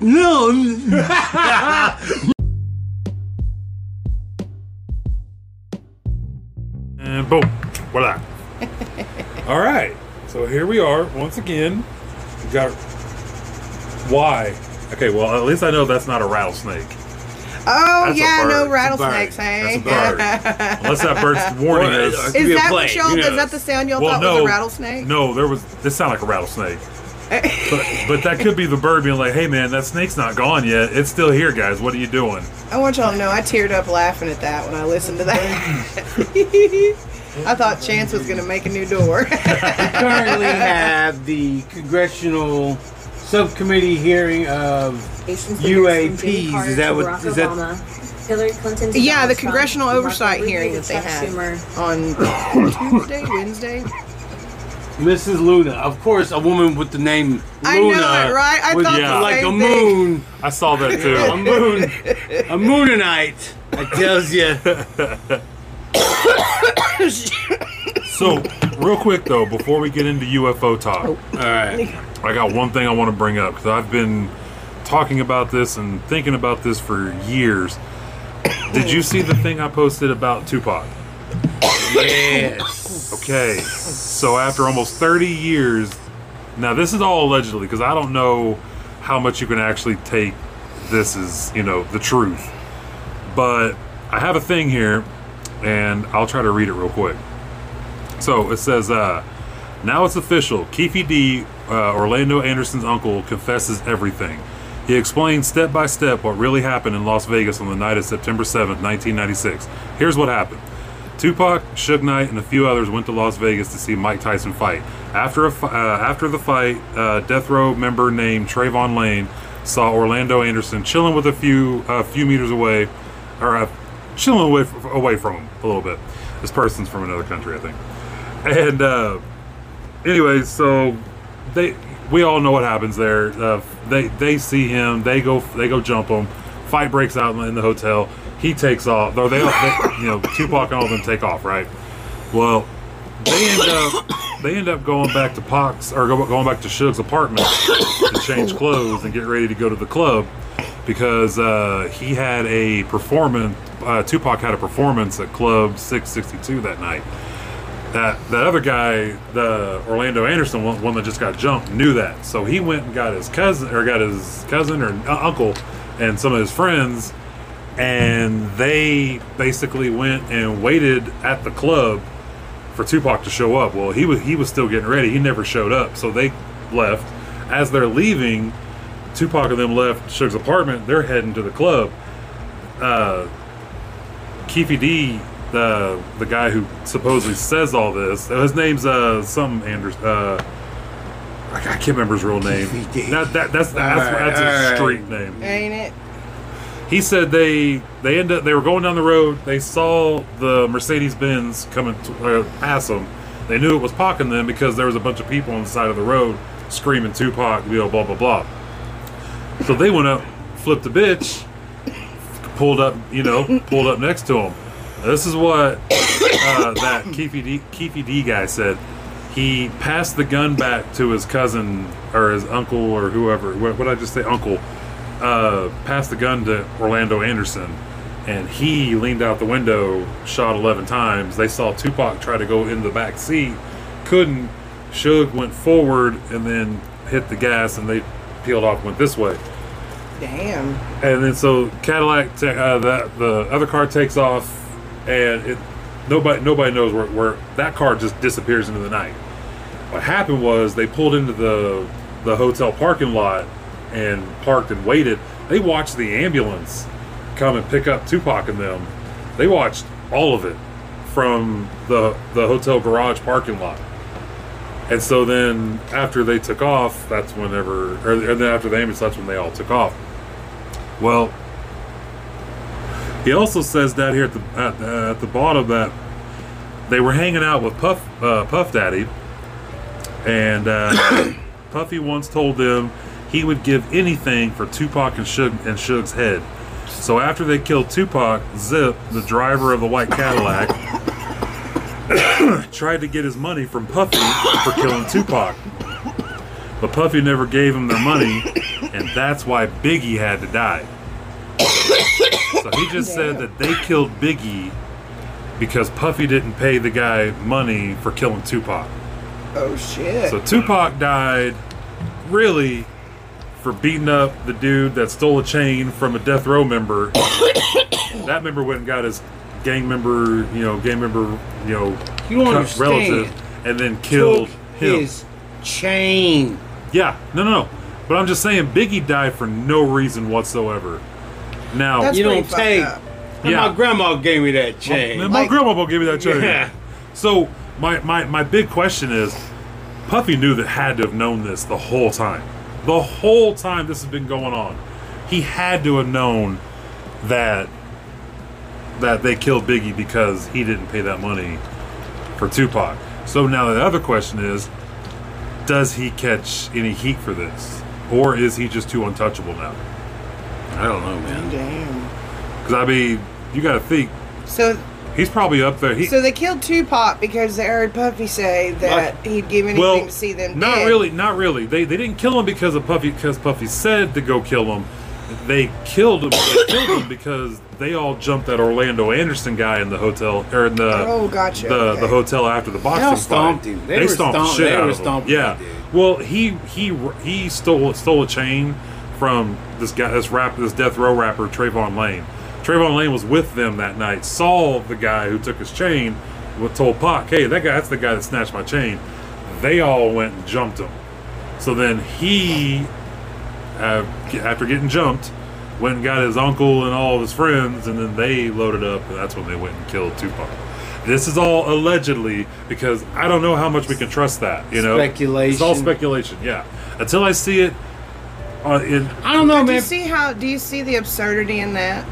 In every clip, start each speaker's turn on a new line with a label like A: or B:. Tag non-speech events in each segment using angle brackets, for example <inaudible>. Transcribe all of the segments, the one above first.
A: No.
B: And boom, voila. All right, so here we are once again. We got why? Okay, well at least I know that's not a rattlesnake.
C: Oh
B: That's a
C: yeah,
B: bird.
C: no
B: It's a
C: rattlesnacks,
B: That's
C: hey?
B: a bird. Unless that bird's warning
A: Well, Could
B: us.
A: be
C: Is
A: a
C: that
A: plane,
C: what y'all?
A: who
C: Is that
A: knows?
C: the sound y'all
B: Well,
C: thought
B: no,
C: was a rattlesnake?
B: No, there was. This sounded like a rattlesnake. but, but that could be the bird being like, "Hey man, that snake's not gone yet. It's still here, guys. What are you doing?"
C: I want y'all to know I teared up laughing at that when I listened to
B: <laughs>
C: that. I thought Chance was gonna make a new
B: <laughs>
C: door.
A: <laughs> currently have the congressional subcommittee hearing of UAPs,
D: UAPs.
A: is that what- is that-
D: Hillary Clinton?
C: yeah, the
D: Donald Trump,
C: congressional
D: Marco
C: oversight
D: Rubio,
C: hearing that they
D: Chuck
C: had
D: Schumer.
C: on
B: <coughs>
C: Tuesday, Wednesday.
A: Mrs. Luna. Of course, a woman with the name
C: I know
A: Luna.
C: it, right? I
A: with
C: thought
B: the
A: like
C: same
A: a
C: thing.
A: moon,
B: I saw that
C: <laughs>
A: a
B: too.
A: moon, a moonanite. I tells you.
B: so, real quick though, before we get into UFO talk,
A: All right.
B: I got one thing I want to bring up because I've been talking about this and thinking about this for years. Did you see the thing I posted about Tupac?
A: Yes.
B: Okay, so after almost 30 years, now this is all allegedly because I don't know how much you can actually take this as, you know, the truth. But I have a thing here and I'll try to read it real quick. So it says, uh, now it's official. Keefe D, uh, Orlando Anderson's uncle, confesses everything. He explains step by step what really happened in Las Vegas on the night of September 7th, 1996. Here's what happened. Tupac, Suge Knight, and a few others went to Las Vegas to see Mike Tyson fight. After a fi- uh, after the fight, uh, death row member named Trayvon Lane saw Orlando Anderson chilling with a few a few meters away, or uh, chilling away f- away from him a little bit. This person's from another country, I think. And uh, anyway, so they we all know what happens there. Uh, they they see him. They go they go jump him. Fight breaks out in the hotel. He takes off. Or they, all- they you know Tupac and all of them take off. Right. Well, they end up they end up going back to Pac's or go, going back to Suge's apartment to change clothes and get ready to go to the club because uh, he had a performance. Uh, Tupac had a performance at Club 662 that night that that other guy, the Orlando Anderson one, one that just got jumped, knew that. So he went and got his cousin or got his cousin or u- uncle and some of his friends, and they basically went and waited at the club for Tupac to show up. Well, he was he was still getting ready. He never showed up, so they left. As they're leaving, Tupac and them left Suge's apartment. They're heading to the club. Uh, Keefe D, the the guy who supposedly says all this, his name's uh something Anders. Uh, I can't remember his real name.
A: Keefe D.
B: That, that that's that's,
A: Alright,
B: that's his
A: alright.
B: street name
C: Ain't it?
B: he said they they end up they were going down the road. They saw the Mercedes Benz coming t uh, past them. They knew it was Pac and them because there was a bunch of people on the side of the road screaming Tupac, you know, blah blah blah. So they went up, flipped the bitch, pulled up, you know, pulled up next to him. This is what uh, that Keefe D, Keefe D guy said. He passed the gun back to his cousin or his uncle or whoever. What did I just say? Uncle. Uh, passed the gun to Orlando Anderson, and he leaned out the window, shot 11 times. They saw Tupac try to go in the back seat, couldn't. Suge went forward and then hit the gas, and they peeled off, went this way.
C: Damn.
B: And then so Cadillac, ta- uh, the the other car takes off, and it nobody nobody knows where, where that car just disappears into the night. What happened was they pulled into the the hotel parking lot and parked and waited. They watched the ambulance come and pick up Tupac and them. They watched all of it from the the hotel garage parking lot. And so then after they took off, that's whenever, or, and then after the ambulance, that's when they all took off. Well, he also says down here at the at, uh, at the bottom that they were hanging out with Puff uh, Puff Daddy, and uh, <coughs> Puffy once told them he would give anything for Tupac and Suge and Suge's head. So after they killed Tupac, Zip, the driver of the white Cadillac, <coughs> tried to get his money from Puffy for killing Tupac. But Puffy never gave him their
A: <coughs>
B: money, and that's why Biggie had to die. So he just said that they killed Biggie because Puffy didn't pay the guy money for killing Tupac.
C: Oh shit.
B: So Tupac died really for beating up the dude that stole a chain from a death row
A: <coughs>
B: member. that member went and got his gang member, you know, gang member, you know,
A: You don't
B: cu-
A: understand.
B: relative, and then killed
A: Took
B: him.
A: his chain.
B: Yeah, no, no, no. But I'm just saying, Biggie died for no reason whatsoever. Now,
C: That's
A: you
C: pretty
A: don't
C: fucked
A: take-
C: up.
A: And
B: Yeah.
A: my grandma gave me that chain.
B: Man, my
C: Like-
B: grandma will give me that chain.
A: Yeah.
B: So my, my my big question is, Puffy knew that had to have known this the whole time. The whole time this has been going on, he had to have known that that they killed Biggie because he didn't pay that money for Tupac. So now the other question is, does he catch any heat for this, or is he just too untouchable now?
A: I don't know, man.
C: Damn.
B: Because I mean, you got to think
C: So,
B: he's probably up there. He,
C: so they killed Tupac because they heard Puffy say that he'd give anything
B: well,
C: to see them.
B: not
C: dead.
B: really, not really. They they didn't kill him because of Puffy because Puffy said to go kill him. They killed him. They killed him because they all jumped that Orlando Anderson guy in the hotel or in the
C: Oh, gotcha,
B: the,
C: okay.
B: the hotel after the boxing
A: They all
B: fight.
A: stomped him. They were
B: the
A: stomp-
B: shit
A: they
B: out
A: were
B: of him.
A: stomping
B: Yeah.
A: that dude.
B: Well, he he he stole stole a chain from this guy this rap this death row rapper Trayvon Lane. Trayvon Lane was with them that night. Saw the guy who took his chain. wa- Told Pac, "Hey, that guy that's the guy that snatched my chain." They all went and jumped him. So then he, uh, after getting jumped, went and got his uncle and all of his friends, and then they loaded up, and that's when they went and killed Tupac. This is all allegedly because I don't know how much we can trust that. You know, It's
A: Speculation.
B: all speculation. Yeah. Until I see it, uh, in
A: I don't know,
C: Do you
A: man.
C: see how? Do you see the absurdity in that?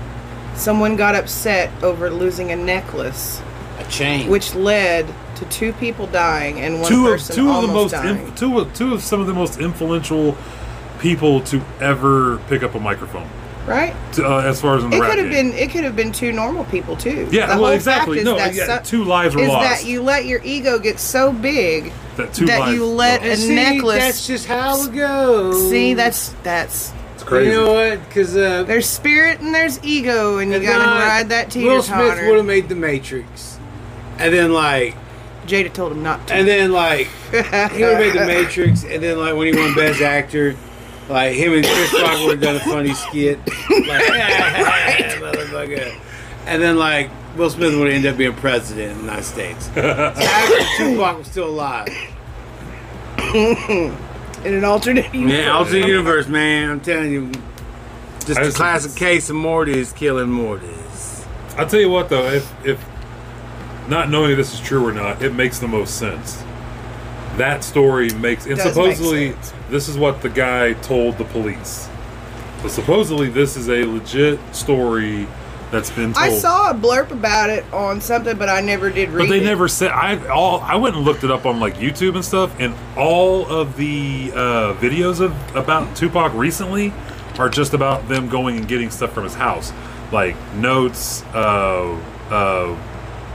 C: Someone got upset over losing a necklace,
A: A chain.
C: which led to two people dying and one
B: two of
C: person
B: two of
C: almost
B: the most
C: dying.
B: inf- two of, two of some of the most influential people to ever pick up a microphone.
C: right?
B: To, uh, as far as in the
C: It
B: rap
C: could have
B: game.
C: been. It could have been two normal people too.
B: Yeah,
C: The
B: well,
C: whole
B: exactly.
C: fact is
B: No,
C: that
B: yeah,
C: so-
B: two lives were
C: is
B: lost.
C: that you let your ego get so big
B: That two
C: that
B: lives
C: you
B: were
C: let
B: lost.
C: a necklace.
A: That's just how it goes.
C: See, that's that's
B: It's crazy.
A: You know what? Because uh,
C: there's spirit and there's ego, and you
A: if
C: gotta
A: not,
C: ride that teeter
A: Will Smith would have made The Matrix, and then like,
C: Jada told him not to.
A: and then like, he would have made The Matrix, and then like when he won Best Actor, like him and Chris Rock would have done a funny skit, like, <laughs> motherfucker. And then like Will Smith would end up being president of the United <laughs> States. So after Tupac was still alive.
C: in an alternate universe.
A: Yeah, alternate universe, man. I'm telling you, just
B: I
A: a
B: just-
A: classic case of Mortis killing Mortis.
B: I'll tell you what though, if if not knowing if this is true or not, it makes the most sense. That story makes and
C: Does make
B: supposedly
C: sense.
B: this is what the guy told the police. So supposedly this is a legit story that's been told.
C: I saw a blurb about it on something, but I never did read.
B: but they
C: it.
B: never said I all I went and looked it up on like YouTube and stuff and all of the uh, videos of about Tupac recently are just about them going and getting stuff from his house. Like notes, uh, uh,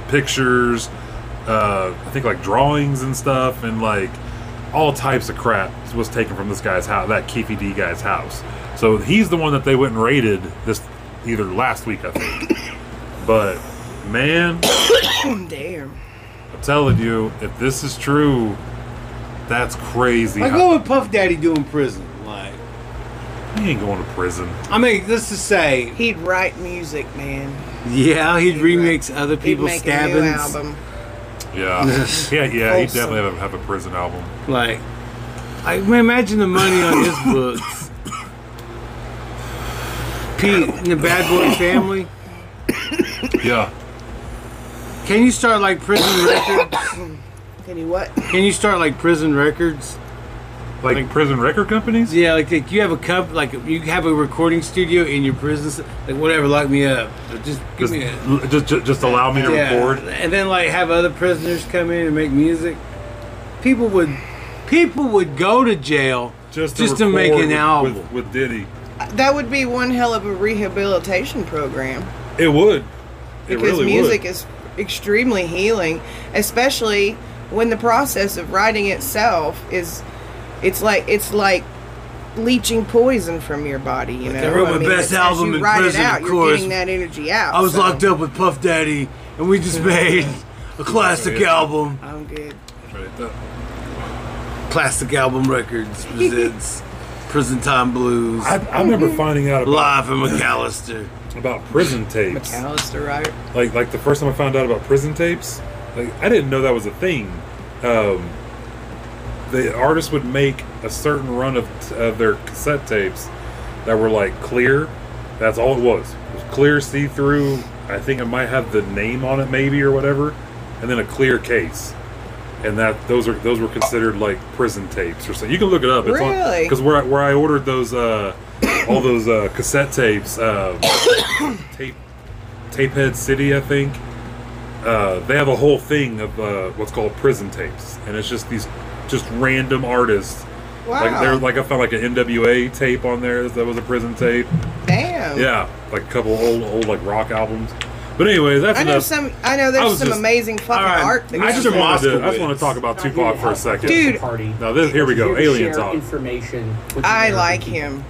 B: pictures, uh, I think like drawings and stuff, and like all types of crap was taken from this guy's house, that Keefy D guy's house. So he's the one that they went and raided this either last week, I think. but man,
C: Damn.
B: I'm telling you, if this is true, that's crazy.
A: Like,
B: how-
A: what would Puff Daddy do in prison? Like,
B: he ain't going to prison.
A: I mean, let's just say,
C: He'd write music, man.
A: yeah, he'd remix other
C: He'd
A: people's
C: make a new
A: stabbings.
C: album.
B: Yeah, <laughs> yeah, yeah. He
C: Wholesome.
B: definitely have, have a prison album.
A: Like, like man, imagine the money on
C: <laughs>
A: his books. Pete and the Bad Boy Family.
B: Yeah,
A: Can you start like prison records?
C: Can you what?
A: Can you start like prison records?
B: like,
A: Like-
B: prison record companies.
A: Yeah, like, like you have a cup, like you have a recording studio in your prison, like whatever. Lock me up, or just give
B: Just,
A: me a
B: l- just, just, just allow me to
A: yeah.
B: record.
A: and then like have other prisoners come in and make music. People would, people would go to jail
B: Just to,
A: just to make
B: record
A: an
B: with-
A: album.
B: with, with Diddy.
C: That would be one hell of a rehabilitation program
B: It would. It
C: because
B: really
C: music
B: would.
C: is extremely healing, especially when the process of writing itself is It's like it's like leaching poison from your body. You know,
A: I wrote my
C: it's- as
A: best album
C: you
A: in
C: write
A: prison,
C: It out,
A: of
C: you're
A: course.
C: getting that energy out.
D: I was
C: so
D: locked up with Puff Daddy, and we just made a classic album.
C: I'm good.
D: Plastic Album Records presents Prison Time Blues
B: I, I
C: Mm-hmm.
B: remember finding out about,
D: live in McAllister.
B: about prison tapes.
C: Alistair, right?
B: Like like the first time I found out about prison tapes, like I didn't know that was a thing. Um, the artists would make a certain run of, of their cassette tapes that were like clear. That's all it was. It was clear, see through. I think it might have the name on it, maybe or whatever, and then a clear case. And that those are those were considered like prison tapes or something. You can look it up. It's
C: Really?
B: Because where I, where I ordered those uh, <coughs> all those uh, cassette tapes, um <coughs> tape Tapehead City, I think. Uh, they have a whole thing of uh, what's called prison tapes, and it's just these just random artists.
C: Wow.
B: Like there, like I found like an NWA tape on there that was a prison tape.
C: Mm-hmm. Damn.
B: Yeah, like a couple old old like rock albums. But anyways, that's
C: I know
B: enough.
C: some. I know
B: I
C: there's
B: was
C: some
B: just-
C: amazing fucking
D: Alright,
C: art. That
B: I
C: goes
B: just
C: on.
B: wanted to, I just
D: Moscowitz.
B: want to talk about Tupac for a second.
C: Dude.
E: Party.
B: Now this here we
E: Here
B: go.
E: to
B: Alien
E: share
B: talk.
E: Information with the
C: I
E: American
C: like
E: people.
C: him.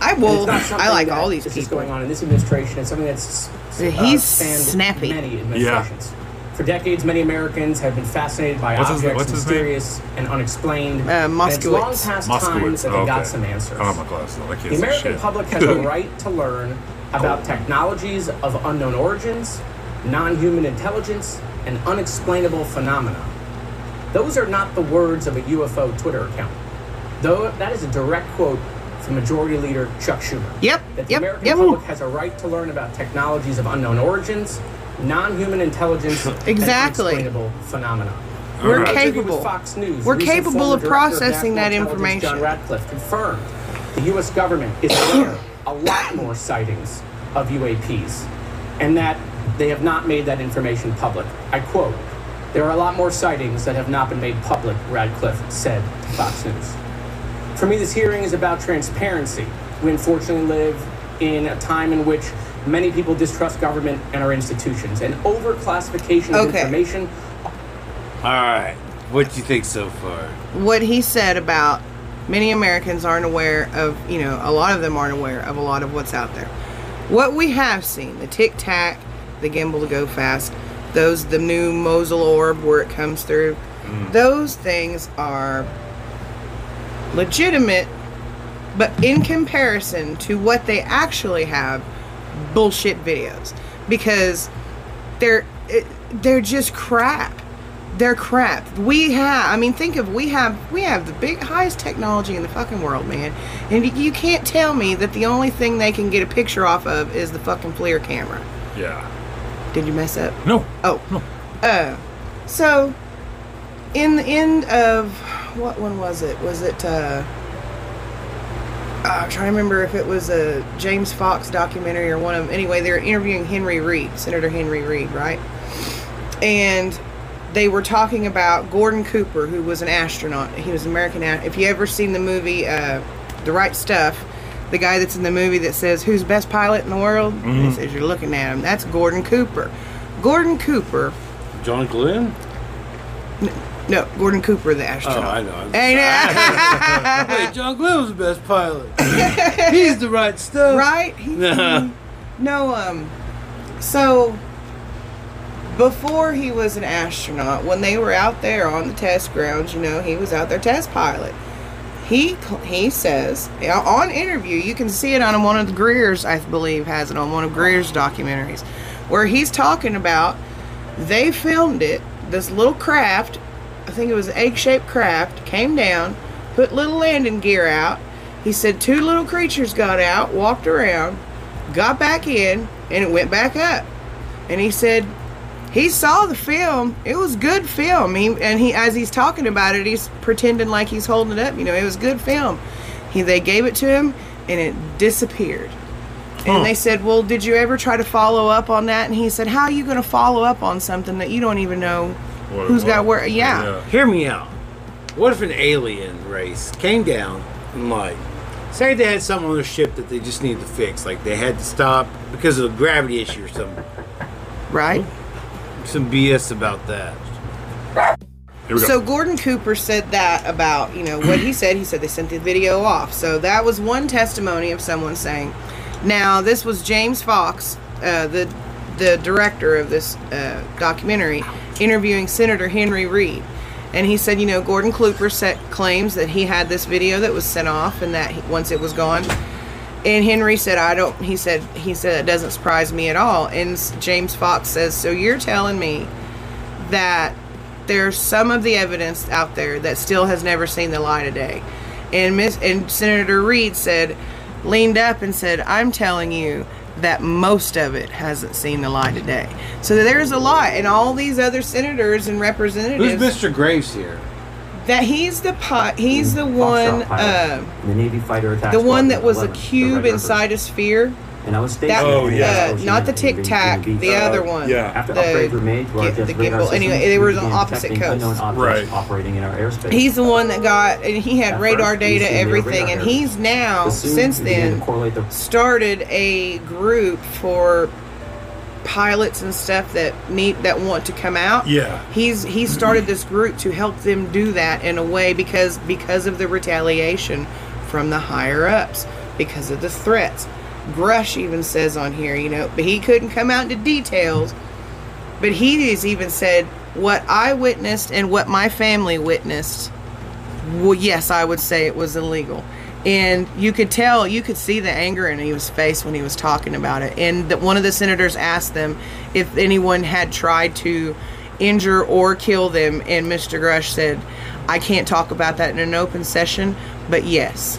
C: I
E: And
C: will.
E: it's not something
C: I like
E: that
C: all these
E: is just
C: people.
E: going on in this administration. It's something that's uh,
C: He's
E: spanned
C: snappy.
E: Many administrations. For decades, many Americans have been fascinated by
B: What's his-
E: objects
B: what's his name?
E: mysterious and unexplained. and it's
C: Uh, Moskowitz.
E: long past time that
B: Moskowitz.
E: they
B: Oh,
E: got
B: okay.
E: some answers.
B: Oh my glasses. on. I can't
E: The
B: see
E: American
B: shit.
E: public has a right to learn about technologies of unknown origins, non human intelligence, and unexplainable phenomena. Those are not the words of a UFO Twitter account. Though that is a direct quote from Majority Leader Chuck Schumer.
C: Yep,
E: That the
C: yep,
E: American
C: yep.
E: public has a right to learn about technologies of unknown origins, non human intelligence,
C: Exactly.
E: and unexplainable phenomena.
C: We're
B: Alright.
E: Interview
C: capable.
E: with Fox News,
C: We're
E: recent
C: capable
E: former
C: of
E: director of
C: processing that
E: National Intelligence
C: information.
E: John Ratcliffe confirmed the U.S. government is aware a lot more sightings of UAPs, and that they have not made that information public. I quote: "There are a lot more sightings that have not been made public," Radcliffe said to Fox News. For me, this hearing is about transparency. We unfortunately live in a time in which many people distrust government and our institutions, and overclassification of
C: Okay.
E: information
D: All right, what you think so far?
C: what he said about many Americans aren't aware of, you know, a lot of them aren't aware of a lot of what's out there. What we have seen, the tic tac, the gimbal to go fast, those the new Mosul orb where it comes through, those things are legitimate, but in comparison to what they actually have, bullshit videos because they're it, they're just crap. They're crap. We have, I mean, think of we have we have the big highest technology in the fucking world, man. And y- you can't tell me that the only thing they can get a picture off of is the fucking FLIR camera.
B: Yeah.
C: Did you mess up?
B: No.
C: Oh. Uh, so, in the end of what one was it? Was it? Uh, I'm trying to remember if it was a James Fox documentary or one of them. Anyway, they were interviewing Henry Reed, Senator Henry Reed, right? And they were talking about Gordon Cooper, who was an astronaut. He was an American. a- If you ever seen the movie uh, The Right Stuff, the guy that's in the movie that says, "Who's the best pilot in the world?"
D: Mm-hmm.
C: And he says, "You're looking at him." That's Gordon Cooper. Gordon Cooper.
D: John Glenn?
C: No, Gordon Cooper, the
A: Oh,
C: astronaut.
D: Oh, I know. <laughs>
C: Ain't it?
A: Wait, John Glenn was the best pilot. He's the right stuff.
C: right? He-
D: Nah.
C: no, um, so before he was an astronaut, when they were out there on the test grounds, you know, he was out there test pilot. He cl- he says uh, on interview, you can see it on one of Greer's, I believe, has it on one of Greer's documentaries, where he's talking about they filmed it. This little craft, I think it was an egg-shaped craft, came down, put little landing gear out. He said two little creatures got out, walked around, got back in, and it went back up. And he said he saw the film. It was good film. He, and he, as he's talking about it, he's pretending like he's holding it up. You know, it was good film. He, they gave it to him, and it disappeared. And they said, "Well, did you ever try to follow up on that?" And he said, "How are you going to follow up on something that you don't even know
B: What it
C: who's got
B: was.
C: where?" Yeah.
A: Hear me out. What if an alien race came down and like, say they had something on their ship that they just needed to fix, like they had to stop because of a gravity issue or some
C: right?
A: some BS about that.
B: Here we go.
C: So Gordon Cooper said that about, you know, what he said. He said they sent the video off. So that was one testimony of someone saying. Now, this was James Fox, uh, the the director of this uh, documentary, interviewing Senator Henry Reid. And he said, you know, Gordon Cooper set, claims that he had this video that was sent off and that he, once it was gone. And Henry said, I don't, he said, he said, it doesn't surprise me at all. And s- James Fox says, so you're telling me that there's some of the evidence out there that still has never seen the light of day. And Miss and Senator Reed said, leaned up and said, "I'm telling you that most of it hasn't seen the light of day." So there's a lot, and all these other senators and
A: Who's
C: representatives
A: Mr. Graves here?
C: that he's the pot, he's the one, uh,
F: the Navy fighter attack.
C: the one
F: squadron
C: that was a
F: 11, the
C: cube
F: regular-
C: inside a sphere.
F: And I was stationed.
C: That,
B: Oh,
F: in the
B: yeah.
C: uh,
F: Ocean
C: not the
F: and in
C: tic tac,
F: Beach.
C: the other one.
B: yeah.
F: After
C: the
F: upgrades were made to our
C: gi-
F: advanced
C: the
F: radar
C: gimbal.
F: systems,
C: Anyway, they were
F: we
C: on
F: began
C: opposite
F: detecting
C: coast.
F: unknown objects
B: Right.
F: Operating in our airspace.
C: He's the one that got, and he had
F: At
C: radar
F: first, we
C: data,
F: assumed they were
C: everything,
F: radar
C: and
F: errors.
C: he's now,
F: But soon
C: since
F: we began
C: then,
F: to correlate the
C: started a group for pilots and stuff that need that want to come out.
B: Yeah.
C: He's he started this group to help them do that in a way because because of the retaliation from the higher ups, because of the threats. Grush even says on here, you know, but he couldn't come out into details. But he has even said what I witnessed and what my family witnessed well, yes, I would say it was illegal. And you could tell, you could see the anger in his face when he was talking about it. And that one of the senators asked them if anyone had tried to injure or kill them. And Mr. Grush said, I can't talk about that in an open session, but yes.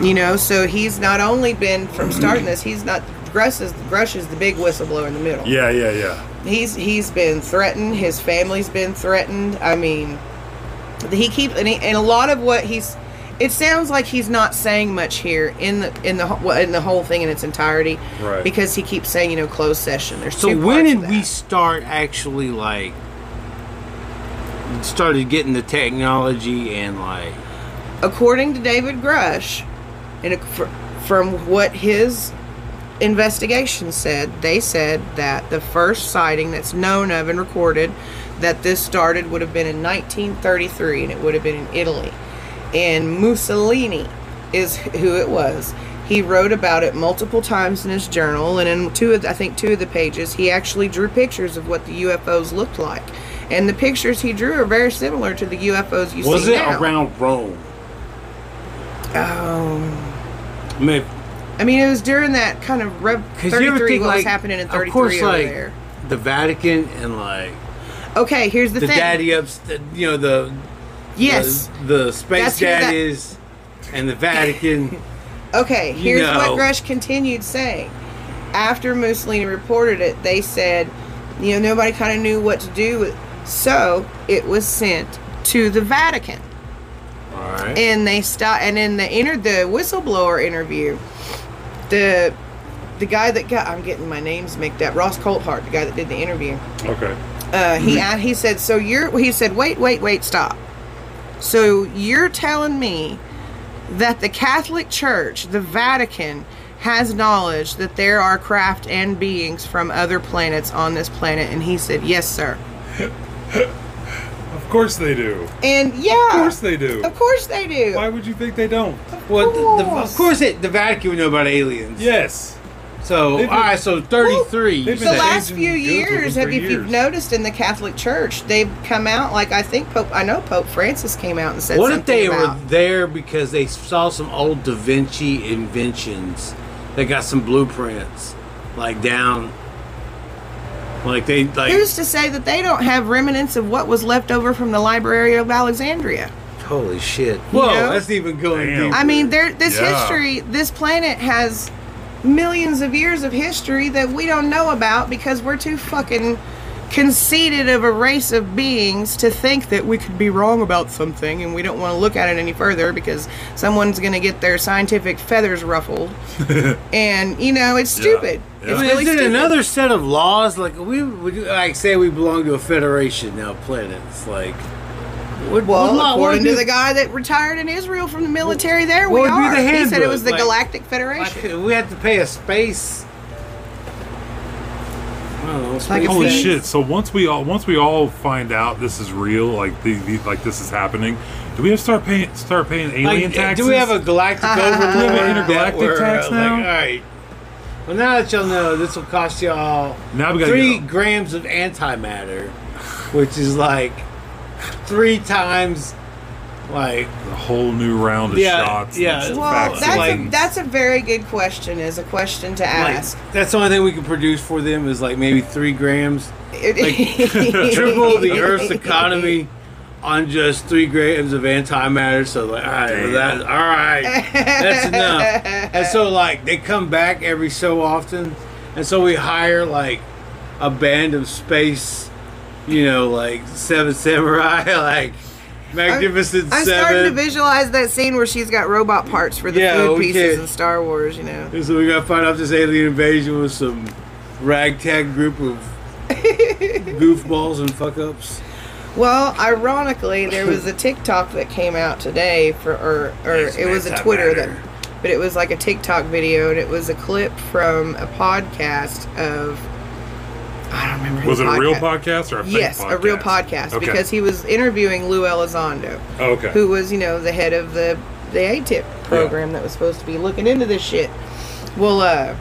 C: You know, so he's not only been from starting this, he's not. Grush is, Grush is the big whistleblower in the middle.
B: Yeah, yeah, yeah.
C: He's he's been threatened. His family's been threatened. I mean, he keeps and, he, and a lot of what he's. It sounds like he's not saying much here in the in the wh- well, in the whole thing in its entirety,
B: Right.
C: Because he keeps saying you know closed session. There's
A: So
C: two
A: when
C: parts of
A: did we
C: that.
A: start actually like started getting the technology and like
C: according to David Grush, and ac- fr- from what his investigation said, they said that the first sighting that's known of and recorded that this started would have been in 1933, and it would have been in Italy. And Mussolini is who it was. He wrote about it multiple times in his journal, and in two of the, I think two of the pages, he actually drew pictures of what the UFOs looked like. And the pictures he drew are very similar to the UFOs you
A: was
C: see
A: it
C: now.
A: around Rome?
C: Um,
A: I mean,
C: I mean, it was during that kind of rev.
A: because you ever
C: 33
A: think
C: what
A: like
C: was happening in 33
A: of course
C: over
A: like
C: there.
A: the Vatican and like
C: Okay, here's the,
A: the
C: thing.
A: daddy ups, the, you know the
C: yes.
A: the, the space
C: That's who that-
A: daddies and
C: <laughs>
A: the Vatican.
C: Okay,
A: You
C: here's
A: know.
C: what Grush continued saying. After Mussolini reported it, they said, you know, nobody kind of knew what to do with So it was sent to the Vatican.
A: All right,
C: and they stop and in the inter the whistleblower interview the the guy that got i'm getting my names mixed up ross colthart the guy that did the interview
B: Okay.
C: uh,
B: Mm-hmm.
C: he a- he said, "So you're?" He said, "Wait, wait, wait, stop." So you're telling me that the Catholic Church, the Vatican, has knowledge that there are craft and beings from other planets on this planet? And he said, "Yes, sir."
B: Of course they do.
C: And yeah,
B: Of course they do.
C: Ah, Of course they do.
B: Why would you think they don't?
A: well, the, the,
C: course.
A: of course it, the Vatican would know about aliens.
B: Yes.
A: So
B: They've been-
A: all right, so thirty three.
B: they've
A: you
B: been
C: the
A: said.
C: last few
B: changing deals with
C: years,
B: them
C: have
B: for
C: if you've
B: years.
C: noticed in the Catholic Church, they've come out like I think Pope. I know Pope Francis came out and said
A: What if
C: something
A: they
C: about,
A: were there because they saw some old Da Vinci inventions? They got some blueprints, like down, like they like.
C: Who's to say that they don't have remnants of what was left over from the Library of Alexandria?
A: holy shit! Whoa,
C: know?
A: that's even going
B: Damn.
A: deep.
C: I mean, there this
B: Yeah.
C: history, this planet has millions of years of history that we don't know about because we're too fucking conceited of a race of beings to think that we could be wrong about something and we don't want to look at it any further because someone's going to get their scientific feathers
B: <laughs>
C: ruffled. and, you know, it's stupid.
B: Yeah.
C: It's
A: But
C: really
A: is it
C: stupid.
A: another set of laws? Like we would, you- like say we belong to a federation now, planets. Like, what,
C: Well,
A: what law- what
C: according
A: would
C: to the
A: be-
C: guy that retired in Israel from the military, there we
A: what would be
C: are.
A: the
C: he said it
A: handbook?
C: was the
A: Like-
C: Galactic Federation.
A: like, we have to pay a space. don't know. It's
C: Like
A: pretty-
C: if
B: Holy
C: he-
B: shit! So once we all once we all find out this is real, like the, the like this is happening, do we have to start paying start paying alien
A: Like,
B: taxes?
A: Do we have a galactic
B: <laughs>
A: overlord?
B: Do we have an
A: that
B: intergalactic
A: we're, uh,
B: tax now?
A: Like, all right. Well, now that y'all know, this will cost y'all
B: Now we gotta
A: three
B: get a-
A: grams of antimatter, which is like three times, like
B: a whole new round of
A: Yeah,
B: shots?
A: yeah.
B: and
A: Well,
C: Well,
B: facts and
C: that's a,
A: like-
C: that's a very good question. Is a question to ask.
A: like that's the only thing we can produce for them is like maybe three grams,
C: <laughs> It-
A: <laughs> triple the Earth's economy on just three grams of antimatter. So like, all right, well, that, all right, that's enough. And so like they come back every so often, and so we hire like a band of space, you know, like Seven Samurai, <laughs> like Magnificent
C: I'm starting to
A: Seven.
C: visualize that scene where she's got robot parts for the
A: Yeah,
C: food
A: okay.
C: pieces in Star Wars. You know,
A: And so we gotta find out if this alien invasion was some ragtag group of goofballs and fuck ups.
C: Well, ironically, there was
B: <laughs>
C: a TikTok that came out today for, or, or it was a
A: that
C: Twitter
A: matter.
C: that, but it was like a TikTok video, and it was a clip from a podcast of, I don't remember. who
B: Was
C: the
B: it a real
C: podca-
B: podcast or a fake
C: Yes,
B: podcast?
C: a real podcast
B: Okay.
C: because he was interviewing Lou Elizondo,
B: Oh, okay.
C: who was you know the head of the the ATIP program that was supposed to be looking into this shit. Well, uh,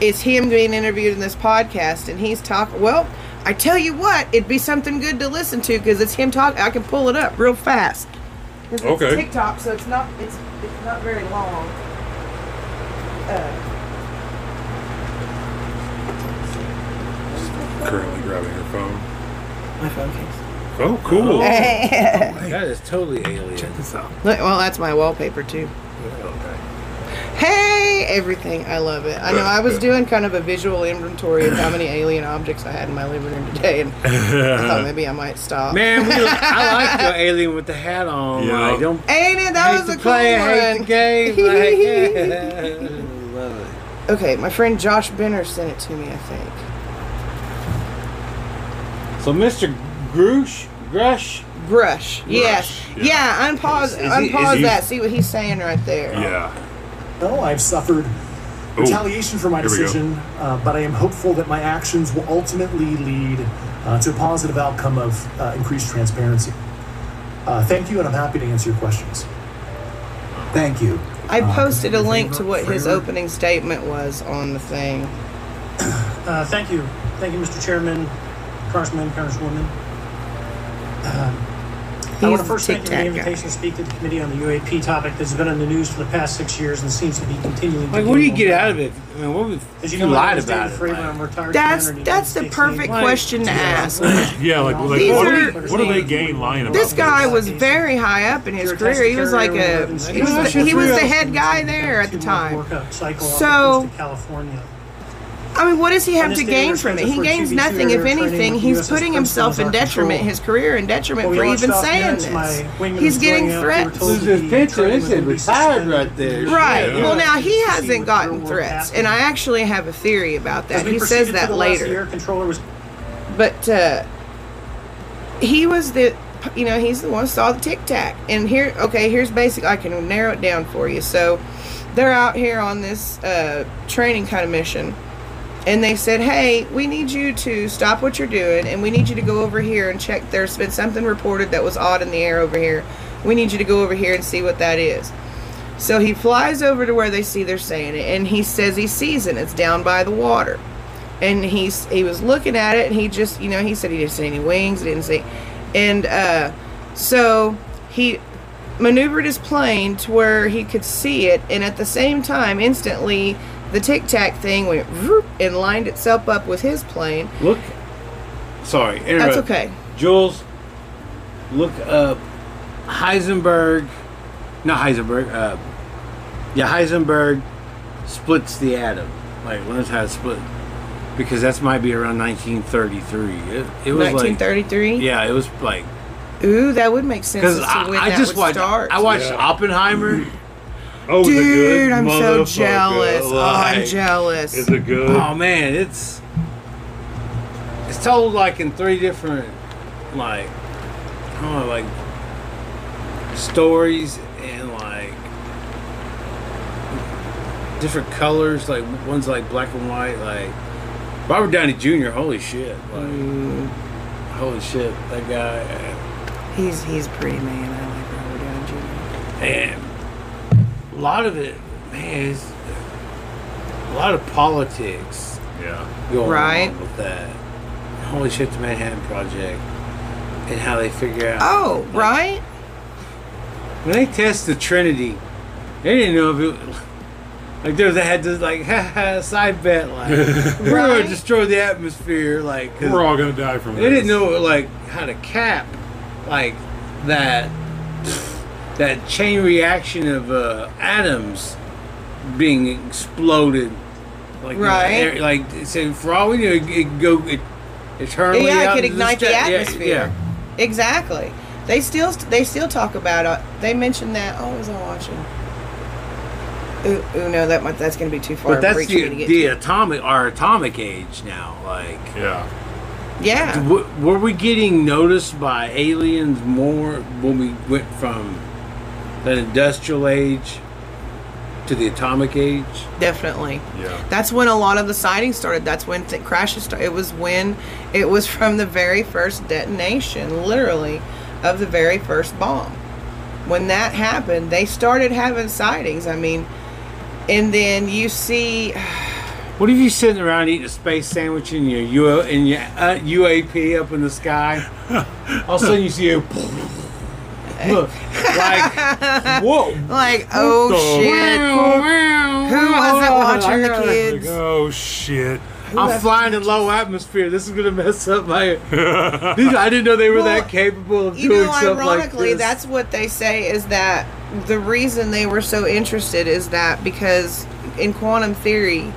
C: it's him being interviewed in this podcast, and he's talking. Well, I tell you what, it'd be something good to listen to because it's him talking. I can pull it up real fast. 'Cause it's
B: Okay.
C: TikTok, so it's not it's it's not very long. Uh,
B: Currently grabbing her phone.
C: my phone case.
B: Oh, cool.
A: That is totally alien.
B: This out.
C: Look, well, that's my wallpaper too. Hey, everything. I love it. I know I was doing kind of a visual inventory of how many alien objects I had in my living room today, and I thought maybe I might stop.
A: Man, we, I like your alien with the hat on.
B: Yeah.
A: Like, don't
C: Ain't it? That
A: hate
C: was
A: the
C: a cool
A: play, hate the
C: one.
A: game. Like, yeah. Love it.
C: <laughs> Okay, my friend Josh Benner sent it to me, I think.
A: So, Mr. Grush, Grush,
C: Brush. Yes.
B: yeah.
C: Yeah, unpause
B: he-
C: unpause
B: is he-
C: that. See what he's saying right there.
B: Yeah.
G: No, I've suffered
B: Ooh.
G: retaliation for my
B: Here we go.
G: decision, uh, but I am hopeful that my actions will ultimately lead uh, to a positive outcome of uh, increased transparency. Uh, thank you, and I'm happy to answer your questions.
F: Thank you.
C: I posted a link to what his
G: Framer?
C: opening statement was on the thing.
G: Uh, thank you. Thank you, Mr. Chairman, Congressman, Congresswoman. I
C: He's
G: want
C: a
G: to first thank you for the
C: tic-tac guy.
G: invitation to speak to the committee on the UAP topic that's been in the news for the past six years and seems to be continuing.
A: Like,
G: to
A: what do you
G: more
A: get
G: bad.
A: out of it? I mean, what was
G: As
A: you,
G: you know, I
A: lied
G: understand
A: about
G: the
A: it?
G: frame
A: like-
G: I'm retired
C: That's
G: commander in
C: that's the
G: United States Navy.
C: perfect
A: Like,
C: question to
G: <laughs>
C: ask.
B: <laughs> Yeah. Like, like
C: These
B: what,
C: are-
B: do they, what do they gain lying about?
C: This guy was very high up in his career. He was like a he was the, he was the head guy there at the time. So-
G: So, California.
C: I mean, what does he have to gain from it? He gains nothing, if anything. He's putting himself in detriment, his career in detriment for even saying this. He's getting threats.
A: This is picture, it said retired right there.
C: Right.
B: Yeah.
C: Well, now he hasn't gotten threats, and I actually have a theory about that. He says that later.
G: controller was
C: but uh, he was the you know he's the one who saw the tic tac and here okay here's basic i can narrow it down for you so they're out here on this uh, training kind of mission and they said hey we need you to stop what you're doing and we need you to go over here and check there's been something reported that was odd in the air over here we need you to go over here and see what that is so he flies over to where they see they're saying it and he says he sees it it's down by the water and he's he was looking at it and he just you know he said he didn't see any wings didn't see and uh so he maneuvered his plane to where he could see it and at the same time instantly the tic tac thing went vroop and lined itself up with his plane
A: Look. Sorry,
C: that's
A: interrupt.
C: okay
A: Jules, look up Heisenberg. Not Heisenberg. Uh, yeah, Heisenberg splits the atom. Like learns how to split, because that's might be around 1933. It, it was like
C: 1933
A: yeah, it was like
C: ooh that would make sense as
A: because
C: to
A: I,
C: when
A: I
C: that
A: just
C: would
A: watched
C: start.
A: I watched
B: Yeah.
A: Oppenheimer.
B: Oh, is it good?
C: dude i'm so
B: Motherfucker,
C: jealous oh i'm
A: like-
C: jealous
B: Is it good?
A: Oh man, it's it's told like in three different like I don't know, like stories and like different colors. Like one's like black and white, like Robert Downey Jr. Holy shit! Like, holy shit! That guy.
C: He's he's a pretty man. I like Robert Downey
A: And a lot of it, man. It's, a lot of politics
B: Yeah.
A: going
C: Right.
A: on with that. Holy shit! The Manhattan Project and how they figure out.
C: Jr. Oh, right.
A: When they test the Trinity, they didn't know if it like there was they had this like <laughs> ha ha side bet like <laughs> we're gonna
C: Right.
A: destroy the atmosphere like 'cause
B: We're all gonna die from
A: they didn't
B: this.
A: know like how to cap like that that chain reaction of uh, atoms being exploded like uh,
C: Right.
A: air- like so for all we knew it, it go it eternally
C: yeah,
A: out
C: it could
A: into
C: ignite the,
A: sky. Yeah,
C: atmosphere.
A: yeah.
C: Exactly. They still they still talk about it. They mentioned that. Oh, I was I watching? Ooh, ooh no, that might, that's going to be too far.
A: But that's
C: reach
A: the,
C: for me to get
A: the
C: to.
A: atomic our atomic age now. Like,
B: Yeah.
C: yeah.
A: w- were we getting noticed by aliens more when we went from the industrial age to the atomic age?
C: Definitely.
B: Yeah.
C: That's when a lot of the sightings started. That's when th- crashes started. It was when it was from the very first detonation, literally, of the very first bomb. When that happened, they started having sightings. I mean, and then you see,
A: What if you're sitting around eating a space sandwich in your U- in your uh, UAP up in the <laughs> sky? All of a sudden, you see a
C: <laughs>
A: like whoa.
C: like, oh
B: the-
C: shit, who wasn't watching the
B: Like,
C: kids?
B: oh shit.
A: I'm flying in low atmosphere. This is gonna mess up my. These- I didn't know they were
C: Well,
A: that capable of
C: You
A: doing
C: know,
A: something like
C: ironically,
A: this.
C: that's what they say is that the reason they were so interested is that because in quantum theory,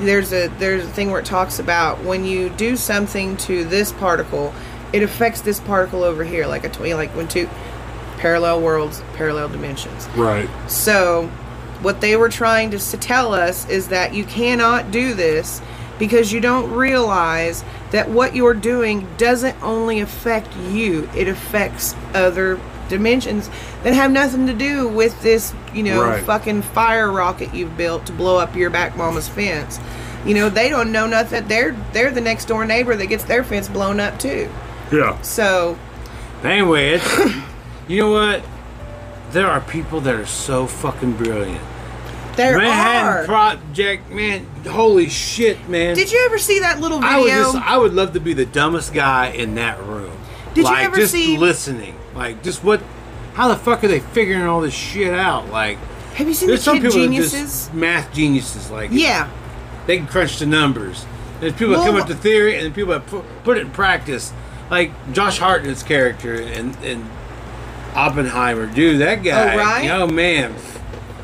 C: there's a there's a thing where it talks about when you do something to this particle, it affects this particle over here, like a tw- like when two parallel worlds, parallel dimensions.
B: Right.
C: So, what they were trying to s- tell us is that you cannot do this because you don't realize that what you're doing doesn't only affect you, it affects other dimensions that have nothing to do with this, you know,
B: Right.
C: fucking fire rocket you've built to blow up your back mama's fence. You know, they don't know nothing. They're they're the next door neighbor that gets their fence blown up too.
B: Yeah.
C: So,
A: But anyway, it's, you know what? There are people that are so fucking brilliant.
C: there
A: Manhattan
C: are.
A: Project, man, holy shit, man!
C: Did you ever see that little video?
A: I would just, I would love to be the dumbest guy in that room.
C: Did you
A: like,
C: ever
A: just
C: see-
A: listening? Like, just what? How the fuck are they figuring all this shit out? Like,
C: Have you seen
A: there's
C: the
A: some
C: kid
A: people
C: geniuses?
A: that just math geniuses. Like,
C: Yeah,
A: they can crunch the numbers. There's people that come
C: Well-
A: up with theory, and then people that pu- put it in practice, like Josh Hartnett's character and and Oppenheimer. Dude, that guy,
C: Oh, right?
A: yo man,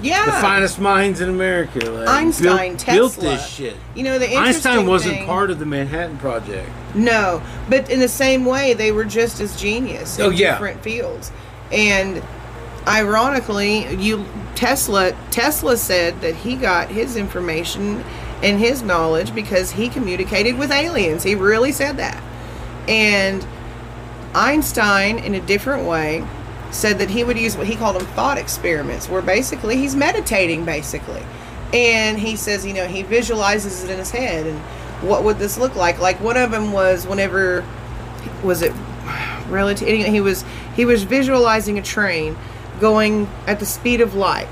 C: yeah.
A: the finest minds in America. Like,
C: Einstein,
A: built,
C: Tesla.
A: built this shit.
C: You know, the interesting
A: Einstein wasn't
C: thing-
A: part of the Manhattan Project.
C: Oh No, but in the same way, they were just as genius in
A: Oh, yeah.
C: different fields. And ironically, you Tesla Tesla said that he got his information and his knowledge because he communicated with aliens. He really said that. And Einstein, in a different way, said that he would use what he called them thought experiments, where basically he's meditating, basically. And he says, you know, he visualizes it in his head. And what would this look like? Like one of them was whenever, was it relative? anyway, He was he was visualizing a train going at the speed of light.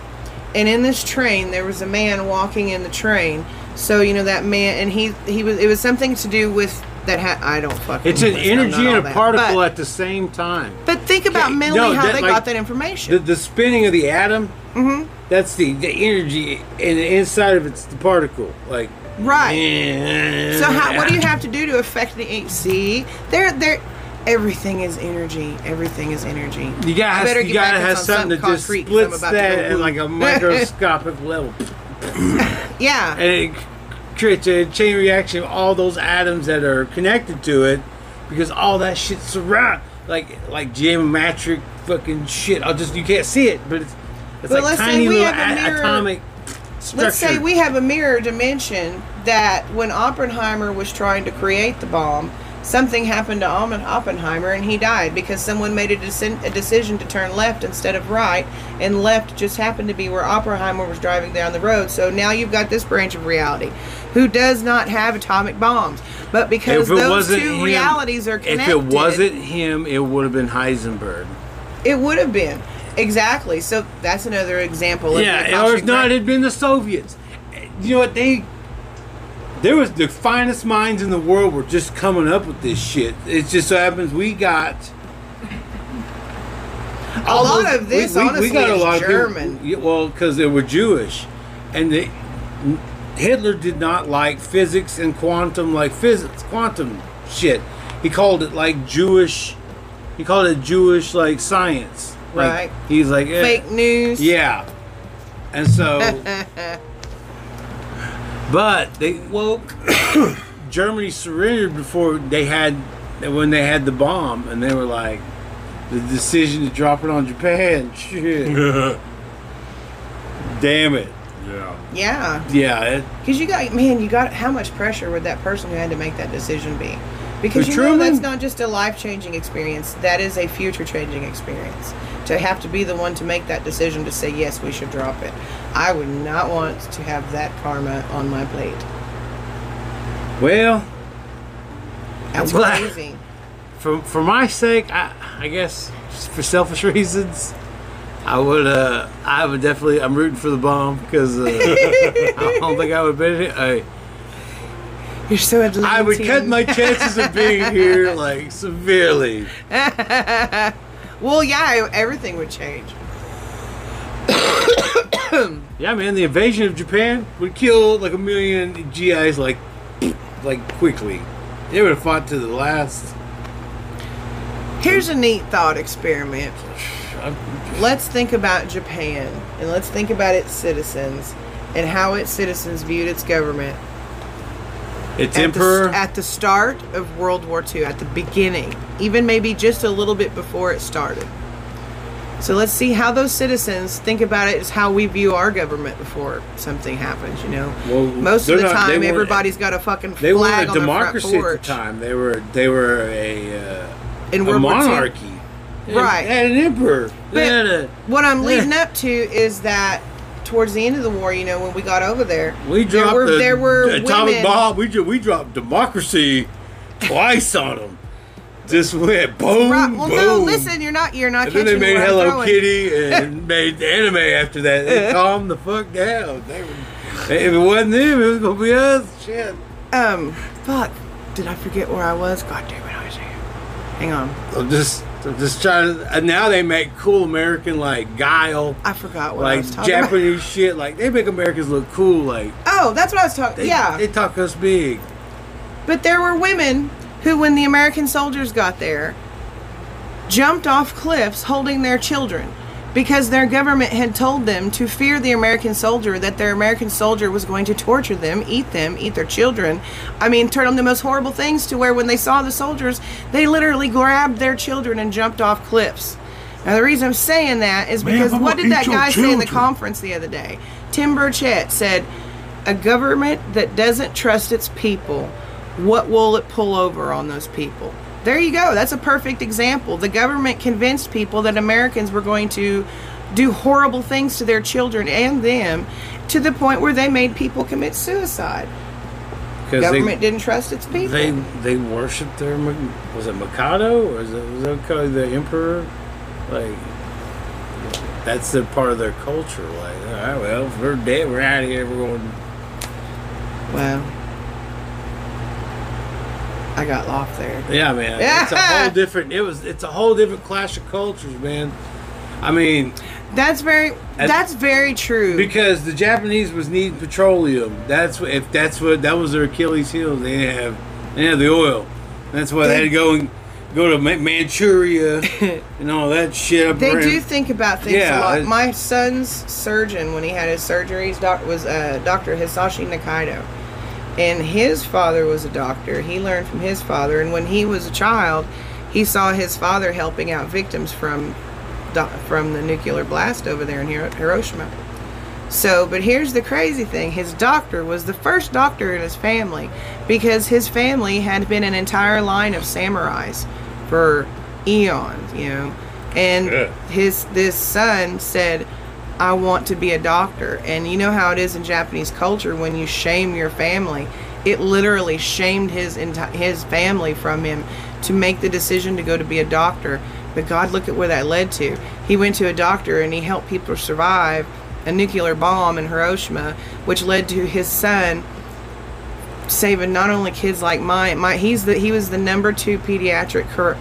C: And in this train, there was a man walking in the train. So you know that man, and he he was it was something to do with that. Ha- I don't fucking.
A: It's an
C: listen, I'm
A: energy
C: not all
A: and a
C: that.
A: particle
C: But-
A: at the same time.
C: but think about
A: Yeah,
C: mentally
A: no,
C: how
A: that,
C: they
A: like,
C: got that
A: The,
C: information.
A: the spinning of the atom.
C: Mm-hmm.
A: That's the, the energy in the inside of it's the particle. Like
C: right. So
A: So
C: how, what do you have to do to affect the eight? See, there, there, everything is energy. Everything is energy.
A: You
C: I
A: gotta,
C: better
A: you
C: get
A: gotta
C: back
A: have
C: on
A: something to just
C: concrete 'cause
A: splits
C: I'm about to go
A: that at
C: woo.
A: like
C: <laughs>
A: a microscopic level,
C: Yeah.
A: and it creates a chain reaction of all those atoms that are connected to it, because all that shit surround like like geometric fucking shit. I'll just you can't see it, but it's it's
C: But let's
A: like
C: say
A: tiny
C: we
A: little
C: have a
A: a-
C: mirror-
A: atomic structure.
C: Let's say we have a mirror dimension that when Oppenheimer was trying to create the bomb, something happened to Alman Oppenheimer and he died because someone made a, deci- a decision to turn left instead of right, and left just happened to be where Oppenheimer was driving down the road. So now you've got this branch of reality who does not have atomic bombs. But because
A: If it
C: those
A: wasn't
C: two
A: him-
C: realities are
A: If
C: connected,
A: it wasn't him, it would have been Heisenberg.
C: it would have been. Exactly. So that's another example. of the
A: Yeah, or if
C: Akashi
A: not,
C: Grand-
A: it'd been the Soviets. You know what? They there was the finest minds in the world were just coming up with this shit. It just so happens we got
C: a lot of this, honestly, is German.
A: Of people, yeah, well, because they were Jewish, and they, Hitler did not like physics and quantum, like physics, quantum shit. He called it like Jewish. He called it Jewish like science. Like,
C: Right.
A: He's like eh.
C: Fake news.
A: Yeah. And so, but they woke. <coughs> Germany surrendered before they had, when they had the bomb, and they were like, the decision to drop it on Japan. <laughs> Shit. Damn it.
B: yeah.
C: yeah.
A: Yeah. It,
C: Because you got, man, you got, how much pressure would that person who had to make that decision be? Because
A: Who,
C: you know
A: Truman?
C: that's not just a life changing experience, that is a future changing experience. To have to be the one to make that decision to say, yes, we should drop it. I would not want to have that karma on my plate.
A: well,
C: That's
A: Well, <laughs>
C: crazy.
A: for for my sake, I, I guess just for selfish <laughs> reasons, I would uh I would definitely I'm rooting for the bomb because uh, I don't think I would benefit. I,
C: You're so Atlantean.
A: I would cut my chances of being here like severely.
C: Well, yeah, everything would change.
A: Yeah, man, the invasion of Japan would kill like a million GIs like like quickly. They would have fought to the last.
C: Here's a neat thought experiment.
A: uh,
C: Let's think about Japan and let's think about its citizens and how its citizens viewed its government
A: Its
C: at The,
A: emperor.
C: s- at the start of World War II, at the beginning, even maybe just a little bit before it started. So let's see how those citizens think about it is how we view our government before something happens, you know.
A: Well,
C: Most of
A: they're
C: the
A: not- they
C: time,
A: weren't-
C: everybody's got a fucking
A: they were
C: flag
A: a
C: on their front
A: democracy at the
C: porch.
A: time. They were they were a, uh,
C: In
A: a
C: World War II.
A: monarchy. And-
C: Right.
A: And an emperor.
C: But
A: And a-
C: what I'm leading up to is that towards the end of the war, you know, when we got over there,
A: we dropped
C: there were,
A: the
C: there were
A: atomic
C: women.
A: bomb. We, ju- we dropped democracy twice on them. Just went boom,
C: Right, well,
A: boom.
C: no, listen, you're not, you're not
A: And then
C: catching
A: they made
C: what I'm
A: Hello
C: throwing.
A: Kitty and <laughs> made anime after that. They calmed the fuck down. They were, if it wasn't them, it was gonna be us. Shit.
C: Um, fuck, did I forget where I was? God damn it, I was here. Hang on,
A: I'm just, I'm just trying to. And now they make cool American like guile,
C: I forgot what I
A: like
C: was talking about.
A: Japanese shit. Like they make Americans look cool. Like
C: Oh, that's what I was talking.
A: they,
C: Yeah,
A: they talk us big.
C: but there were women who, when the American soldiers got there, jumped off cliffs holding their children because their government had told them to fear the American soldier, that their American soldier was going to torture them, eat them, eat their children. I mean, turn on the most horrible things to where when they saw the soldiers, they literally grabbed their children and jumped off cliffs. Now, the reason I'm saying that is because
B: I'm
C: what
B: gonna
C: did that
B: eat your
C: guy say in the
B: children.
C: conference the other day? Tim Burchett said, A government that doesn't trust its people, what will it pull over on those people? There you go. That's a perfect example. The government convinced people that Americans were going to do horrible things to their children and them to the point where they made people commit suicide.
A: 'Cause they-
C: Government didn't trust its people.
A: They they worship their Mi- was it Mikado or is it was it called the emperor? Like that's their part of their culture. Like all right, well if we're dead, we're out of here. We're going.
C: well, I got off there.
A: Yeah, man. It's a whole different. It was it's a whole different clash of cultures, man. I mean,
C: That's very
A: And-
C: that's very true.
A: because the Japanese was needing petroleum. That's what if that's what that was their Achilles heel. They didn't have they didn't have the oil. That's why they had to go and go to Ma- Manchuria and all that shit. up
C: they
A: around-
C: do think about things a
A: Yeah,
C: lot.
A: I-
C: My son's surgeon, when he had his surgeries, doc- was uh, Dr. Hisashi Nakaido. And his father was a doctor. He learned from his father. And when he was a child, he saw his father helping out victims from do- from the nuclear blast over there in Hiro- Hiroshima. So, but here's the crazy thing his doctor was the first doctor in his family because his family had been an entire line of samurais for eons, you know. And
B: Yeah.
C: his this son said, I want to be a doctor. And you know how it is in Japanese culture when you shame your family, it literally shamed his enti- his family from him to make the decision to go to be a doctor. But God, look at where that led to. He went to a doctor and he helped people survive a nuclear bomb in Hiroshima, which led to his son saving not only kids like mine. My he's the he was the number two pediatric cur-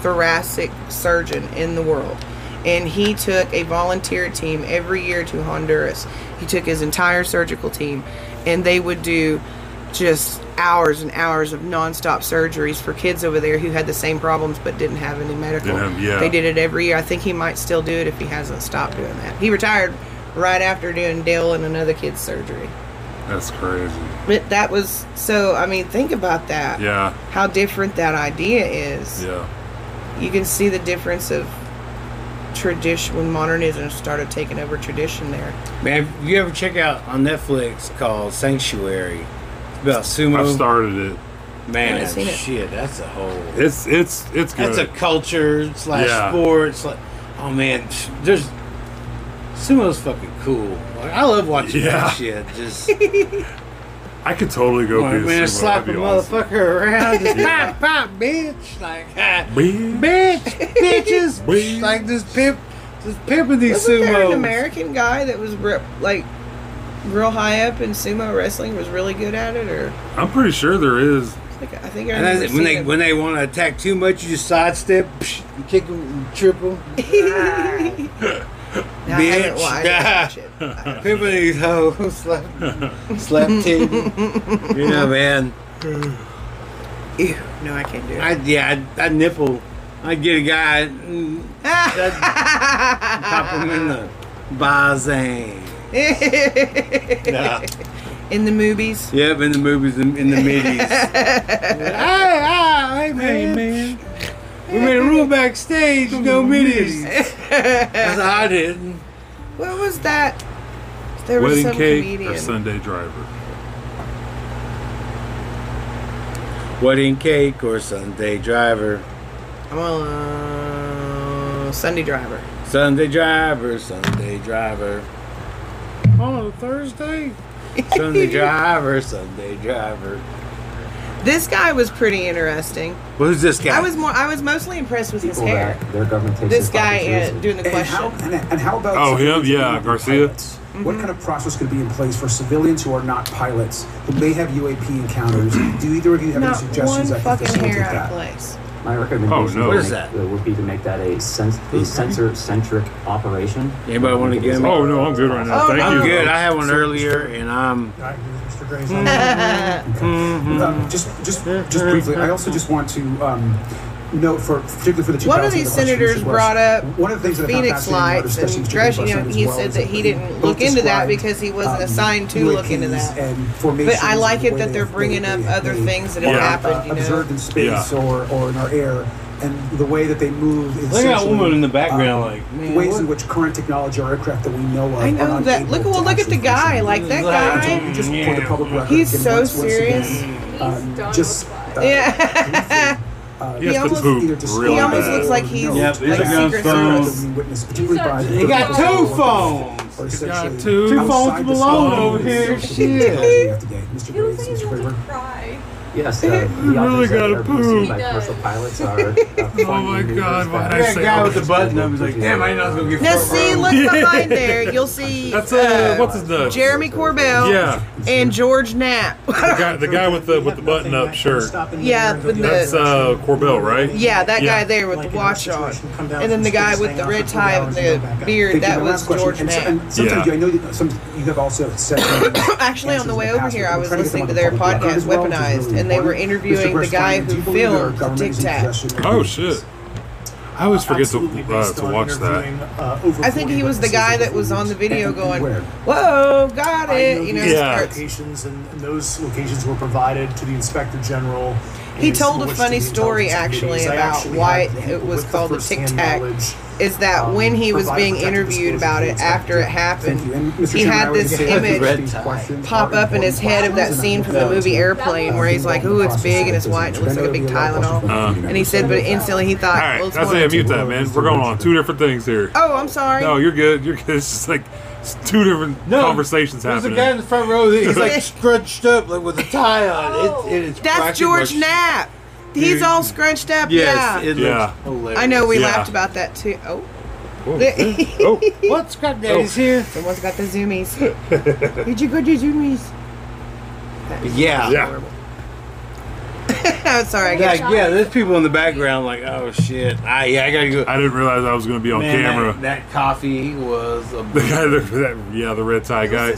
C: thoracic surgeon in the world, and he took a volunteer team every year to Honduras. He took his entire surgical team, and they would do just hours and hours of nonstop surgeries for kids over there who had the same problems but didn't have any medical.
B: Didn't have- yeah.
C: They did it every year. I think he might still do it if he hasn't stopped doing that. He retired right after doing Dale and another kid's surgery.
B: That's crazy.
C: But that was so. I mean, think about that.
B: Yeah.
C: How different that idea is.
B: Yeah.
C: You can see the difference of tradition when modernism started taking over tradition there.
A: Man, if you ever check out on Netflix called Sanctuary, it's about sumo.
B: I've started it.
A: Man,
C: haven't seen it.
A: shit, that's a whole.
B: It's it's it's good.
A: That's a culture slash
B: Yeah.
A: sport. Slash, oh man, psh, there's sumo's fucking cool. Like, I love watching
B: Yeah.
A: that shit.
B: <laughs>
A: Just
B: I could totally go
A: like,
B: be a
A: man,
B: sumo.
A: slap a
B: That'd be awesome.
A: motherfucker around.
B: <laughs>
A: Just pop, pop, bitch. Like, <laughs> ah,
B: Bitch.
A: bitch, bitches.
B: Bitch.
A: Like this pimp, just pimping these
C: Wasn't there an
A: sumos.
C: American guy that was re- like real high up in sumo wrestling was really good at it, or
B: I'm pretty sure there is.
C: like, I think I
A: And
C: remember
A: that's, when
C: seeing
A: they
C: it.
A: when they want to attack too much, you just sidestep, psh, and kick them, and trip <laughs> them.
C: Now, I haven't
A: bitch.
C: watched
A: <laughs>
C: it. I haven't watched it.
A: Pimping these hoes, <laughs> slap, <laughs> slap titty. You know, man.
C: Ew, no, I can't do it.
A: I yeah, I, I nipple. I get a guy, mm,
C: Ah!
A: that- pop him in the bazane. Nah.
C: <laughs> in the movies,
A: Yep, in the movies, in, in the <laughs> middies. hey, hey, hey, man. We made a rule backstage, no <laughs> middies. That's I didn't.
C: what was that? There was
B: Wedding
C: some
B: cake
C: comedian.
B: or Sunday driver?
A: Wedding cake or Sunday driver.
C: I'm a uh, Sunday driver.
A: Sunday driver, Sunday driver. On a Oh, Thursday? <laughs> Sunday driver, Sunday driver.
C: This guy was pretty interesting.
A: Who's this guy?
C: I was more. I was mostly impressed with his
E: People
C: hair.
E: that their government takes
C: This
E: this fucking
C: guy uh,
E: seriously.
C: doing the
F: And how,
C: question.
F: and, and how about
B: Oh, him?
F: civilians who
B: Yeah,
F: are not
B: Garcia.
F: pilots?
C: Mm-hmm.
F: What kind of process could be in place for civilians who are not pilots who may have UAP encounters? Do either of you have
C: Not
F: any suggestions
C: one
F: that could
C: fucking
F: facilitate
C: hair out of
F: that? <laughs>
C: place.
E: My recommendation
B: Oh, no.
E: would
B: What
A: is
E: make-
A: that?
E: uh, would be to make that a, sens- a sensor centric operation.
A: Anybody wanna get him?
B: Oh no, I'm good right now.
C: Oh,
B: Thank
C: no.
B: you.
A: I'm good. I had one earlier, and I'm.
G: I agree with Mr.
C: <laughs>
G: Gray's on that.
C: Mm-hmm.
F: Um, just, just, just briefly. I also just want to um, note for particularly for the two
C: One of
F: thousand
C: these
F: questions
C: senators
F: was-
C: brought up
F: one of the things that I found
C: Phoenix
F: fascinating in our
C: lights
F: discussion
C: and
F: today was
C: Gresham. You know,
F: as
C: he
F: well
C: said
F: is
C: that he
F: they
C: didn't
F: both
C: look into that
F: described,
C: because he wasn't
F: um,
C: assigned to look into
F: UAPs
C: that.
F: and
C: But I like
F: formations and
C: it
F: the way
C: that they're
F: they-
C: bringing
F: they-
C: up
F: they-
C: other
F: they
C: things that have
B: Yeah.
C: happened. You know,
F: uh, observed in space
B: Yeah.
F: or, or in our air, and the way that they move is.
A: Look at that
F: essentially, uh,
A: woman in the background, like, man,
F: ways
A: what-
F: in which current technology or aircraft that we know of.
C: I know
F: are
C: that.
F: unable
C: Look, well,
F: to
C: look at the
F: actually
C: guy.
F: function.
C: Like that
A: Like,
C: guy.
F: Just for the public record.
C: He's
F: and
C: so
F: once- once again,
C: serious.
F: um,
H: done
F: just
H: with
F: uh,
C: Yeah.
F: briefly, uh,
B: He has to
C: almost-
B: poop
F: either describe
C: <laughs>
B: really
C: He almost
B: bad.
C: looks like he's
F: or
A: Yep,
F: note
A: these
C: like
A: are guys
C: Secret
A: throwing-
C: Service.
F: that we witnessed, particularly by the
H: He
A: got
F: third
A: two
F: level workers
A: phones.
F: are
A: He
F: essentially
B: two
A: Two
F: outside
A: phones
F: the
A: below
F: scope
A: over
F: of the <laughs>
A: here.
F: social
A: Shit.
F: technology we have today. Mr.
H: You
F: Graves, Mr.
H: don't
F: Kramer.
H: cry. <laughs>
E: Yes, uh, the
B: really
E: others that
B: gotta
E: are being seen
B: poop.
E: by
H: He does.
E: commercial
H: <laughs>
E: pilots are. Uh,
B: Oh my God, why did I
A: That
B: say
A: guy
B: all
A: with the
B: this?
A: button up is like, damn, I didn't know I was gonna get
C: Now
A: front
C: see,
A: row.
C: look behind there. You'll see
B: <laughs> That's uh,
C: uh,
B: what's his name?
C: Jeremy Corbell
B: Yeah,
C: and George Knapp. <laughs>
B: the guy, the guy with the with the button up shirt.
C: Yeah, with the-
B: That's uh Corbell, right?
C: Yeah, that
B: Yeah.
C: guy there with
G: Like
C: the
G: in
C: watch
G: that
C: on.
G: situation, come down
C: And then
G: from
C: the guy
G: space,
C: with
G: hang
C: the
G: out
C: red
G: for two
C: tie and
G: hours, and go back
C: the
G: up.
C: beard,
F: Thank you.
C: that
F: My
C: was
F: last question,
C: George
F: and so-
C: Knapp.
F: and sometimes you-
B: Yeah.
F: I know that some you have also said.
C: Actually, on the way over here, I was listening to their podcast, Weaponized,
F: Weaponized,
C: and they were interviewing the guy who filmed Tic Tac.
B: Oh shit! I always forget to
G: Absolutely
B: uh,
G: based
B: to
G: on
B: watch that.
G: interviewing, uh, over
C: I think
G: 40
C: he was the
G: witnesses
C: guy
G: over
C: that was
G: four
C: on the
G: years.
C: video
F: And- and
C: going,
F: where?
C: "Whoa, got
G: I
C: it!" You know,
G: these
B: Yeah.
C: starts.
G: locations and, and those locations were provided to the inspector general
C: He
G: and see
C: told a
G: what's
C: funny
G: to the
C: story,
G: intelligence
C: actually,
G: committees. I
C: about
G: actually
C: why
G: had the-
C: it was
G: with the
C: called the
G: first-hand
C: Tic Tac.
G: knowledge,
C: is that
G: um,
C: when he was
G: provide
C: being
G: protective
C: interviewed
G: disclosure
C: about
G: to
C: it
G: the
C: after it
G: inspector.
F: Thank you.
C: happened,
F: And, Mr.
C: he
F: Chairman,
C: had
F: I would
C: this
F: say that
C: image
F: these
H: Red tie.
F: questions
C: pop
F: are
C: up in his
F: important
C: head of that
F: questions, and
C: scene
F: I
C: from the
F: think
C: movie
F: that
C: Airplane where he's like, ooh, it's big and it's white and it looks like a big Tylenol. And he said, but instantly he thought,
B: All right,
C: well, it's
B: that's
C: one
B: it.
C: of two.
B: Mute that, man. We're going on two different things here.
C: Oh, I'm sorry.
B: No, you're good. You're good. It's just like it's two different
A: No,
B: conversations
A: There's
B: happening.
A: a guy in the front row. that-
C: <laughs>
A: He's like scrunched up, like with a tie on. It, it is
C: Oh, That's
A: cracking
C: George
A: my-
C: Knapp. He's
A: Dude.
C: all scrunched up.
A: Yes,
C: yeah.
A: it
B: Yeah.
A: looks hilarious.
C: I know we
B: Yeah.
C: laughed about that too. Oh. <laughs>
B: oh,
A: What scrap daddy's here?
C: Someone's got the zoomies. Did you go to zoomies? <laughs>
A: Yeah,
B: yeah.
C: I'm sorry. I
A: Like,
C: got
A: yeah, there's people in the background like, oh shit, I yeah, I gotta go.
B: I didn't realize I was going to be on
A: Man, that-
B: camera.
A: That, coffee was a
B: The guy, <laughs> that, that, yeah, the red tie guy.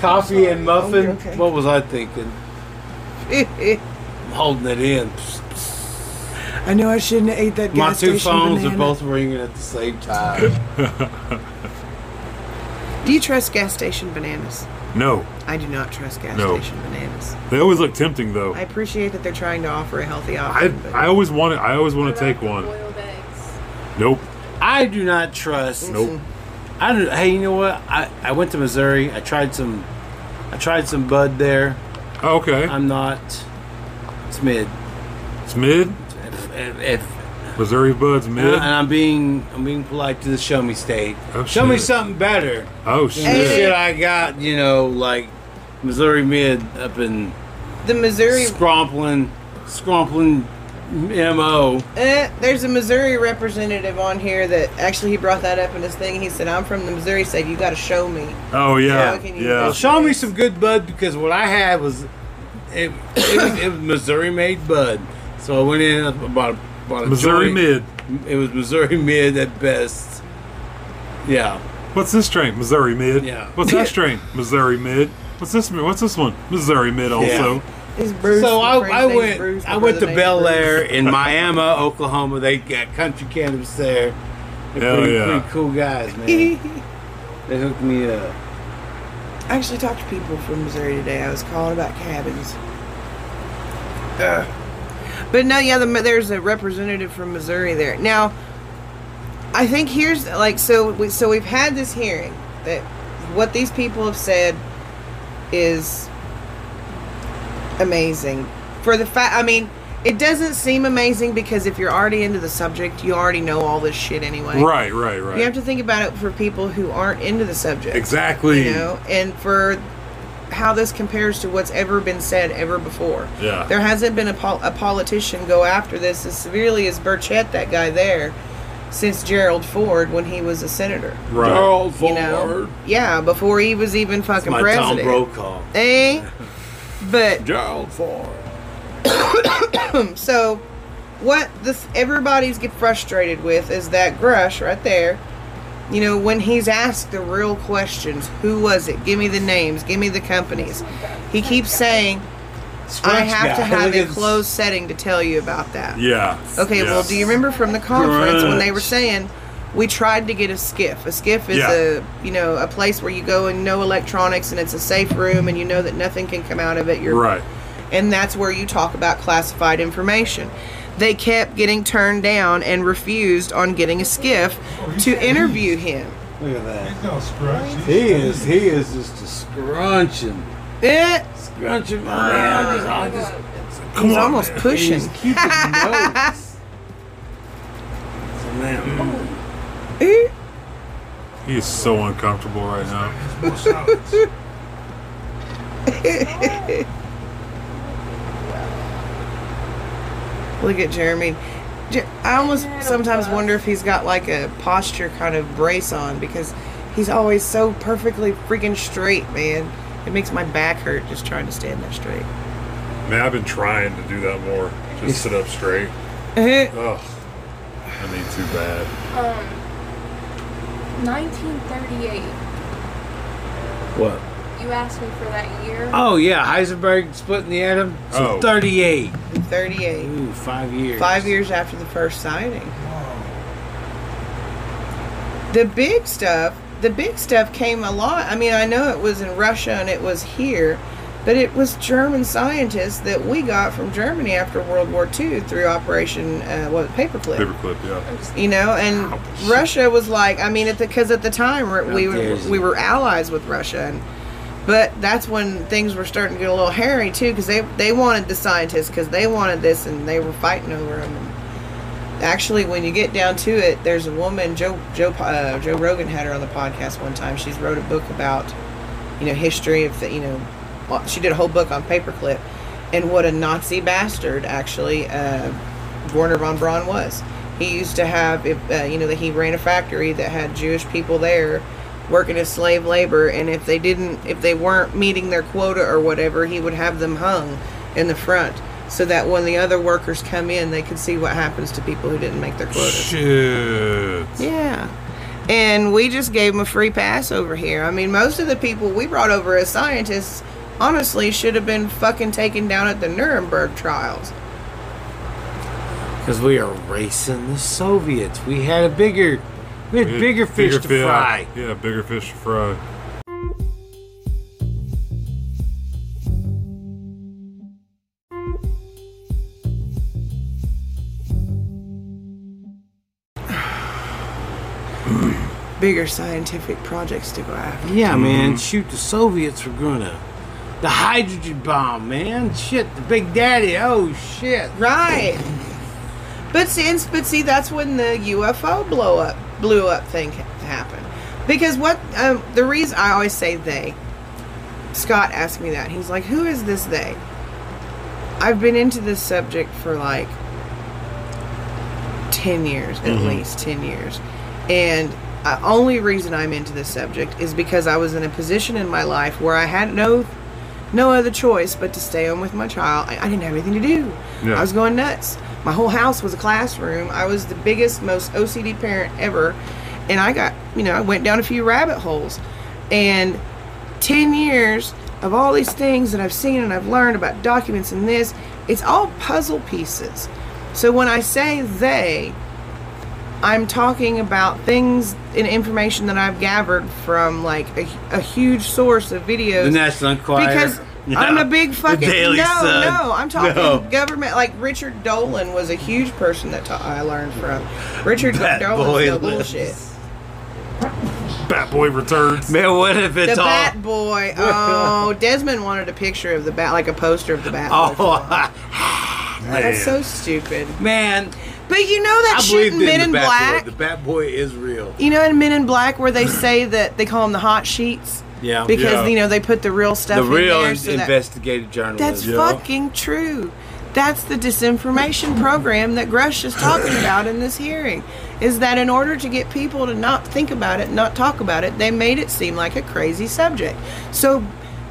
A: coffee and muffin.
C: Oh, okay.
A: What was I thinking?
C: I
A: I'm holding it in.
C: know I shouldn't have ate that
A: My
C: gas
A: two
C: station
A: phones
C: banana.
A: are both ringing at the same time.
C: Do you trust gas station bananas?
B: No,
C: I do not trust gas
B: No.
C: station bananas.
B: they always look tempting though.
C: I appreciate that they're trying to offer a healthy
B: I,
C: option. but
B: I always want to. I always want to take one. Nope.
A: I do not trust.
B: Nope.
A: I don't, hey, you know what? I, I went to Missouri. I tried some. I tried some bud there.
B: Okay.
A: I'm not. It's mid.
B: It's mid.
A: If, if, if,
B: Missouri Bud's mid.
A: and I'm being I'm being polite to the show me state.
B: Oh,
A: show me
B: shit.
A: something better.
B: Oh
A: The
C: Hey.
B: shit.
A: shit I got, you know, like Missouri mid up in
C: the Missouri.
A: Scromplin, Scromplin, mo.
C: Eh, there's a Missouri representative on here that actually he brought that up in his thing. He said, "I'm from the Missouri state. You got to show me."
B: Oh yeah.
C: Yeah, can you-
B: Yeah.
A: Well, show me some good bud because what I had was it, it, was, it was Missouri made bud. So I went in and bought a, bought a
B: Missouri
A: joint.
B: mid.
A: It was Missouri mid at best. Yeah.
B: What's this drink? Missouri mid.
A: Yeah.
B: What's that drink? Missouri mid. What's this? What's this one? Missouri mid also.
C: Is Bruce
A: So
C: my
A: I,
C: friend's
A: I
C: name's
A: went
C: Bruce, my
A: I went
C: brother's
A: to
C: name's
A: Bel
C: Bruce. <laughs>
A: Air in Miami, Oklahoma. They got country cannabis there. They're
B: Hell
A: pretty,
B: yeah.
A: pretty cool
C: <laughs>
A: guys, man. they hooked me up.
C: I actually talked to people from Missouri today. I was calling about cabins. But no, yeah, the, there's a representative from Missouri there. Now, I think here's like so. We, so we've had this hearing that what these people have said is amazing. For the fact, I mean, it doesn't seem amazing because if you're already into the subject, you already know all this shit anyway.
B: Right. Right. Right.
C: You have to think about it for people who aren't into the subject
B: exactly.
C: you know, and for how this compares to what's ever been said ever before.
B: Yeah.
C: There hasn't been a, pol- a politician go after this as severely as Burchett, that guy there, since Gerald Ford when he was a senator.
B: Right.
A: Gerald
C: You know?
A: Ford.
C: Yeah, before he was even fucking
A: My
C: president.
A: Tom Brokaw.
C: Eh? But
A: Gerald Ford.
C: so what this everybody's get frustrated with is that grush right there you know when he's asked the real questions who was it give me the names give me the companies he keeps saying i
A: Scratch
C: have to
A: guy.
C: have a
A: Look at-
C: closed setting to tell you about that
B: Yeah.
C: okay
B: yeah.
C: well do you remember from the conference when they were
A: Grudge.
C: saying we tried to get a skiff a skiff is
B: Yeah.
C: a you know a place where you go and no electronics and it's a safe room and you know that nothing can come out of it you're
B: Right.
C: and that's where you talk about classified information. They kept getting turned down and refused on getting a skiff to interview him.
A: Look at that. He is he is just a scrunching.
C: Eh,
A: Scrunching my just, I just
C: he's almost pushing. <laughs>
A: he's keeping notes. So, man, mm.
C: Eh,
B: He is so uncomfortable right now.
C: Look at Jeremy. Jer- I almost sometimes wonder if he's got like a posture kind of brace on because he's always so perfectly freaking straight, man. It makes my back hurt just trying to stand there straight.
B: Man, I've been trying to do that more. Just sit up straight.
C: Eh,
A: Uh-huh.
B: Ugh. I mean, too bad.
I: Um, 1938.
A: What?
I: You asked me for that year.
A: Oh yeah, Heisenberg splitting the atom. So
B: Oh.
A: 38.
C: 38.
A: Ooh, five years.
C: Five years after the first sighting. The big stuff, the big stuff came a lot. I mean, I know it was in Russia and it was here, But it was German scientists that we got from Germany after World War II through Operation uh, what Paperclip.
B: Paperclip, yeah.
C: You know, and Russia was like, I mean, at the because at the time we're- we
A: How dare
C: were,
A: you.
C: we were allies with Russia, and but that's when things were starting to get a little hairy too, because they they wanted the scientists, because they wanted this, and they were fighting over them. Actually, when you get down to it, there's a woman Joe Joe uh, Joe Rogan had her on the podcast one time. She's wrote a book about you know history of the, you know well, she did a whole book on paperclip and what a Nazi bastard actually uh, Werner von Braun was. He used to have if, uh, you know that he ran a factory that had Jewish people there working as slave labor, and if they didn't if they weren't meeting their quota or whatever, he would have them hung in the front so that when the other workers come in, they could see what happens to people who didn't make their quota.
B: Shit.
C: Yeah. And we just gave them a free pass over here. I mean, most of the people we brought over as scientists honestly should have been fucking taken down at the Nuremberg trials.
A: Because we are racing the Soviets. We had a bigger, we had bigger fish to fry.
B: Yeah, bigger fish to fry.
C: Bigger scientific projects to go after.
A: Yeah, man. Shoot, the Soviets were gonna. The hydrogen bomb, man. Shit, the Big Daddy. Oh, shit.
C: Right. But see, and, but see, that's when the UFO blow up, blew up thing ha- happened. Because what um, the reason I always say they. Scott asked me that. He's like, "Who is this they?" I've been into this subject for like ten years, at least ten years, and the only reason I'm into this subject is because I was in a position in my life where I had no no other choice but to stay home with my child. I, I didn't have anything to do.
B: Yeah.
C: I was going nuts. My whole house was a classroom. I was the biggest, most OCD parent ever. And I got, you know, I went down a few rabbit holes. And 10 years of all these things that I've seen and I've learned about documents and this, it's all puzzle pieces. So when I say they, I'm talking about things and information that I've gathered from like a, a huge source of videos.
A: The National Enquirer.
C: Because
A: Yeah.
C: I'm a big fucking
A: Daily
C: no,
A: Sun.
C: no. I'm talking
A: No.
C: government. Like Richard Dolan was a huge person that ta- I learned from. Richard
A: Bat
C: Dolan's
A: boy
C: no
A: lives.
C: bullshit.
B: Bat Boy
A: <laughs>
B: returns.
A: Man, what if
C: The
A: it's all.
C: Bat Boy. Oh, Desmond wanted a picture of the bat, like a poster of the Bat Boy.
A: <laughs> Oh,
C: That's so stupid.
A: man.
C: But you know that
A: I
C: shit
A: believed
C: in
A: in
C: Men
A: the
C: in
A: Bat
C: Black.
A: Boy. The Bat Boy is real.
C: You know in Men in Black where they say that they call them the hot sheets
A: Yeah.
C: because
B: Yeah.
C: you know they put the real stuff
A: the
C: in
A: real
C: there.
A: in-
C: so that-
A: investigative journalism.
C: That's fucking true. That's the disinformation program that Grush is talking about in this hearing. Is that in order to get people to not think about it, not talk about it, they made it seem like a crazy subject. So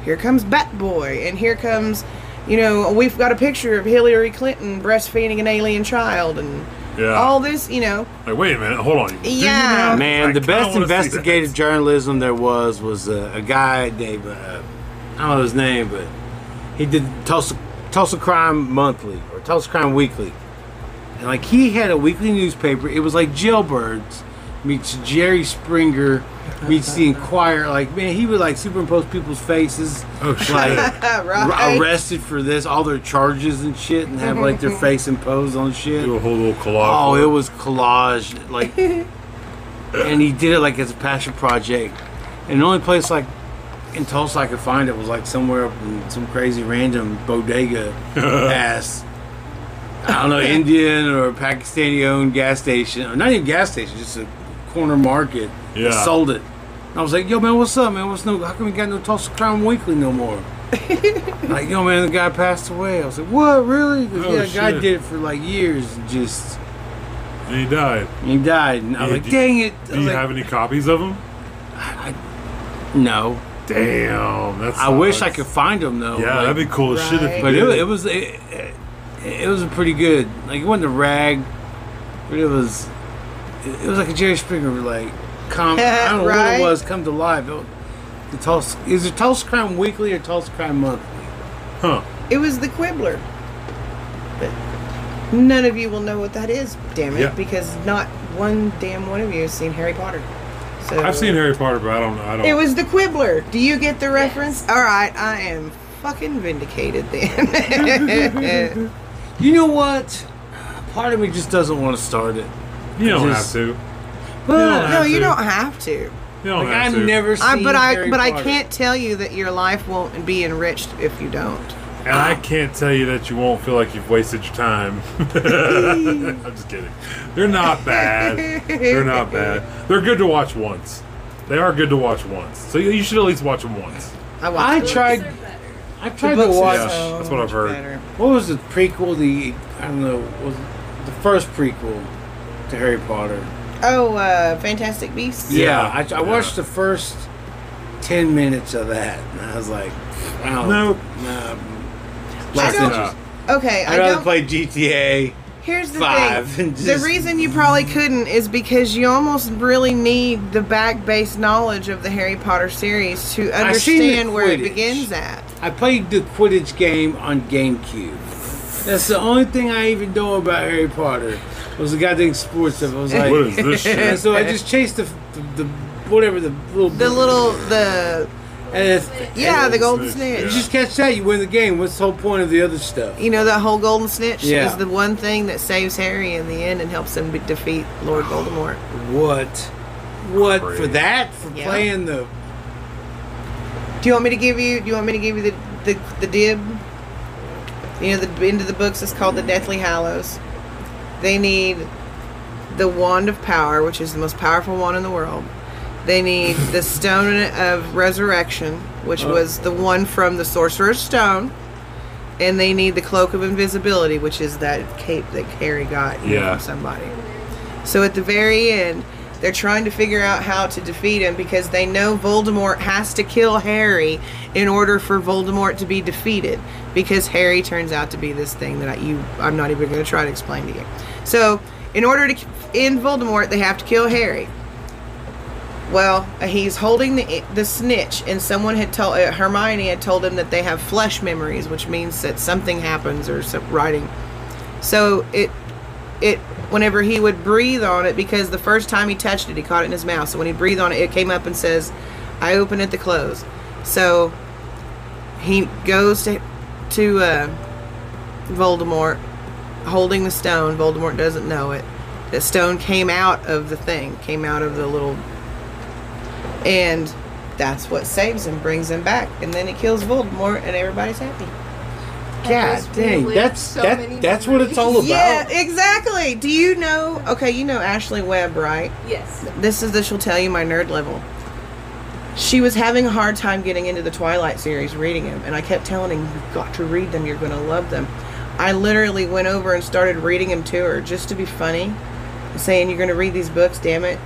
C: here comes Bat Boy, and here comes, you know, we've got a picture of Hillary Clinton breastfeeding an alien child, and
B: Yeah.
C: all this, you know.
B: Like, wait a minute, hold on. Do you
C: Yeah.
B: know?
A: Man,
B: I
A: the
B: kinda
A: best
B: wanna see that.
A: investigative journalism there was was a, a guy named uh, I don't know his name, but he did Tulsa Tulsa Crime Monthly or Tulsa Crime Weekly, and like he had a weekly newspaper. It was like Jailbirds meets Jerry Springer meets the Inquirer. Like man, he would like superimpose people's faces,
B: Oh shit.
A: like
C: right.
A: arrested for this, all their charges and shit, and have like their face imposed on shit.
B: Do a whole little collage.
A: Oh, it was collage,
B: <laughs>
A: like, and he did it like as a passion project. And the only place like in Tulsa I could find it was like somewhere up in some crazy random
B: <laughs>
A: bodega ass, I don't know, Indian or Pakistani owned gas station, or not even gas station, just a corner market. that
B: Yeah.
A: sold it. And I was like, yo man, what's up, man? What's no? How come we got no Tulsa Crime Weekly no
B: <laughs>
A: more? like, yo man, the guy passed away. I was like, what, really? 'Cause,
B: Oh,
A: yeah, the guy
B: shit.
A: did it for like years, and just. Oh,
B: And he died.
A: He died, and I was
B: Yeah,
A: like,
B: do-
A: "Dang it!" I
B: Do
A: was
B: you
A: like,
B: have any copies of them?
A: no,
B: Damn, that's.
A: I wish I could find him though.
B: Yeah,
A: like,
B: that'd be cool as shit if you
A: But
B: did.
A: it, wa- it was it, it, it was pretty good. Like it wasn't a rag, but it was it, it was like a Jerry Springer like com. I don't know what
C: Right?
A: it was. Come to life. It, the Tulsa is it Tulsa Crime Weekly or Tulsa Crime Month?
B: huh?
C: It was the Quibbler. But none of you will know what that is, damn it,
B: Yeah.
C: because not one damn one of you has seen Harry Potter. So
B: I've seen Harry Potter, but I don't know. I don't.
C: It was the Quibbler. Do you get the reference? All right, I am fucking vindicated
A: <laughs>
C: then.
D: You know what? Part of me just doesn't want to start it.
B: You don't
D: Just-
B: have to.
D: But
C: <laughs> no, you
B: to.
C: don't have to.
B: You don't
D: like,
B: have
D: I've
B: to.
D: never seen
C: I, but I
D: Harry
C: but I
D: Potter.
C: can't tell you that your life won't be enriched if you don't.
B: And I can't tell you that you won't feel like you've wasted your time. <laughs> I'm just kidding. They're not bad. They're not bad. They're good to watch once. They are good to watch once. So you you should at least watch them once.
C: I watched
A: I
C: it.
A: tried.
I: Books are better.
A: I tried to
C: Books are
A: watch. Oh,
B: Yeah, that's what
C: so
B: I've heard.
C: much better.
A: What was the prequel? The I don't know. Was the first prequel to Harry Potter?
C: Oh, uh, Fantastic Beasts.
A: Yeah, I, I
B: Yeah.
A: watched the first ten minutes of that, and I was like, wow,
B: Nope.
A: nah, I'm
C: I
A: lost
C: don't-
A: interest.
C: Okay, I
A: I'd rather
C: don't.
A: play GTA.
C: here's the
A: five <laughs>
C: thing.
A: and
C: The
A: just-
C: reason you probably couldn't is because you almost really need the back-based knowledge of the Harry Potter series to
A: I've seen the
C: understand where it
A: Quidditch.
C: begins at.
A: I played the Quidditch game on GameCube. That's the only thing I even know about Harry Potter. Was the goddamn sports stuff. I was like,
B: What is this
A: and <laughs>
B: shit?
A: so I just chased the the, the whatever the little
C: The little the
A: and it's,
C: yeah the golden
B: Snitch,
A: you
C: snitch.
A: just catch that you win the game. What's the whole point of the other stuff?
C: You know that whole golden snitch
A: Yeah.
C: is the one thing that saves Harry in the end and helps him be- defeat Lord Voldemort.
A: What? What for
B: Crazy.
A: that? For
C: Yeah.
A: playing the
C: Do you want me to give you? Do you want me to give you the the, the dib? You know, the end of the books is called the Deathly Hallows. They need the wand of power, which is the most powerful wand in the world. They need the stone of resurrection, which was the one from the Sorcerer's Stone. And they need the cloak of invisibility, which is that cape that Harry got you know,
B: Yeah.
C: from somebody. So at the very end, they're trying to figure out how to defeat him because they know Voldemort has to kill Harry in order for Voldemort to be defeated. Because Harry turns out to be this thing that I, you, I'm not even going to try to explain to you. So, in order to end Voldemort, they have to kill Harry. Well, he's holding the the snitch, and someone had told uh, Hermione had told him that they have flesh memories, which means that something happens or some writing. So it it whenever he would breathe on it because the first time he touched it he caught it in his mouth so when he breathed on it it came up and says i open at the close so he goes to to uh, voldemort holding the stone voldemort doesn't know it the stone came out of the thing came out of the little and that's what saves him brings him back and then it kills voldemort and everybody's happy
I: God
A: God dang, that's that, that's what it's all about.
C: yeah exactly do you know okay you know ashley webb right
I: Yes.
C: this is this will tell you my nerd level. She was having a hard time getting into the Twilight series, reading them, and I kept telling her, "You've got to read them. You're going to love them." I literally went over and started reading them to her just to be funny, saying, "You're going to read these books, damn it."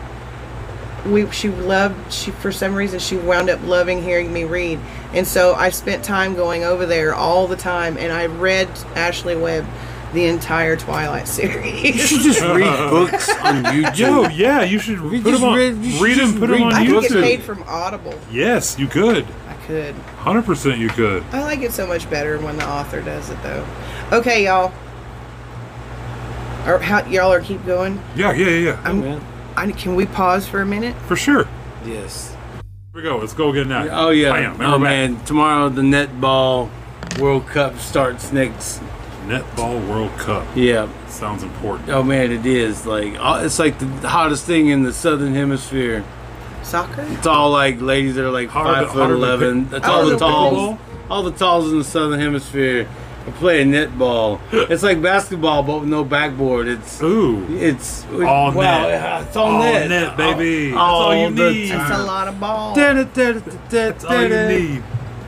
C: We she loved she for some reason she wound up loving hearing me read, and so I spent time going over there all the time, and I read Ashley Webb the entire Twilight <laughs> series.
D: You
B: <laughs>
D: just read books on
B: Yo,
D: YouTube.
B: yeah, you should put
A: just
B: them on.
A: read- you should
B: Read them,
A: just
B: put them
A: read
B: on
C: I could get paid
B: YouTube.
C: from Audible.
B: Yes, you could.
C: I could.
B: 100% you could.
C: I like it so much better when the author does it, though. Okay, y'all. Or how y'all are keep going?
B: Yeah, yeah, yeah,
A: Oh, man.
C: I, can we pause for a minute?
B: yeah. For sure.
A: Yes.
B: Here we go. Let's go get that.
A: Oh yeah.
B: Bam, and
A: oh
B: we're back.
A: man. Tomorrow the netball World Cup starts next.
B: Netball World Cup.
A: Yeah.
B: Sounds important.
A: Oh man, it is like uh, it's like the hottest thing in the southern hemisphere.
C: Soccer?
A: It's all like ladies that are like
B: Hotter than-
A: five foot
B: hotter than
A: eleven. That's all
C: hotter
A: the
C: than
A: talls. All the talls in the southern hemisphere are playing
B: <laughs>
A: netball. it's like basketball but with no backboard. It's
B: Ooh.
A: it's
B: All
A: wow,
B: net.
A: yeah, It's all,
B: All
A: net.
B: net, baby. That's all you need.
C: That's a lot of balls.
B: That's all you need.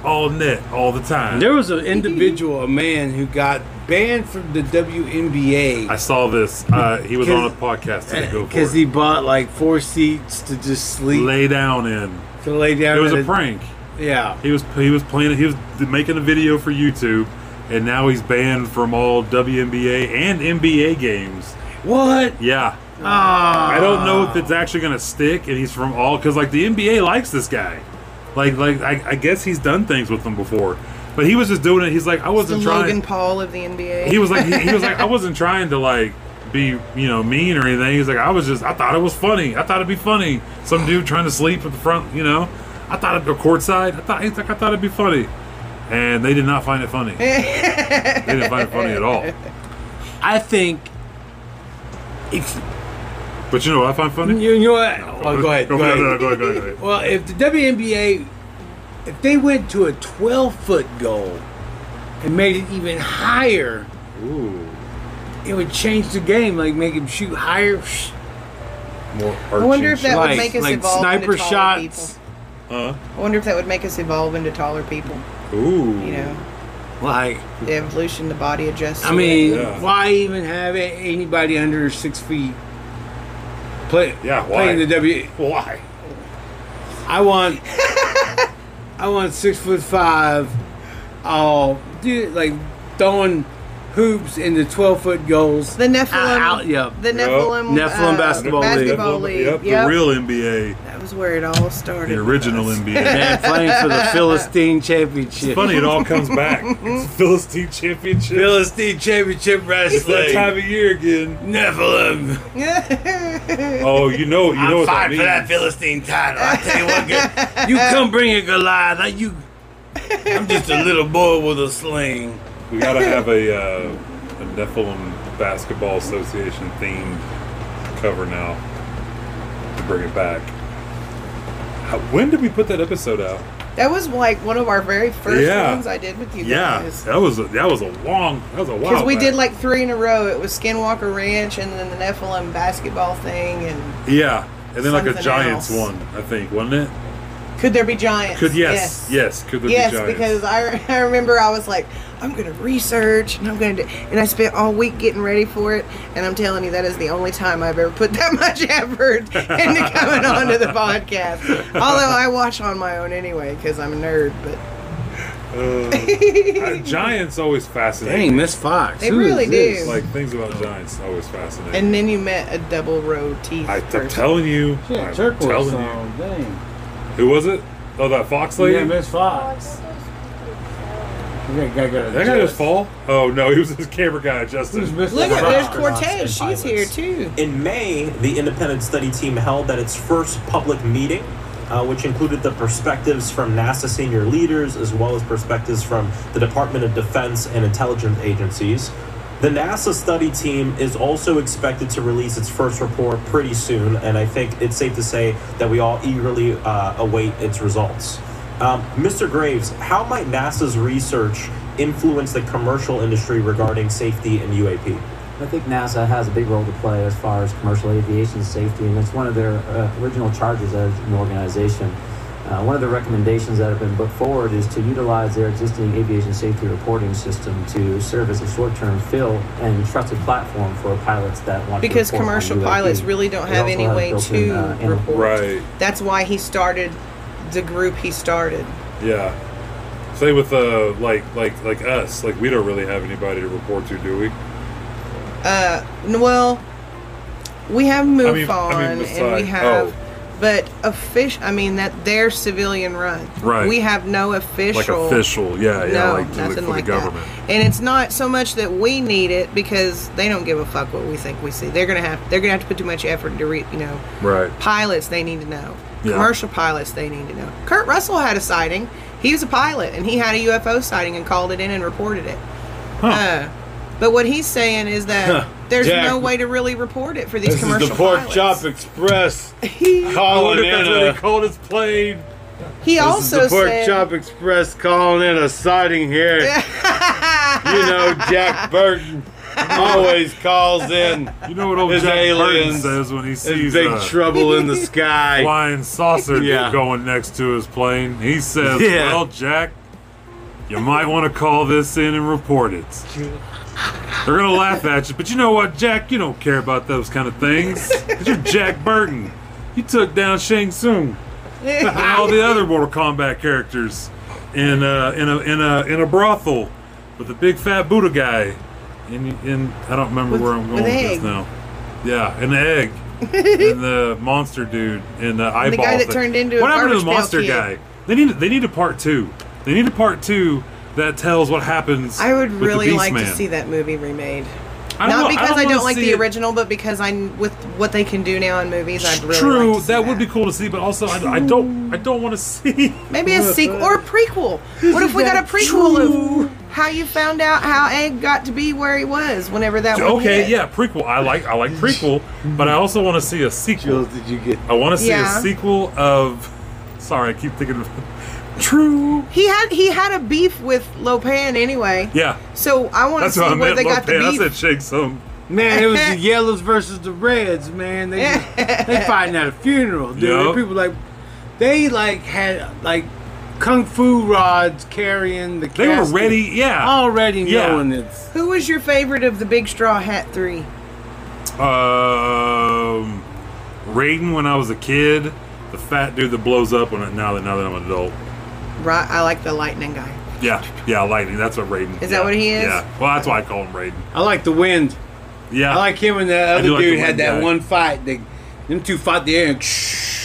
B: All net, all the time.
A: There was an individual, a man who got banned from the WNBA.
B: I saw this. Uh, he was on a
A: 'Cause-
B: podcast today.
A: eh,
B: Go for
A: Because
B: it.
A: he bought like four seats to just sleep,
B: lay down in.
A: to lay down.
B: It was
A: at
B: a prank.
A: Yeah.
B: He was he was playing. He was making a video for YouTube, and now he's banned from all WNBA and NBA games.
A: What?
B: Yeah,
A: Ah.
B: I don't know if it's actually going to stick. And he's from all because like the NBA likes this guy. Like like I, I guess he's done things with them before, but he was just doing it. He's like I
C: the
B: wasn't trying.
C: Logan Paul of the NBA.
B: he was like he, he was like I wasn't trying to like be you know mean or anything. He's like I was just I thought it was funny. I thought it'd be funny. Some dude trying to sleep at the front, you know. I thought it'd be courtside. I thought he's like I thought it'd be funny. and they did not find
C: <laughs>
B: it funny. they didn't find it funny at all.
D: I think if
B: But you know what I find funny?
A: You, you know what? Oh, go ahead. Go
B: No, no, no,
A: ahead.
B: go ahead, go ahead, go ahead.
A: Well, if the WNBA, if they went to a 12 foot goal and made it even higher,
B: Ooh,
A: it would change the game. Like make them shoot higher.
B: more
C: I wonder if that
A: Like-
C: would make us
A: like
C: evolve
A: sniper
C: into taller
A: shots.
B: Huh?
C: people. I wonder if that would make us evolve into taller people.
B: Ooh.
C: You know,
A: Like,
C: the evolution, the body adjusts.
A: I
C: to
A: mean,
C: it.
B: Yeah.
A: why even have a- anybody under six feet play?
B: Yeah, why?
A: playing the W.
B: Why?
A: I want, <laughs> I want six foot five, all dude like throwing hoops into 12 foot goals.
C: the Nephilim.
A: Ow, yeah.
C: The Nephilim.
A: Nephilim
C: uh,
A: basketball league.
C: basketball league.
B: Yep,
C: Yep.
B: the real NBA,
C: that was where it all started.
B: the original
C: with us.
A: <laughs> <laughs>
B: NBA.
A: Man, playing for the Philistine Championship.
B: Funny, it all comes
C: <laughs>
B: back. It's the Philistine Championship.
A: Philistine Championship
B: That time
A: Wrestling.
B: of year again.
A: Nephilim.
C: <laughs>
B: Oh, you know, you know what that means.
A: Philistine title. I tell you what, girl, you come bring a Goliath. I, you, I'm just a little boy with a sling.
B: We gotta have a, uh, a Nephilim Basketball Association themed cover now to bring it back. How, when did we put that episode out?
C: That was like one of our very first
B: Yeah.
C: ones I did with you guys.
B: that was a, that was a long, that was a while.
C: Because we
B: back.
C: did like three in a row. It was Skinwalker Ranch and then the Nephilim basketball thing. And
B: yeah, and then like a
C: something
B: Giants
C: else.
B: one, I think, wasn't it?
C: could there be giants?
B: Could yes, yes, could there
C: yes,
B: be Giants?
C: because I, <laughs> I remember I was like, I'm gonna research and I'm gonna do, and I spent all week getting ready for it. And I'm telling you, that is the only time I've ever put that <laughs> much effort
B: <laughs>
C: into coming onto the podcast. Although I watch on my own anyway because I'm a nerd, but
B: Uh, Giants always fascinating.
A: Dang, Miss Fox.
C: They
A: Who is
C: really
A: this?
C: do.
B: Like things about Giants always fascinating.
C: and then you met a double row teeth
B: I,
C: person.
B: am telling you,
A: Yeah,
B: I'm
A: turquoise
B: telling
C: um,
B: you.
A: song. Dang.
B: Who was it? Oh, that Fox lady.
A: Yeah, Miss
I: I
A: Fox.
I: thought those
A: That guy got
B: That guy just fall? Oh no, <laughs> he was his camera guy adjusted.
A: Who's Miss
C: Look at
A: Fox?
C: there's
A: Look
C: Cortez. She's
E: pilots.
C: here too.
E: In May, the independent study team held at its first public meeting, uh, which included the perspectives from NASA senior leaders as well as perspectives from the Department of Defense and intelligence agencies. The NASA study team is also expected to release its first report pretty soon, and I think it's safe to say that we all eagerly uh, await its results. Um, Mr. Graves, how might NASA's research influence the commercial industry regarding safety and UAP?
H: I think NASA has a big role to play as far as commercial aviation safety, and it's one of their uh, original charges as an organization. Uh, one of the recommendations that have been put forward is to utilize their existing aviation safety reporting system to serve as a short-term fill and trusted platform for pilots that want
C: Because
H: to report on
C: commercial
H: UAP.
C: pilots really don't
H: They
C: have
H: also
C: any
H: a
C: way
H: built-in,
C: to
H: uh, animal
C: report.
B: Right.
C: That's why he started the group he started.
B: Yeah. Same with uh like like like us. Like we don't really have anybody to report to, do we?
C: N- Well, we have MUFON
B: mean- I mean,
C: and we
B: beside-
C: have,
B: oh.
C: but official. I mean that they're civilian run.
B: Right.
C: We have no
B: Like
C: official.
B: official, yeah, yeah,
C: No,
B: like to
C: nothing
B: the, for
C: like
B: the government.
C: that. And it's not so much that we need it because they don't give a fuck what we think we see. They're gonna have they're gonna have to put too much effort to read. You know,
B: Right.
C: pilots they need to know.
B: Yeah.
C: Commercial pilots they need to know. Kurt Russell had a sighting. He was a pilot and he had a UFO sighting and called it in and reported it. Uh, but what he's saying is that there's
A: Jack.
C: no way to really report it for these
A: This
C: commercial
A: is the Pork
C: pilots. <laughs>
A: Chop Express
B: <laughs> Oh, I
A: calling
B: wonder if
A: in
B: that's what
A: a.
B: he called his plane.
C: He
A: This
C: also
A: is the Pork
C: said
A: Chop Express calling in a sighting
B: <laughs>
A: here. you know, Jack Burton always calls in
B: You know what old
A: His
B: Jack Burton
A: aliens
B: says when he
A: in
B: sees uh,
A: big
B: a
A: trouble in the sky.
B: flying saucer
A: Yeah.
B: going next to his plane. He says,
A: Yeah.
B: "Well, Jack, you might want to call this in and report it." They're gonna laugh at you, but you know what, Jack? You don't care about those kind of things. 'Cause You're Jack Burton. You took down Shang Tsung and all the other Mortal Kombat characters in a, in a in a in a brothel with a big fat Buddha guy. And in I don't remember where I'm going
C: with
B: with
C: egg.
B: this now. Yeah, and
C: <laughs>
B: the egg. and the monster dude and the eyeball.
C: the guy that
B: thing.
C: turned into a
B: what happened to the
C: garbage pail
B: monster
C: kid?
B: guy? They need they need a part two. They need a part two that tells what
C: <laughs>
B: happens.
C: I would
B: with the
C: really
B: Beast
C: like
B: Man.
C: to see that movie remade.
B: I don't
C: Not
B: know,
C: because I don't,
B: wanna
C: like
B: see
C: the
B: it-
C: original, but because I with what they can do now in movies, I'd really
B: True,
C: like to see
B: that, would be cool to see, but also I, I don't, I don't want to <laughs> see.
C: maybe a sequel or a prequel. What if we got a prequel of how you found out how Egg got to be where he was? Whenever that one
B: <laughs> okay,
C: hit?
B: yeah, prequel. I like, I like prequel, but I also want to see a sequel.
A: Jules, did you get?
B: I want to see
C: Yeah.
B: a sequel of. Sorry, I keep thinking of. <laughs> True.
C: he had he had a beef with Lopan anyway.
B: Yeah,
C: So I want to
B: that's
C: see
B: what I
C: where
B: meant.
C: they got the
B: Lopez. I
C: beef.
B: said shake some.
A: Man, it was the yellows versus the reds. Man, they just, they fighting at a funeral, dude.
B: Yup.
A: People like they like had like kung fu rods carrying the.
B: They were
A: casket.
B: ready. Yeah.
A: Already
B: Yeah.
A: knowing it's
C: Who was your favorite of the Big Straw Hat three?
A: Oh.
B: Um, Raiden when I was a kid, the fat dude that blows up when I- now that now that I'm an adult.
C: Right, I like the Lightning guy.
B: Yeah, yeah, lightning. That's what Raiden.
C: Is
B: yeah,
C: that what he is?
B: Yeah. Well, that's why I call him Raiden.
A: I like the wind.
B: Yeah.
A: I like him and that other
B: do like the
A: dude
B: wind
A: had that
B: guy.
A: one fight. They, them two fought the air and. <laughs>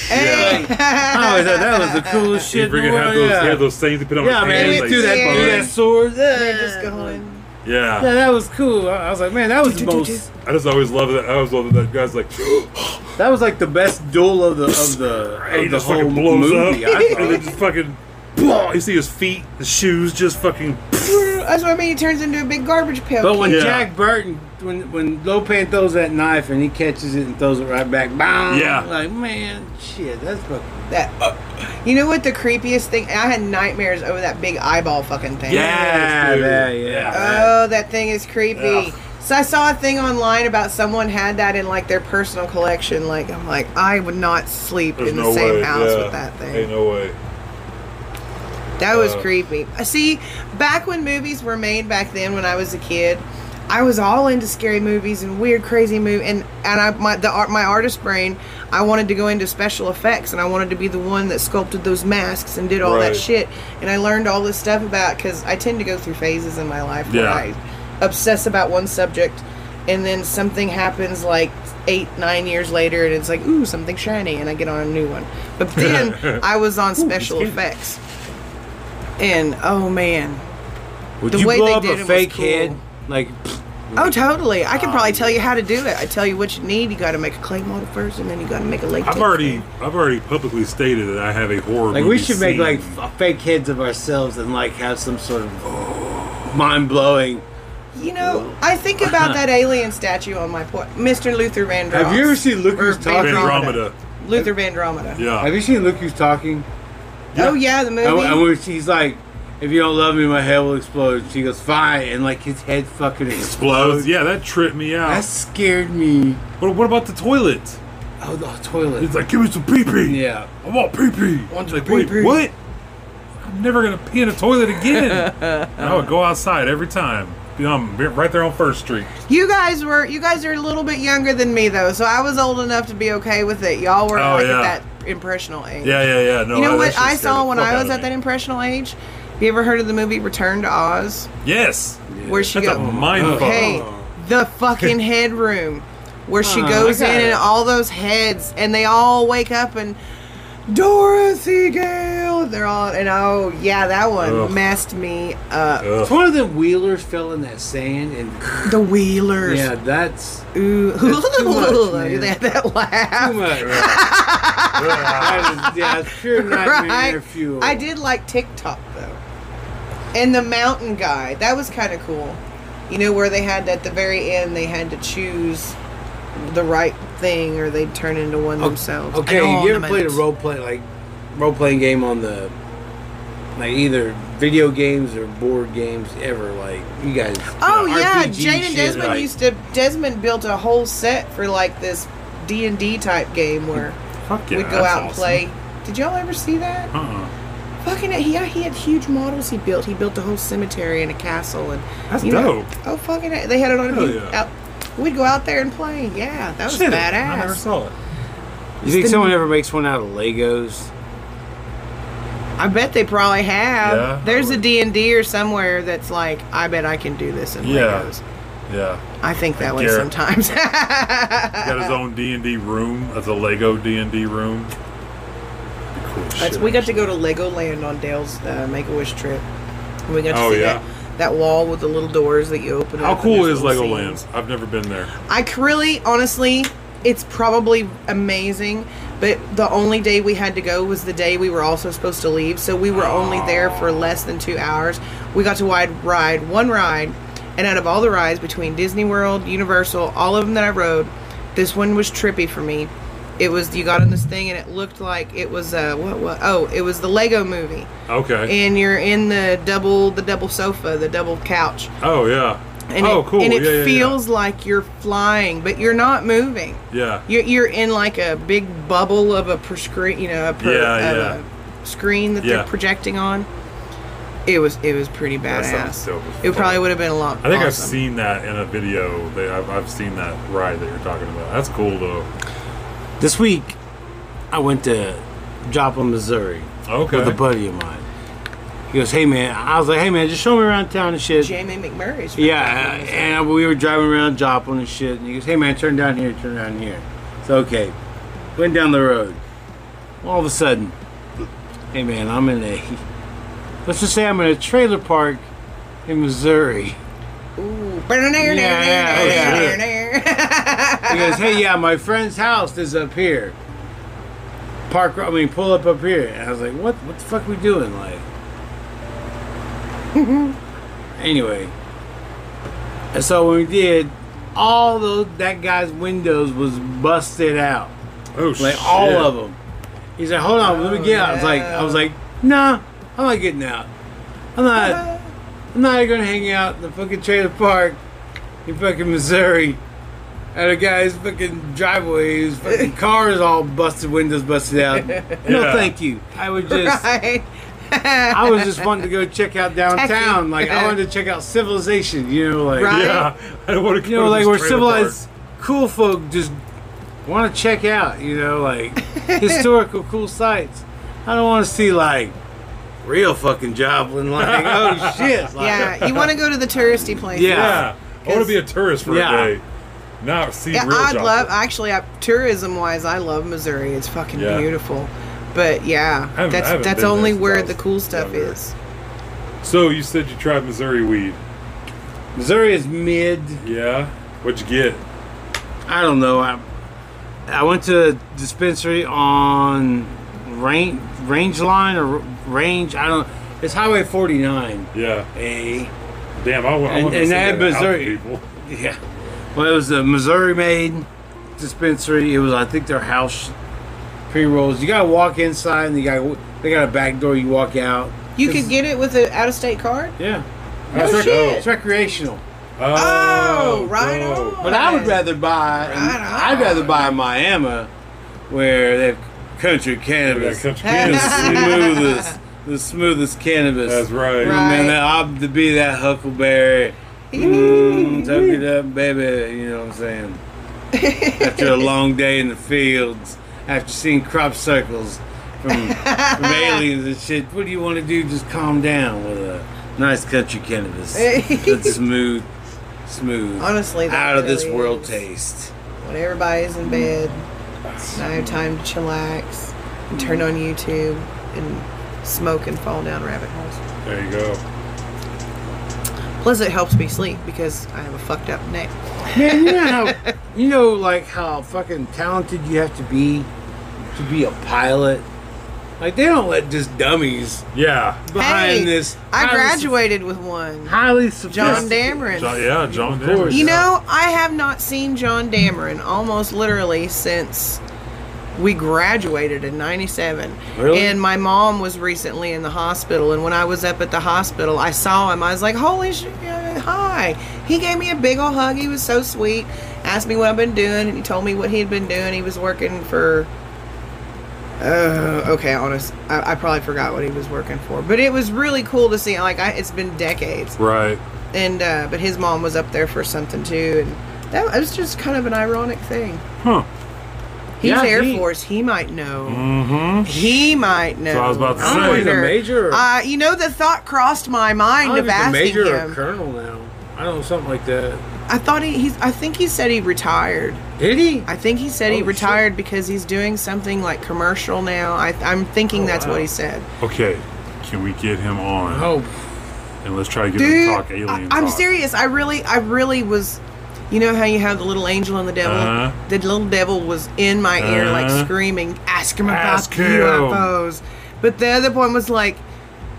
C: Hey.
B: Oh,
A: I always thought that was the coolest
B: He
A: shit. in
B: freaking
A: the
B: had
A: world.
B: those,
A: yeah.
B: he had those things to put on
A: yeah,
B: his
A: man,
B: hands.
A: they
B: like,
A: threw that,
C: yeah.
A: threw that sword.
C: They're
A: Yeah.
C: <laughs> just going.
A: Yeah,
B: Yeah.
A: that was cool. I I was like, man, that was the most.
B: I just always love that. I always love that
A: <gasps>
B: guy's like,
A: That was like the best duel of the of the
B: he
A: of the
B: just
A: whole
B: fucking blows
A: movie.
B: up,
A: I
B: <laughs> and
A: thought.
B: then just fucking, you see his feet, his shoes, just fucking.
C: That's what I mean. He turns into a big garbage pail.
A: But when
B: Yeah.
A: Jack Burton, when when Lopan throws that knife and he catches it and throws it right back, bang!
B: Yeah.
A: like man, shit, that's fucking.
C: that, you know what the creepiest thing? I had nightmares over that big eyeball fucking thing.
B: Yes, dude.
A: yeah, yeah.
C: Oh, that thing is creepy.
B: Ugh.
C: So I saw a thing online about someone had that in like their personal collection. Like I'm like, I would not sleep
B: There's
C: in the
B: no
C: same
B: way.
C: house
B: yeah.
C: with that thing.
B: Ain't no way.
C: That was
B: Uh,
C: creepy. Uh, See, back when movies were made back then, when I was a kid, I was all into scary movies and weird, crazy movies. And and I my the art my artist brain, I wanted to go into special effects, and I wanted to be the one that sculpted those masks and did all
B: Right.
C: that shit. And I learned all this stuff about because I tend to go through phases in my life where
B: Yeah.
C: I obsess about one subject, and then something happens like eight nine years later, and it's like ooh something shiny, and I get on a new one. But
B: <laughs>
C: then I was on special effects. And oh man,
A: Would
C: The
A: you
C: way
A: blow
C: they
A: up
C: did it
A: a
C: was
A: fake
C: cool.
A: head? Like,
C: oh totally. I can probably tell you how to do it. I tell you what you need. You got to make a clay model first, and then you got to make a lake.
B: I've
C: tape.
B: already, I've already publicly stated that I have a horror.
A: like we
B: movie
A: should make
B: scene.
A: like f- fake heads of ourselves and like have some sort of mind blowing.
C: You know, I think about that alien statue on my porch, Mr. Luther Vandross.
A: Have you ever seen Look Who's
C: Or
A: Talking?
B: Andromeda.
C: Luther Vandromeda.
B: Yeah.
A: Have you seen Look Who's Talking?
C: Oh yeah, the movie.
A: And, and when she's like, if you don't love me, my head will explode. She goes, fine. And like his head fucking
B: Explodes.
A: explodes.
B: Yeah, that tripped me out.
A: That scared me.
B: But what about the toilet?
A: Oh, the toilet.
B: He's like, give me some pee pee.
A: Yeah.
B: I want pee pee.
A: One's
B: like,
A: a
B: wait,
A: pee-pee.
B: what? I'm never gonna pee in a toilet again.
A: <laughs>
B: and I would go outside every time. You know, I'm right there on First Street.
C: you guys were you guys are a little bit younger than me though, so I was old enough to be okay with it. Y'all were
B: Oh,
C: like
B: yeah.
C: at that impressional age.
B: Yeah, yeah, yeah. No,
C: you know
B: that
C: what
B: shit
C: I
B: scared
C: saw
B: the
C: when
B: fuck
C: I
B: out
C: was
B: of
C: at
B: me.
C: that impressional age? You ever heard of the movie Return to Oz?
B: Yes.
C: Where she
B: That's a
C: go-
B: mind fuck.
C: Okay, the fucking headroom where she
A: Uh-huh.
C: goes in and all those heads and they all wake up and Dorothy Gale. They're all and oh yeah, that one
B: Ugh.
C: messed me up. <laughs>
B: Ugh.
A: One of the wheelers fell in that sand and
C: The Wheelers.
A: yeah, that's
C: Ooh, <laughs>
A: too much,
C: they had that
A: too
C: laugh.
A: much. that is, yeah, it's pure nightmare
C: Right?
A: fuel.
C: I did like TikTok though, and the mountain guy. That was kind of cool. You know where they had at the very end they had to choose the right thing or they'd turn into one themselves.
A: Okay,
C: An
A: you ever played a
C: ornament.
A: role play like role playing game on the like either video games or board games ever? Like you guys.
C: Oh
A: you know,
C: yeah,
A: RPG
C: Jane and
A: shit,
C: Desmond
A: like-
C: used to. Desmond built a whole set for like this D and D type game where
B: Fuck yeah,
C: we'd go
B: that's
C: out and
B: awesome.
C: play. Did y'all ever see that?
B: Uh-uh.
C: Fucking it, yeah, he had huge models he built. He built a whole cemetery and a castle and
B: That's
C: you know-
B: dope.
C: oh fucking it, they had it on.
B: Hell
C: a
B: yeah.
C: out, we'd go out there and play. Yeah, that was
B: Shit, I never
C: badass.
B: saw it.
A: You think someone ever makes one out of Legos?
C: I bet they probably have.
B: Yeah, I
C: There's a
B: would.
C: D and D or somewhere that's like, I bet I can do this in
B: Yeah.
C: Legos.
B: Yeah.
C: I think that way
B: Garrett.
C: sometimes. <laughs>
B: He got
C: Uh-uh.
B: his own D and D room. That's a Lego D and D room. Cool
C: That's,
B: shit.
C: we got to go to Legoland on Dale's uh, Make a Wish trip. And We got to
B: Oh,
C: see
B: yeah.
C: that. that wall with the little doors that you open.
B: How
C: up and
B: cool
C: there's
B: is
C: little
B: Legoland? I've never been there.
C: I c- really, honestly, it's probably amazing. But the only day we had to go was the day we were also supposed to leave. So we were only there for less than two hours. We got to wide ride one ride, and out of all the rides between Disney World, Universal, all of them that I rode, this one was trippy for me. It was you got on this thing and it looked like it was uh what what oh it was the Lego Movie
B: Okay.
C: and you're in the double the double sofa the double couch
B: oh yeah.
C: and
B: oh
C: it,
B: cool.
C: And it
B: yeah, yeah, yeah.
C: feels like you're flying, but you're not moving.
B: Yeah.
C: You're, you're in like a big bubble of a per screen, you know, a, per,
B: Yeah,
C: of
B: yeah.
C: a screen that
B: Yeah.
C: they're projecting on. It was it was pretty
B: sounds
C: badass.
B: dope as
C: it
B: fuck.
C: probably would have been a lot.
B: I think I've
C: awesome.
B: seen that in a video. They, I've, I've seen that ride that you're talking about. That's cool though.
A: This week, I went to Joplin, Missouri
B: Okay.
A: with a buddy of mine. He goes, "Hey man," I was like, "Hey man, just show me around town and shit."
C: Jamie McMurray's. from
A: Yeah,
C: Joplin, Missouri.
A: and we were driving around Joplin and shit, and he goes, "Hey man, turn down here, turn down here." It's okay. Went down the road. All of a sudden, hey man, I'm in a. Let's just say I'm in a trailer park in Missouri.
C: Ooh. <laughs>
A: yeah,
C: yeah.
A: He goes, "Hey, yeah, my friend's house is up here. Park, I mean, pull up up here." And I was like, "What? What the fuck we doing?" Like, anyway. And so when we did, all those that guy's windows was busted out,
B: oh
A: like
B: shit.
A: all of them. He's like, "Hold on, let me get out." I was like, "I was like, nah, I'm not getting out. I'm not." I'm not gonna hang out in the fucking trailer park in fucking Missouri at a guy's fucking driveway whose fucking car is all busted, windows busted
B: <laughs>
A: out. No,
B: Yeah.
A: thank you. I would just,
C: right.
A: I was just wanting to go check out downtown.
C: Tacky.
A: Like I wanted to check out civilization. You know, like
C: Right.
B: Yeah. I don't want to.
A: you know, like where civilized cool folk just want to check out. You know, like historical cool sites. I don't want to see like real fucking Joplin. Like oh shit. Like,
C: yeah, you want to go to the touristy places.
A: Yeah.
B: Yeah. I want to be a tourist for
A: Yeah.
B: a day. Not see
C: Yeah,
B: real
C: I'd
B: Joplin.
C: love. Actually, I, tourism-wise, I love Missouri. It's fucking
B: Yeah.
C: beautiful. But yeah,
B: haven't- I
C: that's
B: haven't
C: that's
B: been there
C: only
B: since I
C: where
B: was
C: the cool stuff
B: younger.
C: is.
B: So you said you tried Missouri weed.
A: Missouri is mid.
B: Yeah. What'd you get?
A: I don't know. I I went to a dispensary on range range line or range. I don't. It's Highway 49.
B: Yeah.
A: A
B: Damn. I, wa- I
A: And-
B: want to
A: and
B: see
A: I had
B: that out to
A: Missouri.
B: people.
A: yeah. Well, it was a Missouri made dispensary. It was I think their house pre rolls. You gotta walk inside and you got they got a back door. You walk out.
C: You
A: It's-
C: could get it with an out-of-state card.
A: Yeah.
B: Oh,
A: it's, rec-
B: shit.
A: it's recreational,
C: Oh, right
B: dope.
C: on.
A: but I would rather buy.
C: Right
A: I'd rather buy Miami, where they have country
B: Yeah,
A: cannabis.
B: country
A: the
B: music.
A: smoothest, the smoothest cannabis.
B: That's
C: Right.
B: right.
A: Man, that, I'm to be that huckleberry.
C: <laughs>
A: Mm, tuck it up, baby. You know what I'm saying? after a long day in the fields, after seeing crop circles
C: <laughs>
A: from, from aliens and shit, what do you want to do? Just calm down with a nice country
C: <laughs>
A: cannabis. That's smooth, smooth.
C: Honestly, that
A: out of this
C: really
A: world
C: is.
A: taste.
C: When everybody's in bed, and I have time to chillax and turn on YouTube and smoke and fall down rabbit holes.
B: There you go.
C: Plus, it helps me sleep because I have a fucked up neck.
A: Man, you know how you know like how fucking talented you have to be to be a pilot. Like they don't let just dummies
B: Yeah.
A: behind
C: Hey,
A: this.
C: I
A: highly soph-
C: graduated with one.
A: Highly
C: John
A: sophisticated.
C: Dameron.
B: John, yeah, John
A: Of course.
B: Denver.
C: You know, I have not seen John Dameron almost literally since we graduated in 97.
A: Really?
C: And my mom was recently in the hospital. And when I was up at the hospital, I saw him. I was like, holy shit, yeah, hi. He gave me a big old hug. He was so sweet. Asked me what I've been doing. And he told me what he'd been doing. He was working for. Uh, okay, honest. I, I probably forgot what he was working for, but it was really cool to see. Like, I, it's been decades
B: Right.
C: and uh, but his mom was up there for something too, and that it was just kind of an ironic thing.
B: Huh.
C: He's
A: Yeah,
C: Air
A: he-
C: Force. He might know.
B: Mm-hmm.
C: He might know.
B: So I was about to
A: I don't know,
B: say.
A: he's a major. Or,
C: Uh, you know, the thought crossed my
A: I
C: mind
A: don't
C: of
A: know if he's a
C: asking
A: major or
C: him.
A: colonel now. I don't know something like that.
C: I thought he. He's, I think he said he retired.
A: Did he?
C: I think he said he
A: Oh, shit.
C: retired because he's doing something like commercial now. I, I'm thinking that's
A: Oh, wow.
C: what he said.
B: Okay. Can we get him on?
A: Oh,
B: and let's try to get
C: Dude,
B: them to talk alien.
C: I, am
B: talk.
C: serious. I really, I really was. You know how you have the little angel and the devil?
B: Uh-huh.
C: The little devil was in my ear, like
B: Uh-huh.
C: screaming, "Ask him about
B: Ask him."
C: UFOs." But the other one was like,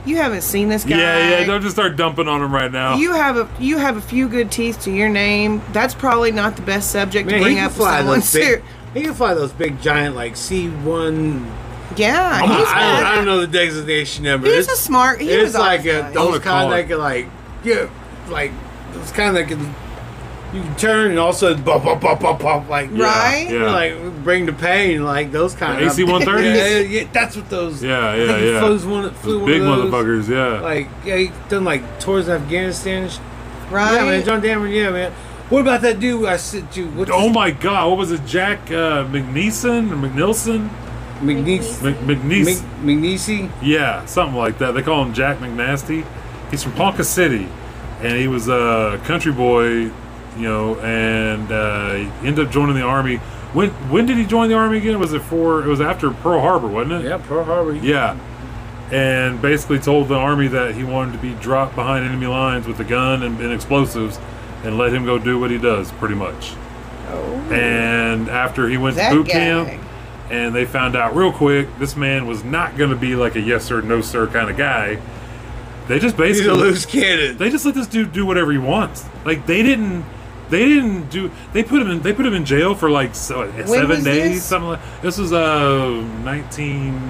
C: "You haven't seen this guy.
B: Yeah, yeah. Don't just start dumping on him right now.
C: You have a you have a few good teeth to your name. That's probably not the best subject
A: Man,
C: to
A: he
C: bring
A: can
C: up with
A: fly
C: someone
A: those big.
C: serious.
A: He can fly those big giant like C one.
C: <laughs> Yeah,
A: I
C: he's
A: don't, I
C: bad.
A: don't know the designation number.
C: He's
A: It's-
C: a smart. He
A: it's
C: was
A: like a,
C: always nice.
A: those
B: wanna call
A: kind that
B: it.
A: can like yeah, like those kind that can you can turn and all of a sudden bop bop bop bop bop like
C: right.
B: Yeah.
A: like bring the pain like those kind of
B: AC-130s?
A: Yeah, yeah, yeah, that's what those.
B: Yeah,
A: I
B: yeah,
A: think he
B: yeah.
A: Flew one, flew
B: Those
A: one
B: big
A: of those,
B: motherfuckers. Yeah.
A: Like yeah, he done like tours in Afghanistan. And sh-
C: Right.
A: Yeah, man, John Dameron. Yeah, man. What about that dude I sent you? What's
B: oh my God! What was it? Jack uh, McNeeson or McNilson?
A: McNeese.
B: Mc, McNeese.
A: Mc- McNeese.
B: Yeah, something like that. They call him Jack McNasty. He's from Ponca City, and he was a country boy, you know, and uh, he ended up joining the army. When when did he join the army again? Was it for? It was after Pearl Harbor, wasn't it?
A: Yeah, Pearl Harbor.
B: Yeah. And basically told the army that he wanted to be dropped behind enemy lines with a gun and, and explosives, and let him go do what he does, pretty much.
C: Oh,
B: And after he went
C: That
B: to boot
C: guy.
B: camp, and they found out real quick this man was not going to be like a yes sir, no sir kind of guy. They just
A: He's a
B: basically
A: loose cannon.
B: they just let this dude do whatever he wants. Like they didn't they didn't do they put him in they put him in jail for like so, seven
C: was
B: days
C: this?
B: something. Like, this was uh nineteen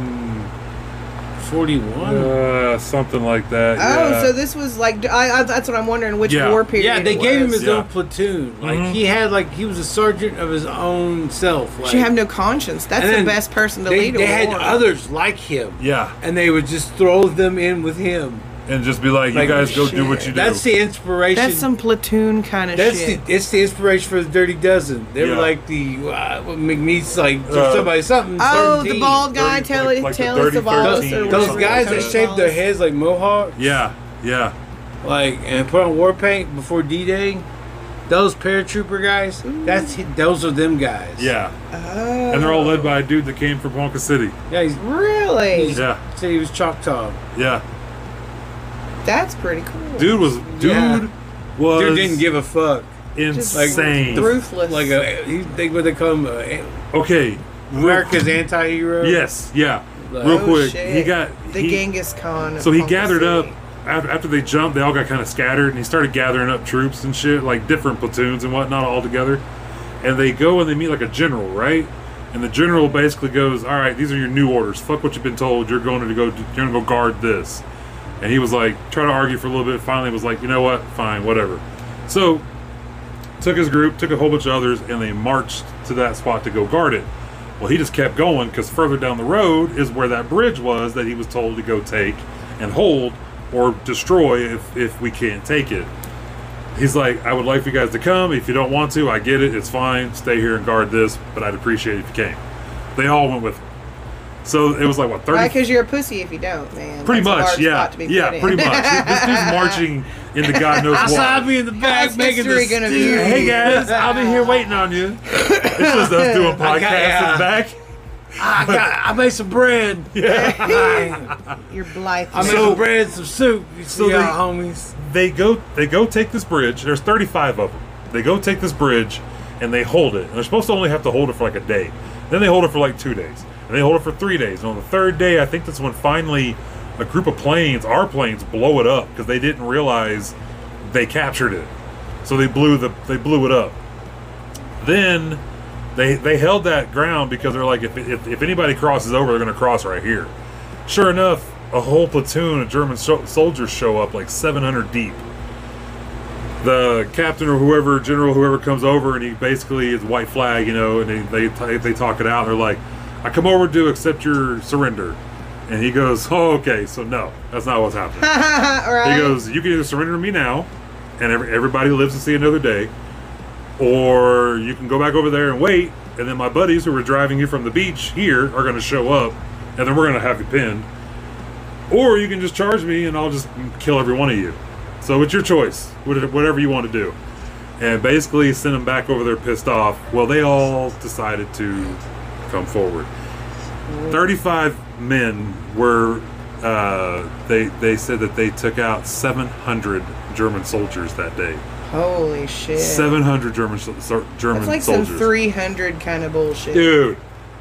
A: Forty-one.
B: uh, something like that.
C: Oh,
B: yeah.
C: so this was like I, I, that's what I'm wondering which
B: Yeah.
C: war period.
A: yeah, they
C: it
A: gave him
C: was.
A: his
B: Yeah.
A: own platoon. Like
B: Mhm.
A: he had, like he was a sergeant of his own self. Like,
C: She have no conscience. That's
A: and
C: the
A: then
C: best person to
A: they,
C: lead a
A: They had
C: war.
A: others like him.
B: yeah,
A: and they would just throw them in with him.
B: and just be like, you
A: Like,
B: guys go do what you do.
A: That's the inspiration.
C: That's some platoon kind of
A: That's
C: shit.
A: the it's the inspiration for the Dirty Dozen. They
B: Yeah.
A: were like the uh, McNeese, like
B: Uh,
A: somebody something.
C: oh,
A: 13.
C: the bald guy.
B: Thirty-
C: tell
B: like-
C: it-
B: like the
C: tell us
B: 30,
C: about us.
B: 13,
C: or
B: or
A: Those
C: whatever
A: guys
C: they
A: that
C: call
A: shaved their
C: us.
A: heads like mohawks,
B: yeah, yeah.
A: like and put on war paint before D Day. Those paratrooper guys. That's those are them guys.
B: Yeah,
C: Oh,
B: and they're all led by a dude that came from Ponca City.
A: yeah. He's,
C: really?
B: Yeah,
A: said he was Choctaw.
B: yeah.
C: That's pretty cool.
B: Dude was dude
A: Yeah.
B: was
A: Dude didn't give a fuck.
C: Just
B: insane.
C: ruthless.
A: Like a he, they what they call him uh,
B: okay,
A: America's anti-hero.
B: yes, yeah.
A: Like-
B: Real
C: Oh,
B: quick,
C: shit.
B: he got
C: the
B: he,
C: Genghis Khan. of
B: So he
C: Ponca
B: gathered up
C: City.
B: after, after they jumped. They all got kind of scattered, and he started gathering up troops and shit, like different platoons and whatnot, all together. And they go and they meet like a general, right? And the general basically goes, "All right, these are your new orders. Fuck what you've been told. You're going to go. You're going to go guard this." And he was like, trying to argue for a little bit. Finally, was like, "You know what? Fine, whatever." So took his group, took a whole bunch of others, and they marched to that spot to go guard it. Well, he just kept going because further down the road is where that bridge was that he was told to go take and hold or destroy if, if we can't take it. He's like, I would like for you guys to come. If you don't want to, I get it. It's fine. Stay here and guard this, but I'd appreciate it if you came. They all went with him. So it was like, what, 30
C: Right, because you're a pussy if you don't, man.
B: <laughs> Pretty
C: That's a
B: much,
C: hard
B: yeah.
C: spot to be put
B: Yeah,
C: in. <laughs>
B: pretty much. this dude's marching into
A: <laughs>
B: God knows what.
A: I'll be in the back
C: How's
A: making
C: history
A: this.
C: gonna be?
A: <laughs>
B: Hey guys, I'll be here waiting on you. It's just us <laughs> doing podcasts in the back.
A: I, got, I made some
B: <laughs>
A: bread.
C: You're blithe.
A: I made
B: So-
A: some bread, some soup. You see,
B: they-
A: y'all homies.
B: They go, they go take this bridge. There's 35 of them. They go take this bridge, and they hold it. And they're supposed to only have to hold it for like a day. Then they hold it for like two days, and they hold it for three days. And on the third day, I think that's when finally a group of planes, our planes, blow it up because they didn't realize they captured it. So they blew the they blew it up. Then they they held that ground because they're like if if, if anybody crosses over, they're going to cross right here. Sure enough, a whole platoon of German so- soldiers show up, like 700 deep. The captain or whoever, general, whoever comes over, and he basically is white flag, you know, and they they, they talk it out. They're like, "I come over to accept your surrender," and he goes, "Oh, okay, so no, that's not what's
C: <laughs>
B: happening."
C: All right.
B: He goes, "You can either surrender to me now, and every, everybody lives to see another day, or you can go back over there and wait, and then my buddies who were driving you from the beach here are going to show up, and then we're going to have you pinned, or you can just charge me, and I'll just kill every one of you. So it's your choice, what- whatever you want to do." And basically send them back over there pissed off. Well, they all decided to come forward. 35 men were uh, they they said that they took out 700 German soldiers that day.
C: Holy shit.
B: 700 German sol- sol- German
C: That's like
B: soldiers.
C: some 300 kind of bullshit.
B: Dude,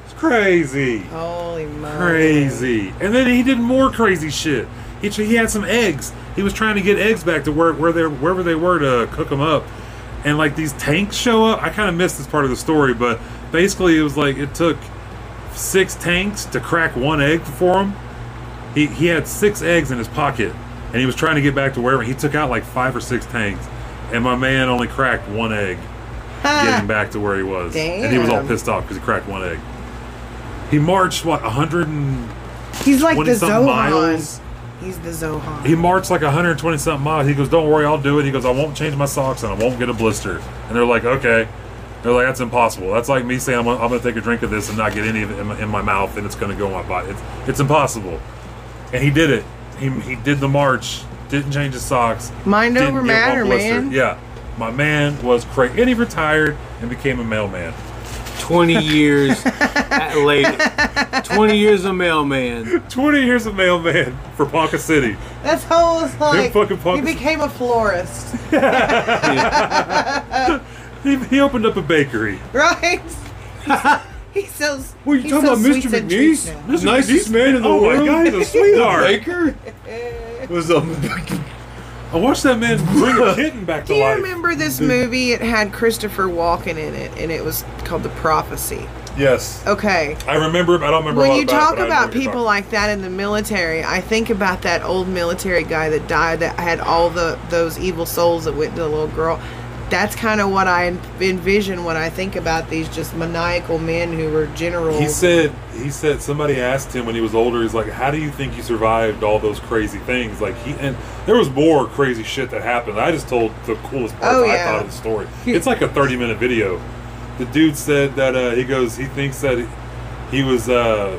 B: it's crazy,
C: Holy moly.
B: crazy. And then he did more crazy shit. He tr- he had some eggs. He was trying to get eggs back to where where they wherever they were to cook them up. And like these tanks show up. I kind of missed this part of the story, but basically it was like it took six tanks to crack one egg for him. He, he had six eggs in his pocket, and he was trying to get back to wherever. He took out like five or six tanks, and my man only cracked one egg, getting back to where he was. And he was all
C: Damn.
B: pissed off because he cracked one egg. He marched what a hundred and
C: He's like the
B: 20
C: Zohan.
B: something miles.
C: He's the Zohan.
B: He marched like 120 something miles. He goes, Don't worry, I'll do it. He goes, I won't change my socks and I won't get a blister. And they're like, Okay. They're like, That's impossible. That's like me saying, I'm gonna, I'm gonna take a drink of this and not get any of it in my, in my mouth and it's gonna go in my body. It's, it's impossible. And he did it. He, he did the march, didn't change his socks.
C: Mind
B: didn't
C: over
B: get one
C: matter,
B: blister.
C: man.
B: Yeah. My man was crazy. And he retired and became a mailman.
A: 20 years
C: <laughs>
A: late. 20 years a mailman.
B: 20 years of mailman for Ponca City.
C: That's how it's like.
B: fucking
C: he
B: punks.
C: became a florist, <laughs>
B: He, he opened up a bakery.
C: right? he sells.
A: What are you
C: he
A: talking about,
C: sells
A: Mr.
C: sweets and treats
A: McNeese?
C: now.
A: Mr. Nicest man in the
B: oh
A: world.
B: my God, he's a sweetheart.
A: <laughs> Baker was a
B: um, <laughs> I watched that man bring a kitten back to
C: Do you
B: life.
C: remember this movie? It had Christopher Walken in it, and it was called The Prophecy.
B: Yes,
C: Okay.
B: I remember. it, but I don't remember. a
C: Oh. When
B: lot
C: you
B: about it,
C: talk
B: but I know
C: about
B: what you're
C: people
B: talking
C: like that in the military, I think about that old military guy that died that had all the those evil souls that went to the little girl. That's kind of what I en- envision when I think about these just maniacal men who were generals.
B: about. he said. He said somebody asked him when he was older. He's like, "How do you think you survived all those crazy things?" Like he and there was more crazy shit that happened. I just told the coolest parts
C: Oh,
B: I
C: yeah.
B: thought of the story. It's like a thirty minute video. The dude said that uh, he goes. He thinks that he was. Uh,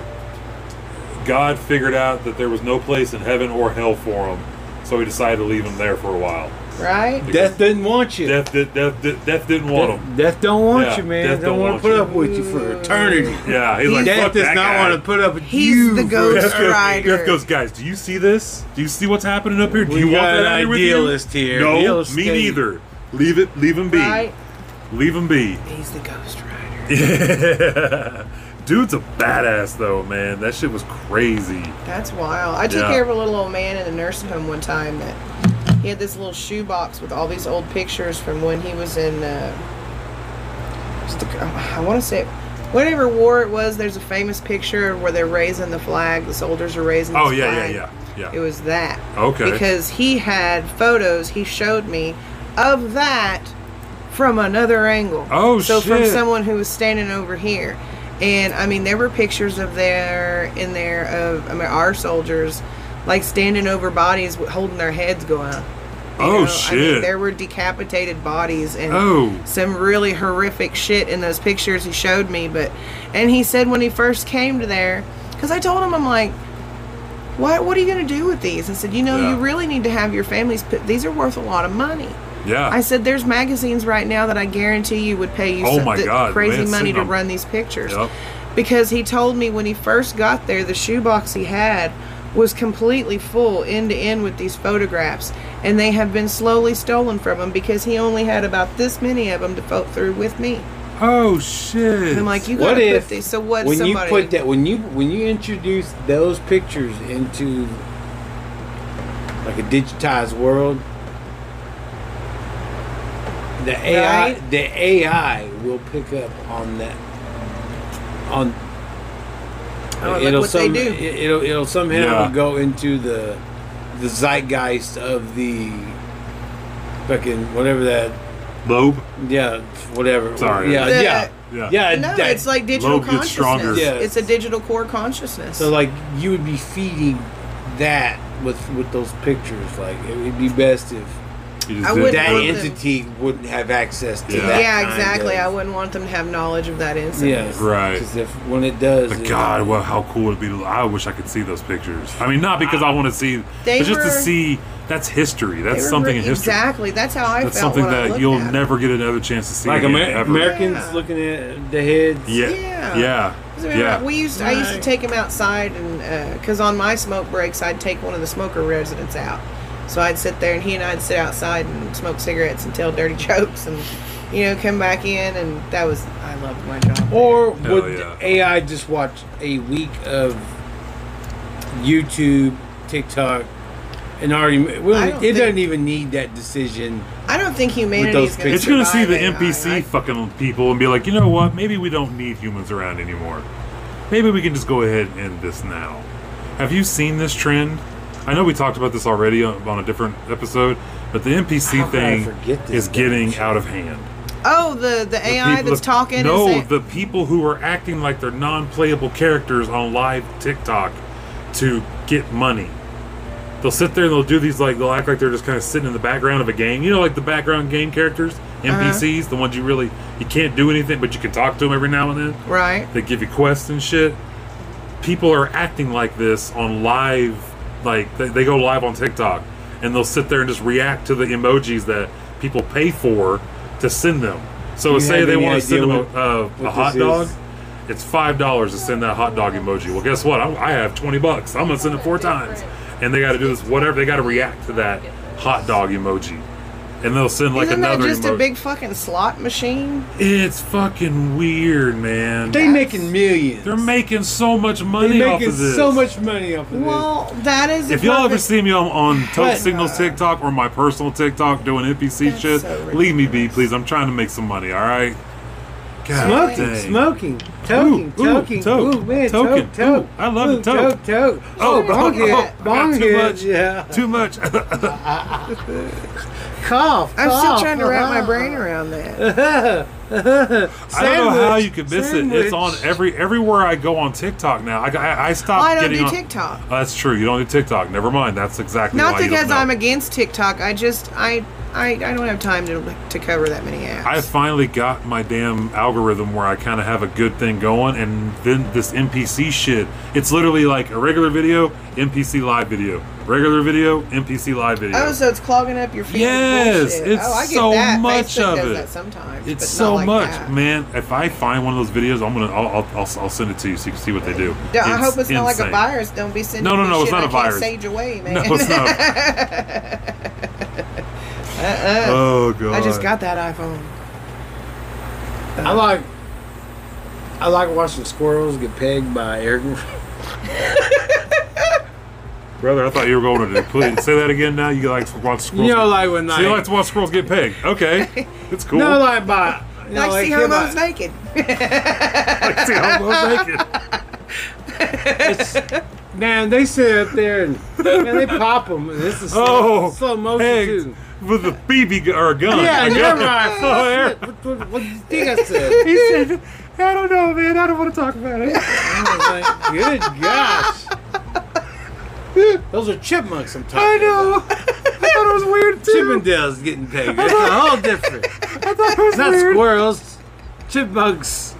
B: God figured out that there was no place in heaven or hell for him, so he decided to leave him there for a while.
C: right?
A: Death didn't want you.
B: Death, did, death, did, death didn't want him.
A: Death, death don't want
B: Yeah,
A: you, man.
B: death
A: Death don't,
B: don't
A: want
B: want
A: to put
B: you.
A: up with you for eternity.
B: Yeah, he's like,
A: Death
B: fuck
A: does
B: that
A: not
B: guy.
A: want to put up with
C: He's
A: you.
C: the
A: for
C: ghost
A: eternity.
C: Rider.
B: Death goes, guys. Do you see this? Do you see what's happening up here? Do
A: We
B: you want
A: got
B: that
A: an
B: out here
A: idealist
B: with you?
A: here.
B: No,
A: He'll
B: me
A: stay.
B: neither. Leave it. Leave him be.
C: Right?
B: Leave him be. <laughs>
C: He's the Ghost Rider.
B: Dude's a badass though, man. That shit was crazy.
C: That's wild. I took
B: Yeah.
C: care of a little old man in a nursing home one time that he had this little shoebox with all these old pictures from when he was in. Uh, it's the- I want to say, whatever war it was. There's a famous picture where they're raising the flag. The soldiers are raising.
B: Oh
C: this
B: yeah,
C: flag.
B: yeah, yeah,
C: It
B: yeah.
C: was that.
B: Okay.
C: Because he had photos he showed me of that from another angle.
B: Oh,
C: so So from
B: shit.
C: someone who was standing over here. And I mean there were pictures of there in there of I mean our soldiers like standing over bodies with- holding their heads going up. You
B: Oh
C: know, I mean,
B: shit.
C: there were decapitated bodies and
B: Oh.
C: some really horrific shit in those pictures he showed me. But and he said when he first came to there, because I told him I'm like, what What are you gonna do with these? I said, you know,
B: Yeah.
C: you really need to have your families. Put, these are worth a lot of money.
B: Yeah.
C: I said, there's magazines right now that I guarantee you would pay you
B: Oh
C: some-
B: my
C: th-
B: God,
C: crazy
B: man,
C: money
B: send
C: to
B: them.
C: run these pictures.
B: Yep.
C: Because he told me when he first got there, the shoebox he had was completely full end to end with these photographs, and they have been slowly stolen from him because he only had about this many of them to vote through with me.
B: oh shit.
C: And I'm like, you
A: What
C: gotta
A: if
C: put these. So what?
A: when
C: somebody,
A: you put that when you when you introduce those pictures into like a digitized world the AI
C: Right?
A: the AI will pick up on that on
C: Oh, look what they do.
A: it- it'll it'll somehow
B: Yeah.
A: go into the the zeitgeist of the fucking whatever that
B: Lobe.
A: yeah whatever
B: Sorry.
A: yeah
C: The-
A: yeah
B: Yeah.
A: yeah
C: No,
A: that-
C: it's like digital
B: Lobe gets
C: consciousness.
B: stronger.
A: Yeah.
C: It's a digital core consciousness.
A: So like you would be feeding that with with those pictures. Like it would be best if
B: You just
C: I
B: did
C: wouldn't
A: that
C: want
B: it.
C: them-
A: entity wouldn't have access to
B: Yeah.
A: that.
C: yeah,
A: kind
C: exactly.
A: of-
C: I wouldn't want them to have knowledge of that incident.
A: yeah,
B: Right.
A: Because if when it does,
B: But
A: it-
B: God, well, how cool would it be? to- I wish I could see those pictures. I mean, not because I want to see,
C: They
B: but just to
C: were-
B: see that's history.
C: They
B: That's
C: were
B: something
C: re-
B: in history.
C: Exactly. That's how I
B: That's
C: felt.
B: something
C: when I
B: that
C: looked
B: you'll
C: at it.
B: never get another chance to see.
A: like
B: again,
A: Amer-
B: ever.
A: Americans
C: Yeah.
A: looking at the heads.
B: Yeah.
C: Yeah.
B: Yeah.
C: 'Cause I mean,
B: Yeah.
C: We used I used to take him outside, and because on my smoke breaks, I'd take one of the smoker residents out. So I'd sit there, and he and I'd sit outside and smoke cigarettes and tell dirty <laughs> jokes, and you know, come back in, and that was I loved my job.
A: Or
B: Hell
A: would
B: yeah.
A: AI just watch a week of YouTube, TikTok, and already?
C: I
A: We don't-
C: don't
A: it
C: think-
A: doesn't even need that decision.
C: I don't think humanity
A: those
C: is
A: pictures.
B: It's
C: going
B: gonna
C: to
B: see the NPC fucking people and be like, you know what? Maybe we don't need humans around anymore. Maybe we can just go ahead and end this now. Have you seen this trend? I know we talked about this already on, on a different episode, but the NPC
A: How could I
B: thing
A: forget this
B: is getting
A: bullshit?
B: out of hand.
C: Oh, the the
B: The
C: AI
B: people-
C: that's talking.
B: No,
C: is that-
B: the people who are acting like they're non-playable characters on live TikTok to get money. They'll sit there and they'll do these like they'll act like they're just kind of sitting in the background of a game. You know, like the background game characters,
C: Uh-huh.
B: NPCs, the ones you really you can't do anything, but you can talk to them every now and then.
C: right.
B: They give you quests and shit. People are acting like this on live, like they, they go live on TikTok, and they'll sit there and just react to the emojis that people pay for to send them. So
A: you
B: say
A: have
B: they
A: any
B: want to
A: idea
B: send them a,
A: what-
B: a, a
A: what
B: hot
A: this
B: dog,
A: is?
B: it's five dollars to send that hot dog emoji. Well, guess what? I'm, I have twenty bucks. I'm gonna send it four times, and they got to do this whatever. They got to react to that hot dog emoji, and they'll send like
C: Isn't that
B: another.
C: just a
B: emoji.
C: big fucking slot machine?
B: It's fucking weird, man.
A: They making millions.
B: They're making so much
A: They're
B: money off
A: making
B: of this.
A: so much money off of
C: Well, that is. a
B: If y'all ever
C: perfect-
B: see me on, on Tote
A: But-
B: Signals TikTok or my personal TikTok doing NPC
C: That's
B: shit,
C: so
B: leave me be, please. I'm trying to make some money, all right?
A: this.
B: God
A: Smoking,
B: dang.
A: smoking, toking,
B: Ooh, ooh,
A: toking,
B: toke,
A: ooh, man,
B: token,
A: toke, toke.
B: ooh, I love
A: ooh,
B: the toke.
A: toke, toke.
B: Oh,
A: bong
B: <laughs> oh,
A: hit,
B: oh,
A: bong
B: not too
A: hit,
B: much.
A: yeah.
B: Too much. <laughs>
A: Cough,
C: I'm still
A: cough.
C: trying to wrap my brain around that.
B: I don't know how you could miss it.
A: Sandwich.
B: It's on every everywhere I go on TikTok now. I I, I
C: Oh,
B: stopped
C: I don't
B: getting
C: do
B: on-
C: TikTok.
B: Oh, that's true. You don't do TikTok. Never mind. That's exactly
C: Not
B: why you
C: because
B: don't know.
C: I'm against TikTok. I just I I, I don't have time to to cover that many apps.
B: I finally got my damn algorithm where I kind of have a good thing going, and then this NPC shit. It's literally like a regular video, NPC live video, regular video, NPC live video.
C: oh, so it's clogging up your feed. with
B: Yes,
C: bullshit.
B: it's
C: oh, I get
B: so
C: that.
B: much
C: Facebook
B: of
C: does
B: it.
C: That sometimes
B: it's
C: but not
B: so
C: like
B: much,
C: that.
B: man. If I find one of those videos, I'm gonna I'll I'll, I'll, I'll send it to you so you can see what they do.
C: Yeah, I hope it's not like a
B: insane. <laughs>
C: virus. Don't be sending
B: No, no,
C: me
B: no,
C: shit
B: it's not
C: I
B: a
C: can't
B: virus.
C: Sage away, man.
B: <laughs> No, it's not. Oh god!
C: Uh-uh. I just got that iPhone.
A: I like, I like watching squirrels get pegged by air.
B: brother. I thought you were going to please say that again. Now you like to watch squirrels.
A: <laughs> <laughs> You know,
B: get-
A: like when
B: so you
A: like-
B: like to watch squirrels get pegged? Okay,
A: <laughs>
B: it's cool.
A: No, like by. You know,
C: like, see
A: kid
C: homos
A: by-
C: naked. <laughs>
B: Like, see how well naked.
A: Man, they sit up there and man, they pop them. This is slow,
B: Oh,
A: slow motion
B: pegged
A: too.
B: with a BB gu- or a gun.
A: Yeah,
B: a
A: you're
B: gun.
A: right.
B: <laughs> Oh, yeah.
A: What, what, what do you think I said?
B: He said, "I don't know, man. I don't want to talk about it."
A: I was like, good gosh. Those are chipmunks I'm talking
B: I know. I thought it was weird too.
A: about. Chippendales getting pegged. That's a whole different.
B: I thought it was
A: It's not
B: weird.
A: squirrels. Chipmunks.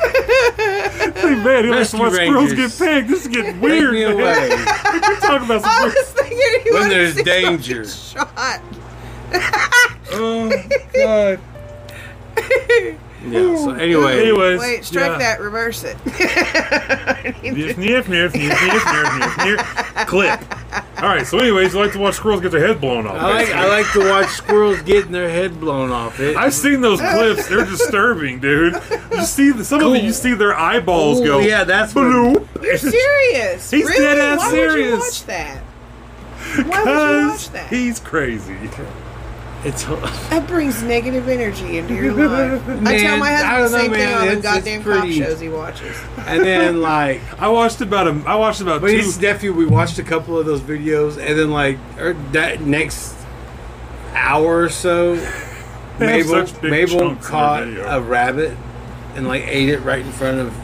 B: Hey, man, he likes to
A: Rescue
B: watch squirrels get
A: Rangers.
B: pegged. This is getting
A: Take
B: weird.
A: me
B: man. <laughs>
A: away.
B: You're talking about
C: I
B: some <laughs> weird-
C: was thinking you
A: When
C: wanted
A: there's
C: to see if I could Shot.
A: danger.
B: <laughs> Oh god. Oh,
A: Yeah. So anyway,
B: Anyways,
C: Wait, strike
B: yeah. <laughs>
C: that. Reverse it. <laughs>
B: Sniff, sniff, sniff, sniff, sniff, sniff, sniff, sniff. Clip. All right. So, anyways, you like to watch squirrels get their head blown off.
A: I like I like to watch squirrels getting their head blown off. It,
B: I've seen those clips. They're disturbing, dude. You see the, some of it. You see their eyeballs
A: Ooh,
B: go.
A: yeah, that's what-
B: bloop.
C: You're
A: <laughs>
C: serious.
B: He's
C: really?
B: dead ass
C: Why Would you
B: serious.
C: watch that? Why would you watch that?
B: he's crazy.
A: it's
C: That brings negative energy into
B: <laughs>
C: your life. I tell
A: Man,
C: my
A: I
C: husband the same thing
A: don't know, man.
C: on the
A: It's- it's
C: goddamn cop
A: pretty-
C: shows he watches.
A: and then
B: <laughs>
A: like
B: I watched about him. I watched about
A: But
B: two.
A: his nephew, we watched a couple of those videos, and then like or that next hour or so,
B: They have
A: Mabel
B: such big
A: Mabel
B: chunks in their
A: caught
B: video.
A: a rabbit and like ate it right in front of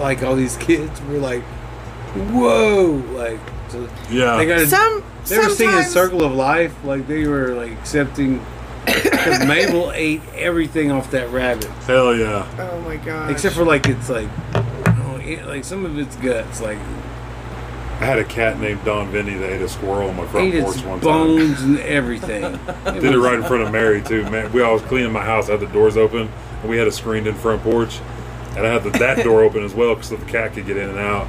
A: like all these kids. We're like, whoa! Like
B: Uh,
A: so
B: Yeah.
A: they got a,
C: Some
A: they were singing
C: sometimes-
A: "Circle of Life," like they were like accepting.
C: <coughs>
A: Because Mabel ate everything off that rabbit,
B: Hell yeah.
C: Oh my god.
A: except for like it's like, oh, yeah, like some of its guts, like
B: I had a cat named Don Vinny that ate a squirrel on my front
A: ate its
B: porch one time.
A: bones and
B: <laughs>
A: everything.
B: Did it right in front of Mary too, man. We always cleaned my house, had the doors open, and we had a screened in front porch. and I had the, that door open as well because so the cat could get in and out.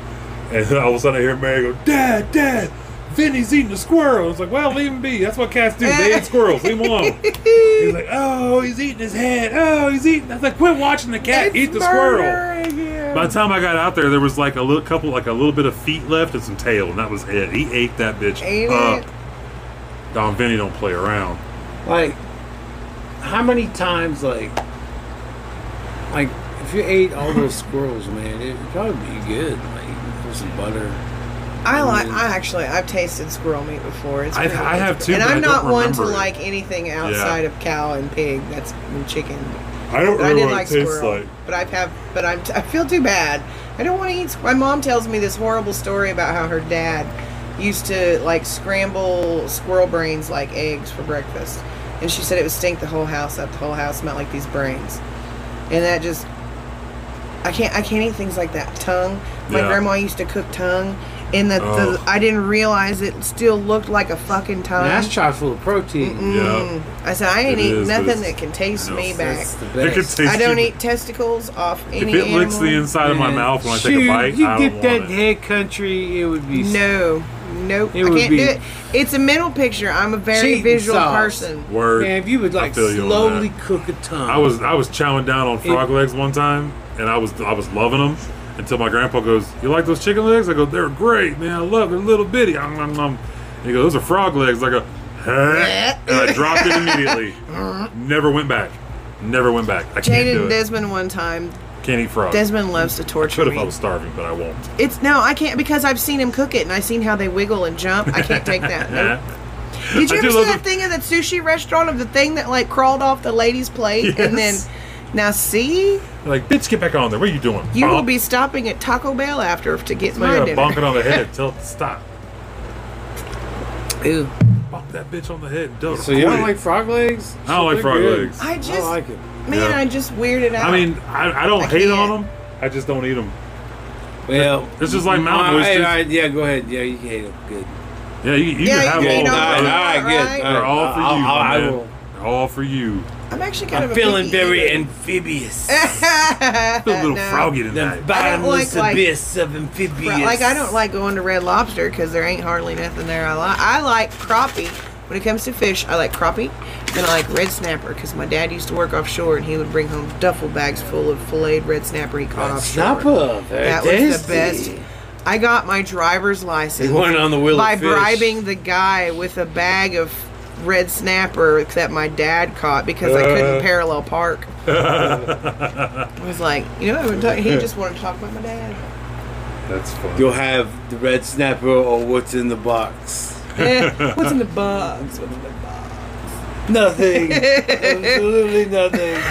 B: And <laughs> all of a sudden, I hear Mary go, "Dad, Dad, Vinny's eating a squirrel." I was like, "Well, leave him be. That's what cats do.
C: <laughs>
B: They eat squirrels. Leave him alone." He's like, "Oh, he's eating his head. Oh, he's eating." I was like, "Quit watching the cat eat the squirrel." By the time I got out there, there was like a little couple, like a little bit of feet left and some tail, and that was it. He ate that bitch
C: Ate
B: up.
C: it.
B: Don Vinny don't play around.
A: Like, how many times, like, like if you ate all those squirrels, man, it'd probably be good. Like, put some butter.
C: Uh-huh. I like. I actually, I've tasted squirrel meat before. It's
B: I've-
C: pretty
B: mm. I have
C: good.
B: too,
C: and
B: but I
C: I'm
B: don't
C: not one to
B: remember it.
C: like anything outside of cow and pig. That's and chicken.
B: I don't
C: But I did
B: remember what
C: like
B: it tastes
C: squirrel.
B: like.
C: But I've have. But I'm. T- I feel too bad. I don't want to eat. squ- My mom tells me this horrible story about how her dad used to like scramble squirrel brains like eggs for breakfast, and she said it would stink the whole house up. The whole house smelled like these brains, and that just. I can't. I can't eat things like that. Tongue. My
B: Yeah.
C: grandma used to cook tongue, and the,
B: Oh.
C: the I didn't realize it still looked like a fucking tongue.
A: And that's chocolot full of protein.
B: Yeah.
C: I said I ain't
B: It
C: eating
B: is, but
C: nothing
B: it's-
C: that can taste
B: know,
C: me
B: it's-
C: back.
A: That's the
B: It could
A: best.
B: taste
C: I don't
B: you-
C: eat testicles off
B: If
C: any
B: it
C: animal.
B: licks the inside of my mouth when I take a
A: Shoot,
B: bite,
A: you
B: I
A: dip
B: don't
A: that
B: want it.
A: head country, it would be
C: No, nope.
A: It
C: I
A: would
C: can't
A: be-
C: do it. It's a mental picture. I'm a very
A: Cheating
C: visual
A: sauce.
C: person.
B: Word.
A: Man, if you would
B: I
A: like
B: feel you on
A: slowly
B: that.
A: cook a tongue,
B: I was I was chowing down on frog legs one time, and I was I was loving them until my grandpa goes, "You like those chicken legs?" I go, "They're great, man. I love them. Little bitty." Um, um, um." And he goes, "Those are frog legs." I go, huh? and I dropped it
C: <laughs>
B: immediately. Never went back. Never went back. I
C: Jaden
B: can't do
C: and
B: it.
C: Desmond one time.
B: Can't eat frogs.
C: Desmond loves to torture
B: Could if
C: me.
B: I was starving, but I won't.
C: It's no, I can't because I've seen him cook it and I've seen how they wiggle and jump. I can't take
B: <laughs>
C: that. Nope. Did you
B: I
C: ever
B: do
C: see
B: love
C: that
B: the-
C: thing at that sushi restaurant of the thing that like crawled off the lady's plate and then?
B: Yes.
C: Now see,
B: Like, bitch, get back on there. What are you doing?
C: you will
B: Bonk.
C: be stopping at Taco Bell after to get
B: I
C: my
B: gotta bonk it
C: dinner.
B: on
C: <laughs>
B: the head. Tell it to stop.
A: Ew.
B: Bonk that bitch on the head. and tell her to
A: So you don't
B: quit.
A: like frog legs?
B: I don't like
A: They're
B: frog
A: good.
B: legs.
C: I just,
A: I like it.
C: man,
B: Yeah.
C: I just weirded out.
B: I mean, I, I don't
C: I
B: hate
C: can't.
B: on them. I just don't eat them.
A: Well,
B: This is like mountain
A: all right,
B: oysters.
A: all right, yeah, go ahead. Yeah, you can hate them. Good.
B: Yeah, you, you
C: Yeah,
B: can have
C: you
B: all
C: can
B: of
C: eat all
B: them.
C: of them.
A: all
C: Right.
A: right, good.
B: They're all for
A: I'll-
B: you,
A: I'll-
B: my
A: I
B: man.
A: will.
B: They're all for you.
C: I'm actually kind
A: I'm
C: of
A: feeling very
C: and
A: amphibious.
C: Eh,
B: Feel a little froggy
A: the
B: tonight.
A: bottomless
C: like-
A: abyss of amphibious.
C: Like I don't like going to Red Lobster because there ain't hardly nothing there. I like I like crappie. When it comes to fish, I like crappie, and I like red snapper because my dad used to work offshore and he would bring home duffel bags full of filleted red snapper he caught offshore.
A: Snapper. Very
C: That was the
A: tasty.
C: best. I got my driver's license
A: You weren't on the wheel of
C: by
A: fish.
C: bribing the guy with a bag of red snapper that my dad caught because I
A: Uh.
C: couldn't parallel
A: <laughs>
C: park. I was like, you know, I'm talking, he just wanted to talk about my dad.
B: That's fun.
A: You'll have the red snapper or what's in the box.
C: Eh, what's in the box? What's in the box? <laughs>
A: Nothing. Absolutely nothing.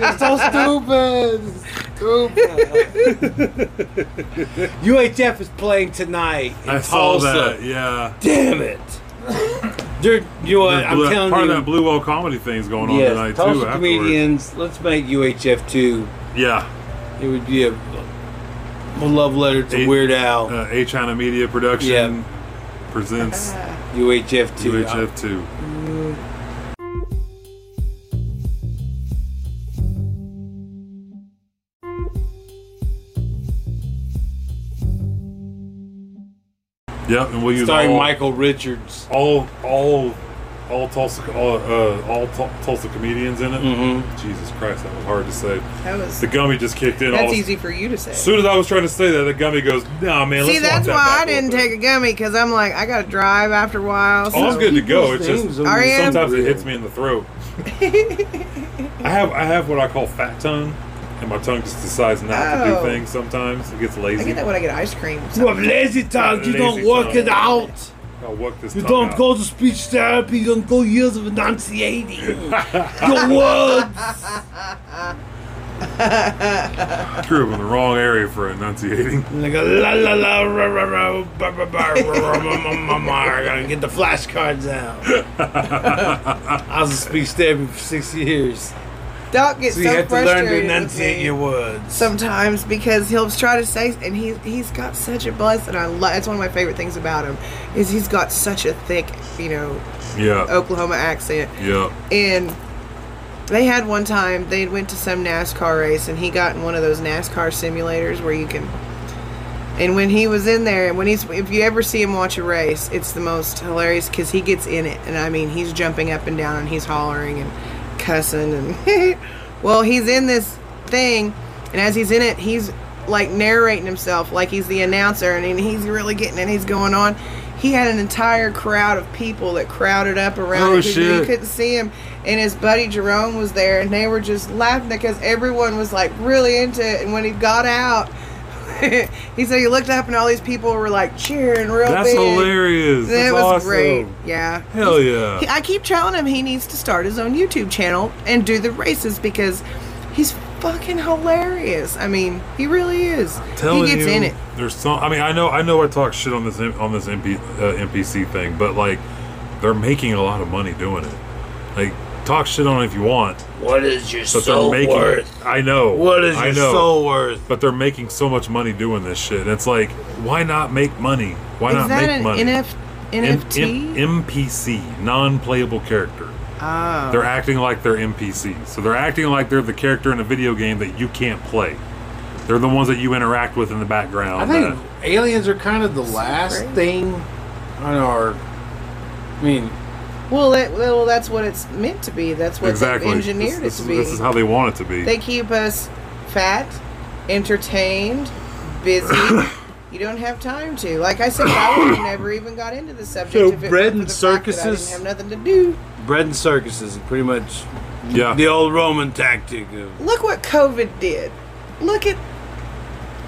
A: You're so stupid. Stupid. UHF is playing tonight. In
B: I saw
A: Tulsa.
B: that. Yeah.
A: Damn it. Dude, you know what?
B: The
A: I'm
B: blue-
A: telling
B: part
A: you.
B: of that blue wall comedy thing's going on
A: yes,
B: tonight
A: Tulsa
B: too. Afterwards.
A: comedians. Let's make UHF two.
B: Yeah.
A: It would be a, a love letter to
B: Eight-
A: Weird Al.
B: Uh, a China Media Production presents
A: UHF two.
B: UHF two. Yep, and we'll use
A: Uh, Starring
B: all,
A: Michael Richards.
B: all all all Tulsa all, uh, all Tul- Tulsa comedians in it. Mm-hmm. Jesus Christ, that was hard to say.
C: That was
B: The gummy just kicked in. all
C: that's
B: of-
C: easy for you to say.
B: As soon as I was trying to say that, the gummy goes, "Nah, man."
C: See, that's
B: let's walk that
C: why
B: back
C: I
B: a little
C: didn't
B: bit."
C: take a gummy because I'm like, I gotta drive after a while. So.
B: Oh, I'm good to go. It's
A: Those
B: just
A: names are
C: Are you?
B: sometimes it hits me in the throat. I have I have what I call fat tongue, and my tongue just decides not to
C: Oh.
B: do things. sometimes. It gets
C: I
B: lazy.
C: get that when I get ice cream.
A: You have lazy tongue. You don't
B: Lazy
A: work
B: tongue.
A: it out.
B: I'll work this.
A: You
B: tongue
A: don't
B: out.
A: go to speech therapy. You don't go years of
B: <laughs>
A: enunciating your words.
B: Screw up in the wrong area for
C: <laughs>
B: enunciating.
A: Like a la la la ra ra ra ba ba ba ra ra ma ma ma ma. I gotta get the flashcards
B: <laughs>
A: out. I was a speech therapy for six years,
C: Doc gets
A: so
C: so,
A: you have to learn
C: frustrated
A: to
C: with
A: enunciate
C: me
A: your words.
C: sometimes because he'll try to say, and he he's got such a bless, and I love. That's one of my favorite things about him is he's got such a thick, you know,
B: Yeah.
C: Oh, Oklahoma accent,
B: Yeah.
C: and They had one time they went to some NASCAR race and he got in one of those NASCAR simulators where you can. And when he was in there, when he's if you ever see him watch a race, it's the most hilarious because he gets in it and I mean he's jumping up and down and he's hollering and cussing and <laughs> well he's in this thing and as he's in it he's like narrating himself like he's the announcer and he's really getting it he's going on he had an entire crowd of people that crowded up around
B: Oh,
C: him 'cause you
B: shit.
C: couldn't see him and his buddy jerome was there and they were just laughing because everyone was like really into it and when he got out <laughs> he said he looked up and all these people were like cheering real
B: That's
C: big
B: hilarious.
C: it
B: That's
C: was
B: awesome.
C: great yeah
B: Hell yeah.
C: he- I keep telling him he needs to start his own YouTube channel and do the races because he's fucking hilarious. I mean, he really is.
B: telling
C: he gets
B: you,
C: in it.
B: There's some. I mean, I know, I know, I talk shit on this M- on this MP, uh, NPC thing, but like, they're making a lot of money doing it. Like, talk shit on it if you want,
A: What is your
B: but
A: soul
B: they're making.
A: worth?
B: I know.
A: What is
B: I
A: your
B: know,
A: soul worth?
B: But they're making so much money doing this shit, and it's like, why not make money? Why
C: Is
B: not
C: that
B: make
C: an
B: money?
C: NF,
B: M-
C: NFT?
B: M- NPC, non-playable character.
C: oh.
B: They're acting like they're NPCs. So they're acting like they're the character in a video game that you can't play. They're the ones that you interact with in the background.
A: I think
B: that-
A: aliens are kind of the last
C: great.
A: thing on our. I mean,
C: well, that, well, that's what it's meant to be. That's what
B: exactly
C: they've engineered
B: this, this,
C: it to
B: is-
C: be.
B: This is how they want it to be.
C: they keep us fat, entertained,
A: <coughs>
C: busy. You don't have time to. Like I said, I would have never even got into the subject.
A: So
C: if it weren't
A: bread
C: for
A: and
C: the fact that I didn't
A: circuses?
C: have nothing to do.
A: bread and circuses are pretty much
B: yeah,
A: the old Roman tactic of
C: look what COVID did. Look at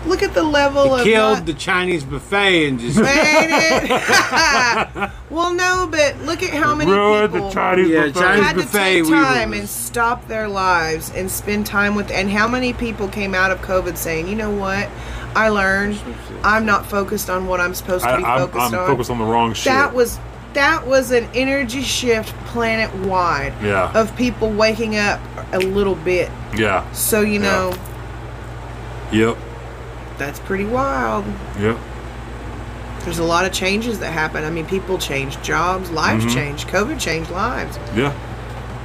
C: look at the level
A: They
C: of
A: killed
C: not-
A: the Chinese buffet and just
C: Ain't it? <laughs> well, no, but look at how many
B: ruined
C: people
B: the Chinese
A: Yeah,
B: buffet.
A: Chinese-
C: had to
A: buffet
C: take
A: we were-
C: time and stop their lives and spend time with. And how many people came out of COVID saying, "You know what? I learned. I'm not focused on what I'm supposed
B: I,
C: to be
B: I'm,
C: focused
B: I'm
C: on."
B: focused on the wrong shit.
C: that was that was an energy shift planet wide
B: Yeah.
C: of people waking up a little bit.
B: yeah.
C: So you
B: Yeah.
C: know
B: Yep.
C: that's pretty wild.
B: Yep.
C: There's a lot of changes that happen. I mean, people change jobs, lives
B: Mm-hmm.
C: change, COVID changed lives,
B: Yeah.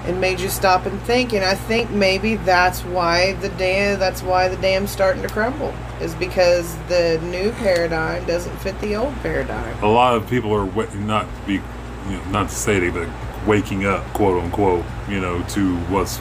C: and made you stop and think. And I think maybe that's why the dam, that's why the dam's starting to crumble, is because the new paradigm doesn't fit the old paradigm.
B: A lot of people are wa- not to be, you know, not to say they, but waking up, quote unquote, you know, to what's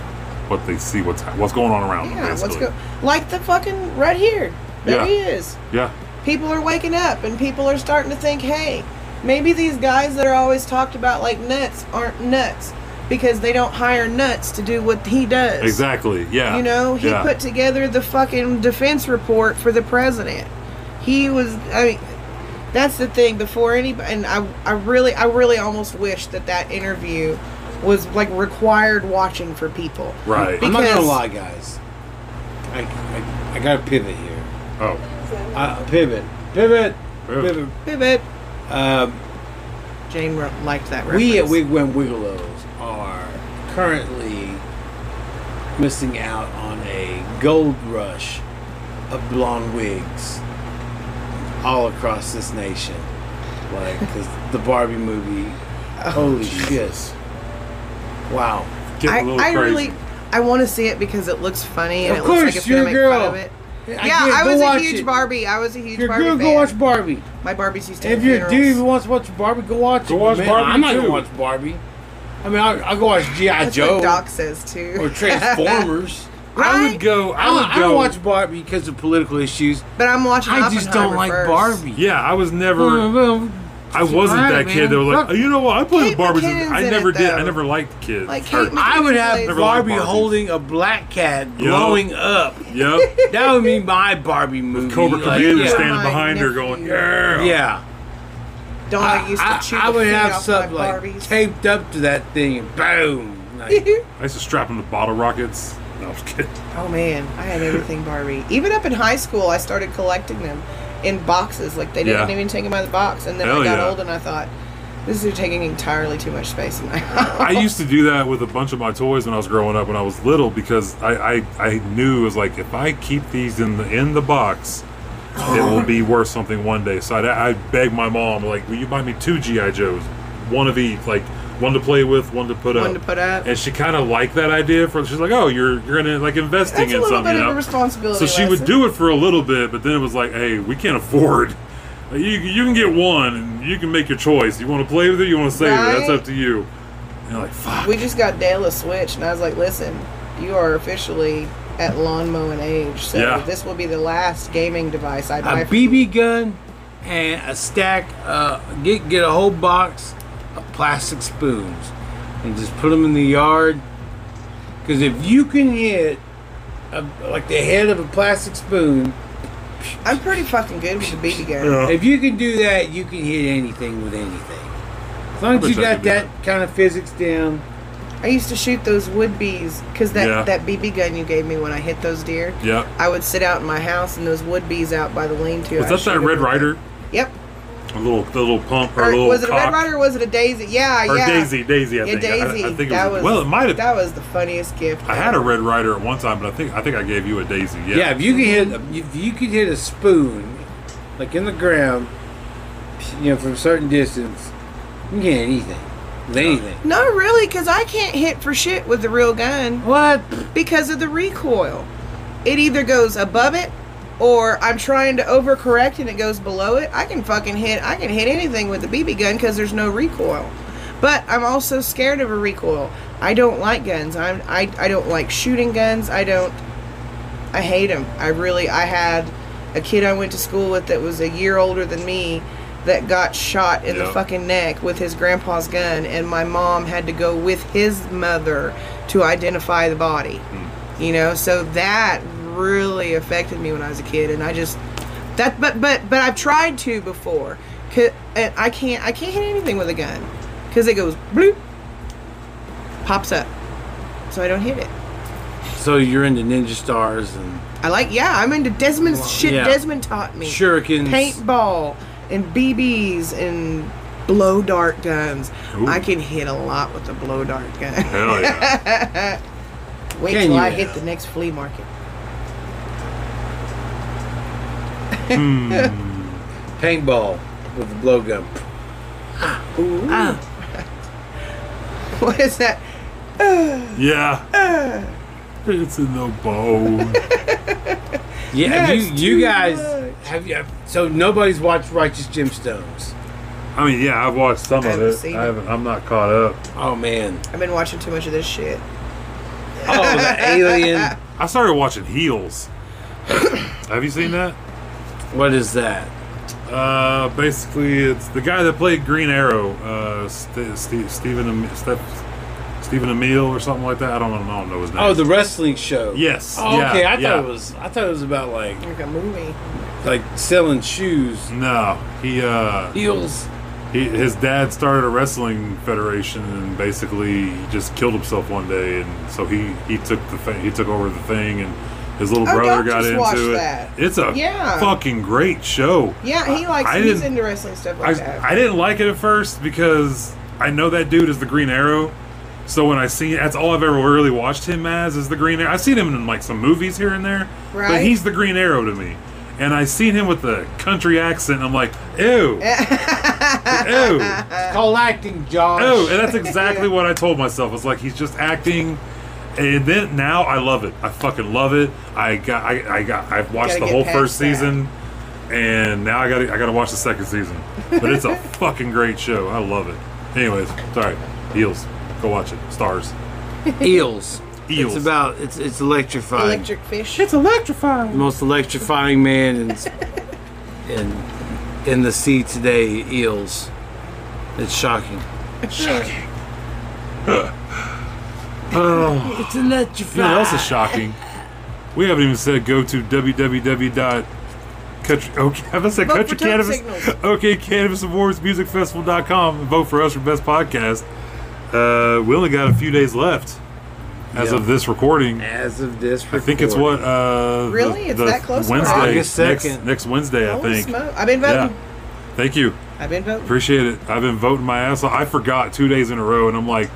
B: what they see, what's what's going on around
C: Yeah,
B: them.
C: what's
B: basically.
C: go like the fucking right here? There
B: Yeah.
C: he is.
B: Yeah.
C: people are waking up and people are starting to think, hey, maybe these guys that are always talked about like nuts aren't nuts because they don't hire nuts to do what he does.
B: Exactly. Yeah.
A: Ah,
C: You know, he
B: yeah.
C: put together the fucking defense report for the president. He was, I mean, that's the thing. Before anybody, and I, I really, I really almost wish that that interview was like required watching for people.
A: <laughs>
B: right.
A: I'm not gonna
C: Because-
A: lie, guys. I, I, I gotta pivot here.
B: Oh,
A: Uh, pivot, pivot,
B: Pivot.
A: pivot.
C: Pivot.
A: Um,
C: Jane re- liked that reference.
A: we at Wigwam Wiggalos are currently missing out on a gold rush of blonde wigs all across this nation. Like, 'cause <laughs> the Barbie movie.
C: Oh,
A: holy shit! Wow.
B: getting
C: I,
B: a little
C: I
B: crazy.
C: really I want to see it because it looks funny and
A: Of
C: it looks
A: course,
C: like it's
A: you're
C: gonna
A: a
C: make
A: girl.
C: fun of it.
A: I
C: yeah,
A: can't
C: I
A: go
C: was a
A: watch
C: huge
A: it.
C: Barbie. I was a huge
A: If you're a
C: Barbie
A: girl,
C: fan.
A: go watch Barbie.
C: My Barbies used to
A: If
C: have
A: you're a dude,
C: funerals.
A: if you want to watch Barbie, go watch
B: Go
A: it.
B: watch Barbie,
A: I'm not
B: too.
A: gonna watch Barbie. I mean, I, I'll go watch GI
C: That's
A: Joe
C: what Doc says too. <laughs>
A: or Transformers.
B: I
C: Right?
B: would go. I
A: I,
B: would
A: don't- I
B: go.
A: don't watch Barbie because of political issues.
C: but I'm watching.
A: I just don't
C: Oppenheimer
A: like
C: first.
A: Barbie.
B: yeah, I was never.
A: Well,
B: I wasn't
A: Alright,
B: that kid
A: man.
B: that was like,
A: Hmm, Fuck.
B: oh, you know what? I played
C: Kate
B: with Barbies.
C: McKinnon's
B: and- I
C: in
B: never
C: it,
B: did.
C: though.
B: I never liked kids.
C: Like
B: Or-
C: Kate
A: I would have
C: Never
B: liked
A: Barbie
B: Barbies.
A: holding a black cat blowing up.
B: <laughs> Yep.
A: That would be my Barbie movie.
B: Cobra
A: like,
B: Commander
A: yeah.
B: standing
C: My
B: behind her
C: nephew.
B: going, yeah.
A: Yeah,
C: Donna used to
A: I,
C: chew
A: I
C: the
A: would
C: feet
A: have
C: off
A: something
C: my
A: like
C: Barbies.
A: taped up to that thing, and boom.
C: <laughs>
A: Like,
B: I used to strap him to bottle rockets. No, I'm just kidding.
C: oh man, I had everything Barbie. Even up in high school, I started collecting them in boxes. Like they didn't
B: Yeah.
C: even take them out of the box. And then
B: Hell
C: I got
B: yeah.
C: old and I thought, this is taking entirely too much space in my <laughs> house.
B: I used to do that with a bunch of my toys when I was growing up when I was little because I, I, I knew it was like if I keep these in the in the box, it will be worth something one day. So I'd, I'd beg my mom like, will you buy me two GI Joes, one of each, like one to play with, one to put up.
C: One to put up.
B: And she kind of liked that idea. For she's like, oh, you're you're gonna like investing
C: That's a
B: in
C: little
B: something.
C: bit
B: you
C: of
B: know?
C: a responsibility.
B: So she would
C: lesson.
B: do it for a little bit, but then it was like, hey, we can't afford. You, you can get one, and you can make your choice. You want to play with it, you want to save it. That's
C: Right.
B: up to you. And you're like, fuck.
C: We just got Dale a Switch, and I was like, listen, you are officially at lawn mowing age, so
B: Yeah.
C: this will be the last gaming device I buy.
A: a
C: for
A: BB gun and a stack. Uh, get get a whole box of plastic spoons and just put them in the yard. Because if you can hit a, like the head of a plastic spoon,
C: I'm pretty fucking good with the BB gun.
B: Uh.
A: if you can do that, you can hit anything with anything. As long as
B: wish
A: you got
B: I could do
A: that kind of physics down,
C: I used to shoot those wood bees because that,
B: Yeah.
C: that BB gun you gave me when I hit those deer.
B: Yeah.
C: I would sit out in my house and those wood bees out by the lean to.
B: Was that that Red Rider?
C: Yep.
B: A little, the little pump, or, a
C: Or,
B: little
C: was it a
B: cock,
C: Red Rider or was it a Daisy? Yeah,
B: or
C: yeah.
B: Daisy, Daisy, I
C: Yeah,
B: think. I-
C: Daisy.
B: I, think it
C: that
B: was,
C: was,
B: Well, it might have.
C: That was the funniest gift.
B: I had a Red Rider at one time, but I think I think I gave you a Daisy. Yeah.
A: yeah. If you can hit, a- if you could hit a spoon, like in the ground, you know, from a certain distance, you can hit anything with anything.
C: No, really, because I can't hit for shit with the real gun
A: What?
C: because of the recoil. It either goes above it, or I'm trying to overcorrect and it goes below it. I can fucking hit. I can hit anything with the BB gun because there's no recoil. But I'm also scared of a recoil. I don't like guns. I'm. I. I don't like shooting guns. I don't. I hate them. I really. I had a kid I went to school with that was a year older than me that got shot in the
B: Yeah.
C: fucking neck with his grandpa's gun, and my mom had to go with his mother to identify the body. You know, so that really affected me when I was a kid, and I just that. But but but I've tried to before. 'Cause- and I can't I can't hit anything with a gun because it goes bloop, pops up, so I don't hit it.
A: So you're into ninja stars and
C: I like, yeah, I'm into Desmond's shit.
A: yeah.
C: Desmond taught me
A: shurikens.
C: paintball and BBs and blow dart guns.
B: Ooh.
C: I can hit a lot with a blow dart
A: <laughs>
C: gun.
B: Hell yeah.
C: <laughs> Wait
A: Can
C: till
A: you
C: I
A: now?
C: hit the next flea market. <laughs>
A: paintball with a blowgun.
C: Ooh. what is that?
B: yeah. it's in the bone.
A: Yeah, have you
C: That's
A: you
C: too
A: guys
C: much.
A: have you? So nobody's watched Righteous Gemstones.
B: I mean, yeah, I've watched some
C: I
B: of
C: haven't
B: it.
C: seen
B: I
C: it.
B: haven't. I'm not caught up.
A: Oh man!
C: I've been watching too much of this shit.
A: Oh,
C: <laughs>
A: the alien.
B: I started watching Heels. <coughs> Have you seen that?
A: What is that?
B: Uh, basically, it's the guy that played Green Arrow, uh, St- St- Stephen Am- Steph- Stephen Emile or something like that. I don't, know- I don't know his name.
A: Oh, the wrestling show.
B: Yes,
A: Oh,
B: yeah,
A: okay, I
B: yeah.
A: thought it was. I thought it was about like
C: Like a movie.
A: like selling shoes.
B: no, he uh,
A: Heels.
B: he, his dad started a wrestling federation and basically just killed himself one day, and so he he took the thing, he took over the thing, and his little
C: Oh,
B: brother
C: Doc
B: got
C: just watched
B: into it.
C: that.
B: It's a
C: Yeah.
B: fucking great show.
C: Yeah, he
B: I-
C: likes.
B: I
C: he's
B: didn't-
C: into wrestling stuff like that.
B: I, I didn't like it at first because I know that dude is the Green Arrow. So when I see that's all I've ever really watched him as is the Green Arrow. I've seen him in like some movies here and there,
C: Right.
B: but he's the Green Arrow to me. And I seen him with the country accent. I'm like,
C: <laughs>
B: ew, ew.
A: Call acting, Josh.
B: Oh, and
C: <laughs>
B: that's exactly what I told myself. It's like he's just acting, and then now I love it. I fucking love it. I got, I, I got, I've watched
C: Gotta
B: the
C: get
B: whole
C: past
B: first
C: that.
B: season, and now I got, to I got to watch the second season.
C: <laughs>
B: But it's a fucking great show. I love it. Anyways, sorry, Eels, go watch it. Stars,
A: Eels.
B: Eels.
A: It's about it's it's electrifying.
C: Electric fish.
A: The most electrifying man in in in the sea today. Eels. It's shocking.
B: oh,
A: It's electrifying.
B: you know, that's is shocking. We haven't even said go to www. dot Country, okay, have I said
C: Vote for
B: Country
C: Turn
B: Cannabis?
C: Signals.
B: Okay, Cannabis Awards Music Festival.com and vote for us for Best Podcast. Uh, we only got a few days left as
A: Yeah.
B: of this recording.
A: As of this,
B: I think it's what uh, the-
C: Really? It's
B: the
C: that close already?
B: Wednesday,
A: August
B: next,
A: 2nd.
B: next Wednesday, I
C: Holy
B: think.
C: smoke. I've been
B: Yeah.
C: voting.
B: Thank you.
C: I've been voting.
B: Appreciate it. I've been voting my ass off. I forgot two days in a row, and I'm like,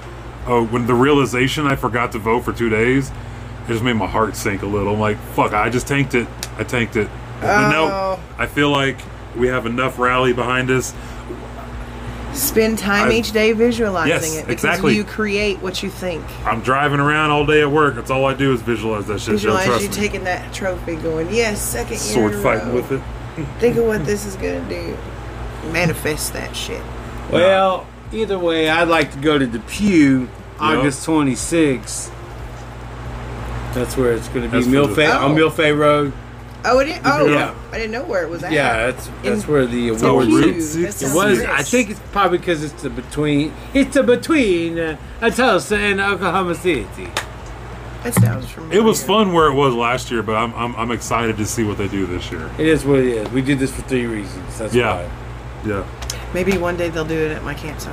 B: oh, when the realization I forgot to vote for two days, it just made my heart sink a little. I'm like, fuck, I just tanked it. I tanked it. But
C: Oh.
B: no, I feel like we have enough rally behind us.
C: Spend time
B: I've-
C: each day visualizing
B: Yes,
C: it because
B: exactly.
C: you create what you think.
B: I'm driving around all day at work. That's all I do is visualize that shit. Joe,
C: Visualize you
B: trust me.
C: taking uh, that trophy, going, yes, second year
B: Sword
C: in a
B: fighting
C: row.
B: with it.
C: Think of what this is gonna do. Manifest that shit.
A: Well, either way, I'd like to go to Depew August 26th. That's where it's going to be
B: That's for
A: Milfay
C: the-
A: on Milfay Road.
C: Oh, it is. Oh,
A: Yeah.
C: I didn't know where it was at.
A: Yeah, that's that's
C: In-
A: where the
C: It's in
A: award
B: Route
C: Hughes. That
B: 66.
A: It
C: sounds
A: was.
C: nice.
A: I think it's probably because it's the between. It's the between uh, Tulsa and Oklahoma City.
C: that sounds familiar.
B: It was fun where it was last year, but I'm, I'm, I'm excited to see what they do this year.
A: It is what it is. We did this for three reasons. That's
B: Yeah.
A: why.
B: Yeah.
C: Maybe one day they'll do it at my campsite.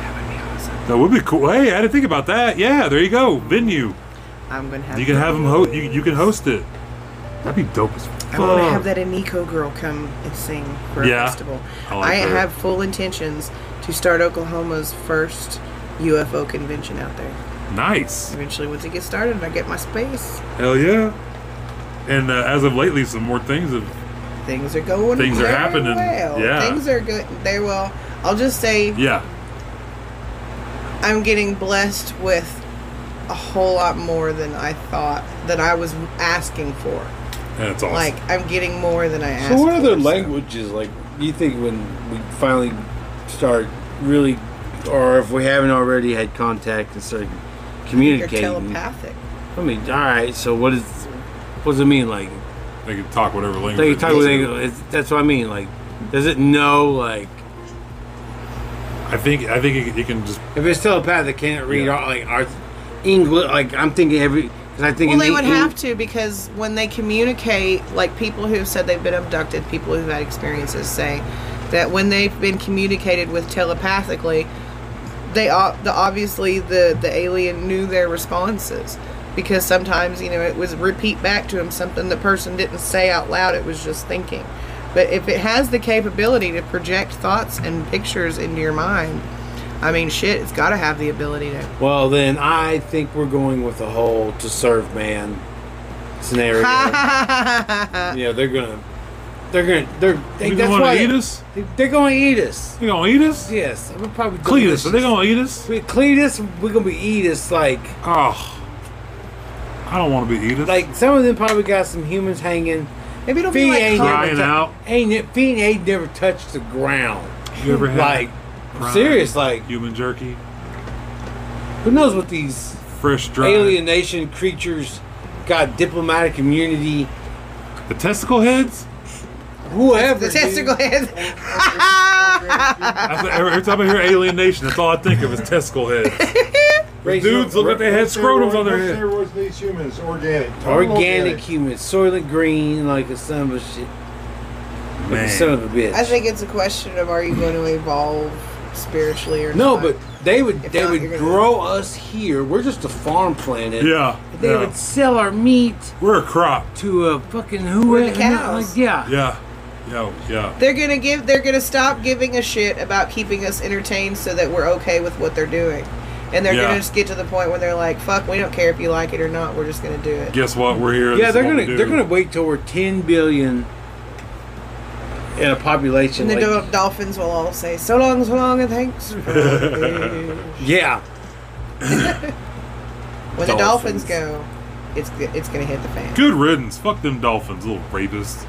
C: That would be awesome.
B: That would be cool. Hey, I didn't think about that. Yeah, there you go. Venue.
C: I'm gonna have.
B: You can
C: to-
B: have them host. You, you can host it. That'd be dope as fuck.
C: I want to have that Aniko girl come and sing for
B: Yeah,
C: a festival.
B: I
C: I,
B: like her.
C: have full intentions to start Oklahoma's first UFO convention out there.
B: Nice.
C: Eventually, once it gets started, and I get my space,
B: Hell yeah. And uh, as of lately, some more things have.
C: things are going.
B: Things are
C: very
B: happening,
C: Well.
B: yeah.
C: things are good. They will. I'll just say
B: Yeah.
C: I'm getting blessed with a whole lot more than I thought that I was asking for.
B: And it's awesome.
C: Like I'm getting more than I asked.
A: So, what
C: for,
A: other
C: so-
A: languages like you think when we finally start really, or if we haven't already had contact and started
C: You're
A: communicating?
C: telepathic.
A: I mean, all right. So, what is? What does it mean? Like
B: they can talk whatever language.
A: Like you talk with
B: do.
A: English, that's what I mean. Like, does it know? Like,
B: I think I think it, it can just.
A: if it's telepathic, can it read all, like our English? Like, I'm thinking every because I think
C: Well,
A: in
C: they
A: Eng-
C: would have to because when they communicate, like people who've said they've been abducted, people who've had experiences say that when they've been communicated with telepathically, they o- the obviously the the alien knew their responses because sometimes you know it was repeat back to him something the person didn't say out loud; it was just thinking. But if it has the capability to project thoughts and pictures into your mind, I mean, shit, it's got to have the ability to.
A: Well, then I think we're going with the whole to serve man
C: <laughs>
A: scenario. yeah, they're gonna, they're gonna, they're they,
B: You
A: that's
B: want
A: why
B: to eat us?
A: They, are gonna eat us.
B: You gonna eat us?
A: Yes, we're probably
B: Cletus, are they gonna eat us?
A: We Cletus, we're gonna be eat us like
B: Oh, I don't want to be eaten.
A: like some of them probably got some humans hanging.
C: Maybe it'll
A: Feet
C: be like
A: ain't
C: Kong.
B: Crying
C: <laughs>
A: never tou-
B: out.
A: Ain't it? Feet ain't never touched the ground.
B: you ever had
A: Like,
B: prime
A: serious. Like,
B: human jerky,
A: who knows what these
B: fresh dried
A: alienation creatures got? Diplomatic immunity.
B: The testicle heads.
A: Whoever.
C: The
A: dude.
C: testicle heads.
B: I th- every, every time I hear alienation, that's all I think of is testicle heads.
A: Raise
B: Dudes,
A: your-
B: look at they had scrotums on their head.
J: Steroids needs humans, organic. total
A: Organic human, soylent green, like a son of a shit, like a son
B: Man,
A: of a bitch.
C: I think it's a question of are you going to evolve spiritually or
A: no,
C: not?
A: but they would
C: If
A: they
C: not,
A: would
C: you're gonna-
A: grow us here. We're just a farm planet.
B: yeah,
A: They
B: yeah.
A: would sell our meat
B: we're a crop.
A: to a fucking whoever.
C: cows.
A: Like, yeah.
B: Yeah, yeah, yeah.
C: they're gonna give they're gonna stop giving a shit about keeping us entertained so that we're okay with what they're doing, and they're
B: Yeah.
C: gonna just get to the point where they're like, "Fuck, we don't care if you like it or not. We're just gonna do it."
B: Guess what? We're here.
A: Yeah,
B: This is
A: they're
B: what we
A: gonna
B: do.
A: they're gonna wait till we're ten billion in a population.
C: And the
A: like-
C: dol- dolphins will all say, "So long, so long, and thanks." for this."
B: <laughs>
A: yeah,
C: when the dolphins
B: Dolphins.
C: go, it's it's gonna hit the fan.
B: Good riddance. Fuck them dolphins, little rapists.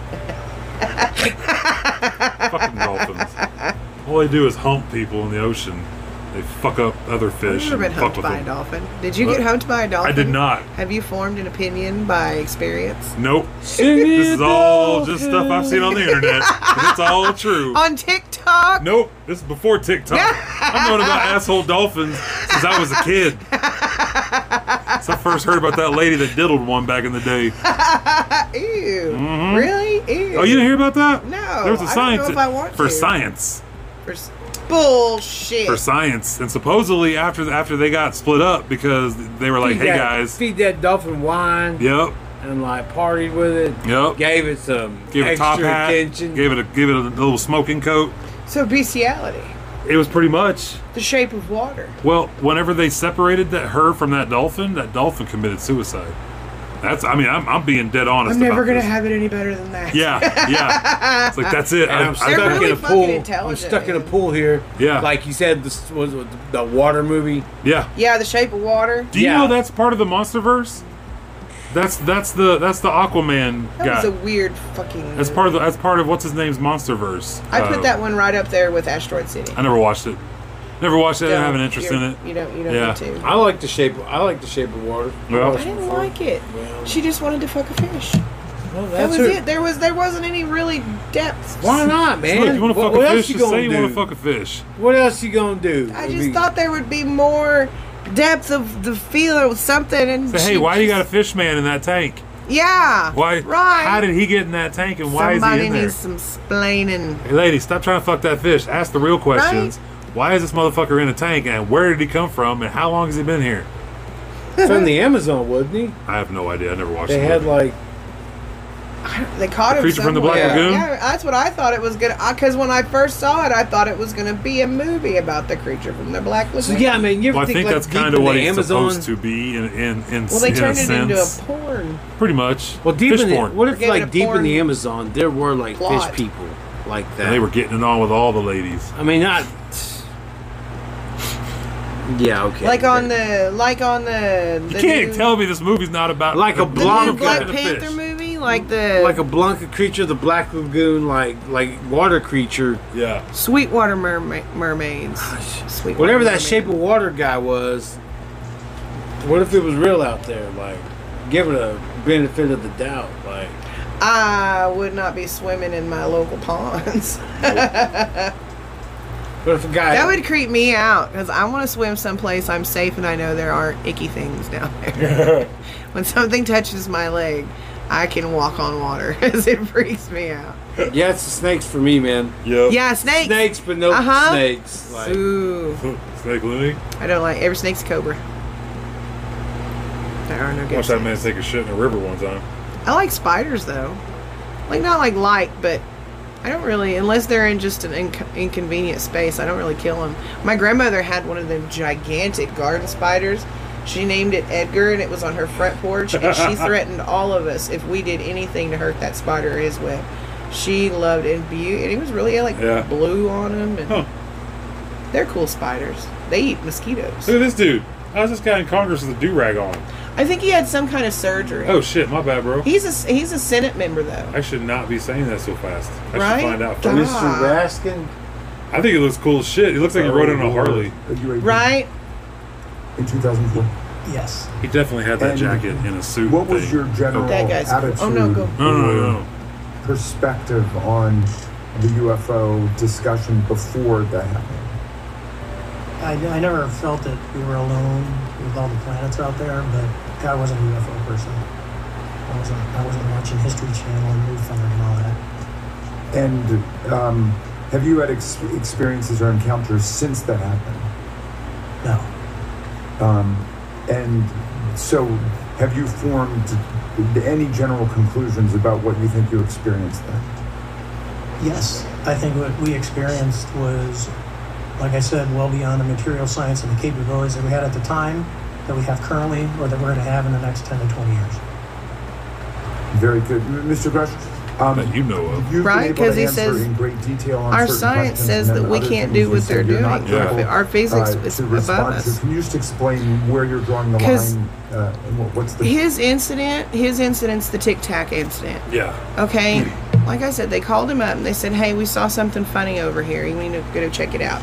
B: Fucking dolphins. All they do is hump people in the ocean. They fuck up other
C: Have
B: fish
C: you ever been
B: and fuck
C: humped
B: with
C: by a
B: them.
C: dolphin? Did you
B: What?
C: get humped by a dolphin?
B: I did not.
C: Have you formed an opinion by experience?
B: Nope. This is all just stuff I've seen on the internet. and it's all
C: <laughs>
B: true.
C: On TikTok?
B: Nope. This is
C: <laughs>
B: before TikTok. I've known about asshole dolphins since I was a kid. Since I first heard about that lady that diddled one back in the day.
C: Ew. Really? Ew.
B: Mm-hmm. Oh, you didn't hear about that?
C: No,
B: There was a
C: I don't know
B: science
C: if I want
B: for
C: to.
B: science.
C: For s- bullshit.
B: for science. And supposedly after after they got split up because they were like,
A: Feed
B: "Hey
A: that-
B: guys,
A: feed that dolphin wine
B: yep,
A: and like partied with it.
B: yep."
A: Gave it some
B: Gave it a
A: extra
B: top hat,
A: attention.
B: gave it a give it a little smoking coat.
C: so bestiality,
B: It was pretty much
C: the shape of water.
B: well. Whenever they separated that her from that dolphin, that dolphin committed suicide. That's. I mean, I'm, I'm being dead honest.
C: I'm never
B: about
C: gonna
B: this.
C: have it any better than that.
B: Yeah, yeah. It's like that's it.
A: <laughs> And I'm
B: I, I,
A: stuck
C: really
A: in a
C: fucking
A: pool. I'm
C: intelligent,
A: stuck in a
C: man.
A: pool here.
B: Yeah.
A: Like you said, this was the water movie.
B: yeah.
C: Yeah, The Shape of Water.
B: Do you
A: Yeah.
B: know that's part of the MonsterVerse? That's that's the that's the Aquaman
C: That
B: guy.
C: was a weird fucking.
B: that's part of the, that's part of what's his name's MonsterVerse.
C: I put
B: Uh,
C: that one right up there with Asteroid City.
B: I never watched it. Never watched it. I didn't
C: Don't-
B: have an interest in
C: you're-
B: it.
C: You don't. You don't
B: Yeah.
C: need to.
A: I like the shape. I like the shape of water.
B: Well-
C: I didn't like it.
A: Well-
C: She just wanted to fuck a fish.
A: Well,
C: That was
A: her-
C: it. There was there wasn't any really depth.
A: Why not, man?
B: Look, you want to
A: what,
B: fuck
A: what
B: a
A: else
B: fish?
A: you
B: Just
A: gonna
B: say you
A: do?
B: want to fuck a fish.
A: What else you gonna do?
C: I
A: mean,
C: just thought there would be more depth of the feel or something. And
B: Say,
C: she
B: hey, why you got a
C: just-
B: fish man in that tank?
C: Yeah.
B: Why?
C: Right.
B: How did he get in that tank, and why
C: Somebody
B: is he in there?
C: needs some splaining.
B: Hey, lady, stop trying to fuck that fish. Ask the real questions. Why is this motherfucker in a tank, and where did he come from, and how long has he been here?
A: from
C: <laughs>
A: the Amazon, wasn't he?
B: I have no idea. I never watched.
A: They
B: the
A: had like
B: movie.
C: They caught
B: The
C: him.
B: Creature from the
C: somewhere.
B: Black
C: yeah.
B: Lagoon?
C: Yeah, that's what I thought it was gonna. Because when I first saw it, I thought it was gonna be a movie about the creature from the Black Lagoon.
A: so. Yeah, I mean, you ever
B: Well, I
A: think,
B: think
A: like,
B: that's
A: deep
B: kind of
A: in
B: what
A: the
B: he's
A: Amazon,
B: supposed to be in in in,
C: Well, they
B: in a
C: turned it into
B: sense.
C: a porn.
B: Pretty much.
A: Well, deep
B: fish
A: in the,
B: porn.
A: what
C: Or
A: if
C: gave it a
A: like deep in
C: porn
A: the Amazon there were like
C: plot.
A: fish people like that?
B: and they were getting it on with all the ladies.
A: I mean, not. Yeah. Okay.
C: Like on the, like on the. the
B: You can't
C: new-
B: tell me this movie's not about
A: Like a
B: the
C: The
A: Blanca.
C: new
B: blonde guy
C: Black
B: and the
C: Panther
B: fish.
C: movie, like the
A: like a Blanca creature, the black lagoon, like like water creature,
B: Yeah.
C: Sweetwater merma- mermaids. Sweetwater
A: whatever that
C: mermaids.
A: shape of water guy was. What if it was real out there? Like, give it a benefit of the doubt. Like,
C: I would not be swimming in my local ponds.
A: what if a guy?
C: that would creep me out because I want to swim someplace I'm safe and I know there aren't icky things <laughs> down there. when something touches my leg, I can walk on water <laughs> because it freaks me out.
A: yeah, it's the snakes for me, man.
B: Yep.
C: Yeah, snakes.
A: Snakes, but no
C: Uh-huh.
A: snakes. Like,
C: Ooh,
B: Snake Looney.
C: I don't like every snake's a cobra. There are no good.
B: Watched that
C: snakes.
B: man take a shit in a river one time.
C: I like spiders though, like not like light, but I don't really unless they're in just an inc- inconvenient space. I don't really kill them. My grandmother had one of them gigantic garden spiders. She named it Edgar, and it was on her front porch. And
B: <laughs>
C: she threatened all of us if we did anything to hurt that spider or his web. She loved it and beauty, and he was really like
B: Yeah.
C: blue on him. And
B: Huh.
C: they're cool spiders. They eat mosquitoes.
B: Look at this dude. How's this guy in Congress with a do rag on?
C: I think he had some kind of surgery.
B: Oh shit, my bad, bro.
C: He's a he's a Senate member though.
B: I should not be saying that so fast. I
C: Right?
B: should find out.
C: God.
B: First.
C: Ah.
A: Mr. Raskin.
B: I think it looks cool as shit. He looks like he rode it on a Harley.
F: A UAP
C: Right?
F: In 2004. Yes.
B: He definitely had that
F: And
B: jacket in a suit.
F: What was
B: thing.
F: your general
C: That guy's-
F: attitude
C: oh, no, go.
B: No, no, no, no.
F: or perspective on the UFO discussion before that happened?
K: I, I never felt that we were alone with all the planets out there, but God wasn't a UFO person. I wasn't, I wasn't watching History Channel and Mood Thunder and all that.
F: And um, have you had ex- experiences or encounters since that happened?
K: No.
F: Um, and so have you formed any general conclusions about what you think you experienced then?
K: Yes, I think what we experienced was, like I said, well beyond the material science and the capabilities that we had at the time, that we have currently, or that we're going to have in the next 10 to 20 years.
F: Very good. M- Mr. Grush, um,
B: That you know of.
F: you've
C: Right,
F: been able
C: 'cause
F: to
C: he
F: answer
C: says
F: in great detail on
C: Our
F: certain
C: science
F: questions,
C: says
F: and
C: that
F: then
C: we
F: other
B: can't
C: can't
F: things
C: do
F: you
C: what
F: said
C: they're
F: you're
C: doing.
F: not
B: Yeah.
F: able,
C: Our, our physics
F: uh,
C: is
F: to
C: above
F: respond to.
C: us.
F: Can you just explain where you're drawing the
C: 'Cause
F: line? Uh, and what- what's the
C: His incident, his incident's the Tic Tac incident.
B: Yeah.
C: Okay, like I said, they called him up and they said, "Hey, we saw something funny over here. You need to go check it out."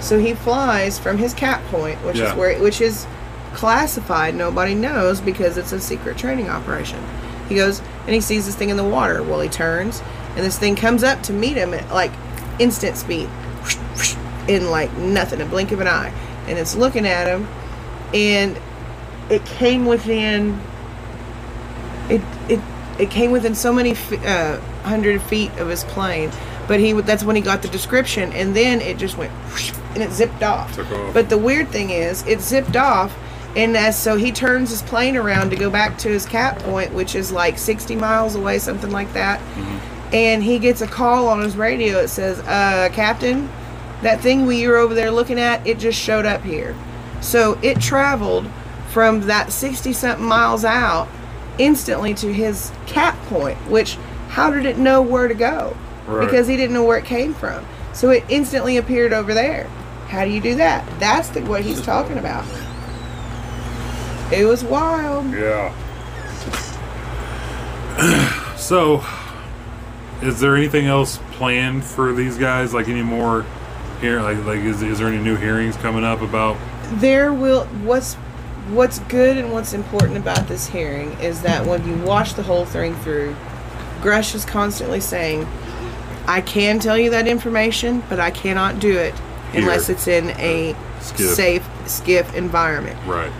C: So he flies from his cap point, which
B: Yeah.
C: is where, which is classified. Nobody knows because it's a secret training operation. He goes and he sees this thing in the water. Well, he turns and this thing comes up to meet him at like instant speed, in like nothing, a blink of an eye, and it's looking at him, and it came within it it it came within so many f- uh, hundred feet of his plane but he would- that's when he got the description and then it just went whoosh, and it zipped off.
B: Took off.
C: but the weird thing is it zipped off and as so he turns his plane around to go back to his cap point which is like 60 miles away something like that and he gets a call on his radio it says uh, captain that thing we were over there looking at it just showed up here so it traveled from that 60 something miles out instantly to his cap point, which how did it know where to go?
B: Right.
C: Because he didn't know where it came from. So it instantly appeared over there. How do you do that? That's the, what he's talking about. It was wild.
B: Yeah. <clears throat> so, is there anything else planned for these guys? Like any more here? Like, like is, is there any new hearings coming up about?
C: there will what's what's good and what's important about this hearing is that when you watch the whole thing through grush is constantly saying i can tell you that information but i cannot do it unless
B: Here.
C: it's in a
B: Skiff.
C: safe skiff environment
B: Right.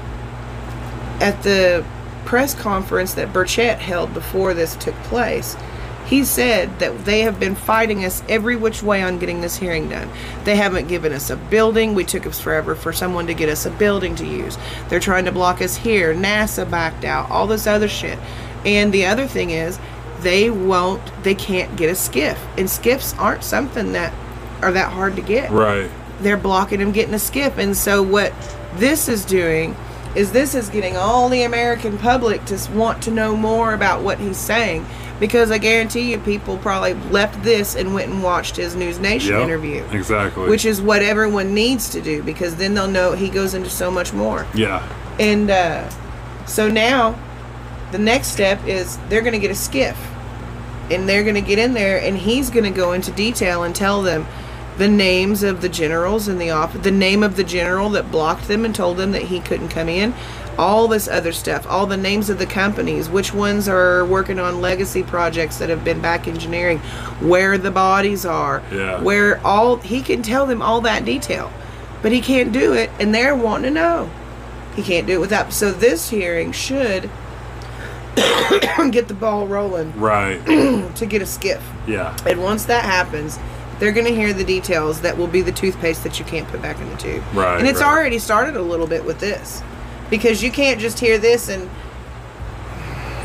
C: at the press conference that Burchett held before this took place, he said that they have been fighting us every which way on getting this hearing done. They haven't given us a building. We took us forever for someone to get us a building to use. They're trying to block us here. NASA backed out, all this other shit. And the other thing is, they won't, they can't get a skiff. And skiffs aren't something that are that hard to get
B: Right.
C: they're blocking him getting a skip. And so what this is doing is this is getting all the American public to s- want to know more about what he's saying because I guarantee you people probably left this and went and watched his News Nation
B: Yep.
C: interview,
B: Exactly.
C: which is what everyone needs to do because then they'll know he goes into so much more.
B: yeah.
C: And uh, so now the next step is they're going to get a skiff and they're going to get in there and he's going to go into detail and tell them the names of the generals in the office, the name of the general that blocked them and told them that he couldn't come in, all this other stuff, all the names of the companies, which ones are working on legacy projects that have been back engineering, where the bodies are,
B: Yeah.
C: where all he can tell them all that detail, but he can't do it and they're wanting to know. He can't do it without. So this hearing should get the ball rolling <clears throat>
B: Right.
C: to get a skiff.
B: yeah.
C: And once that happens, they're going to hear the details that will be the toothpaste that you can't put back in the tube.
B: Right,
C: And it's
B: right.
C: already started a little bit with this because you can't just hear this and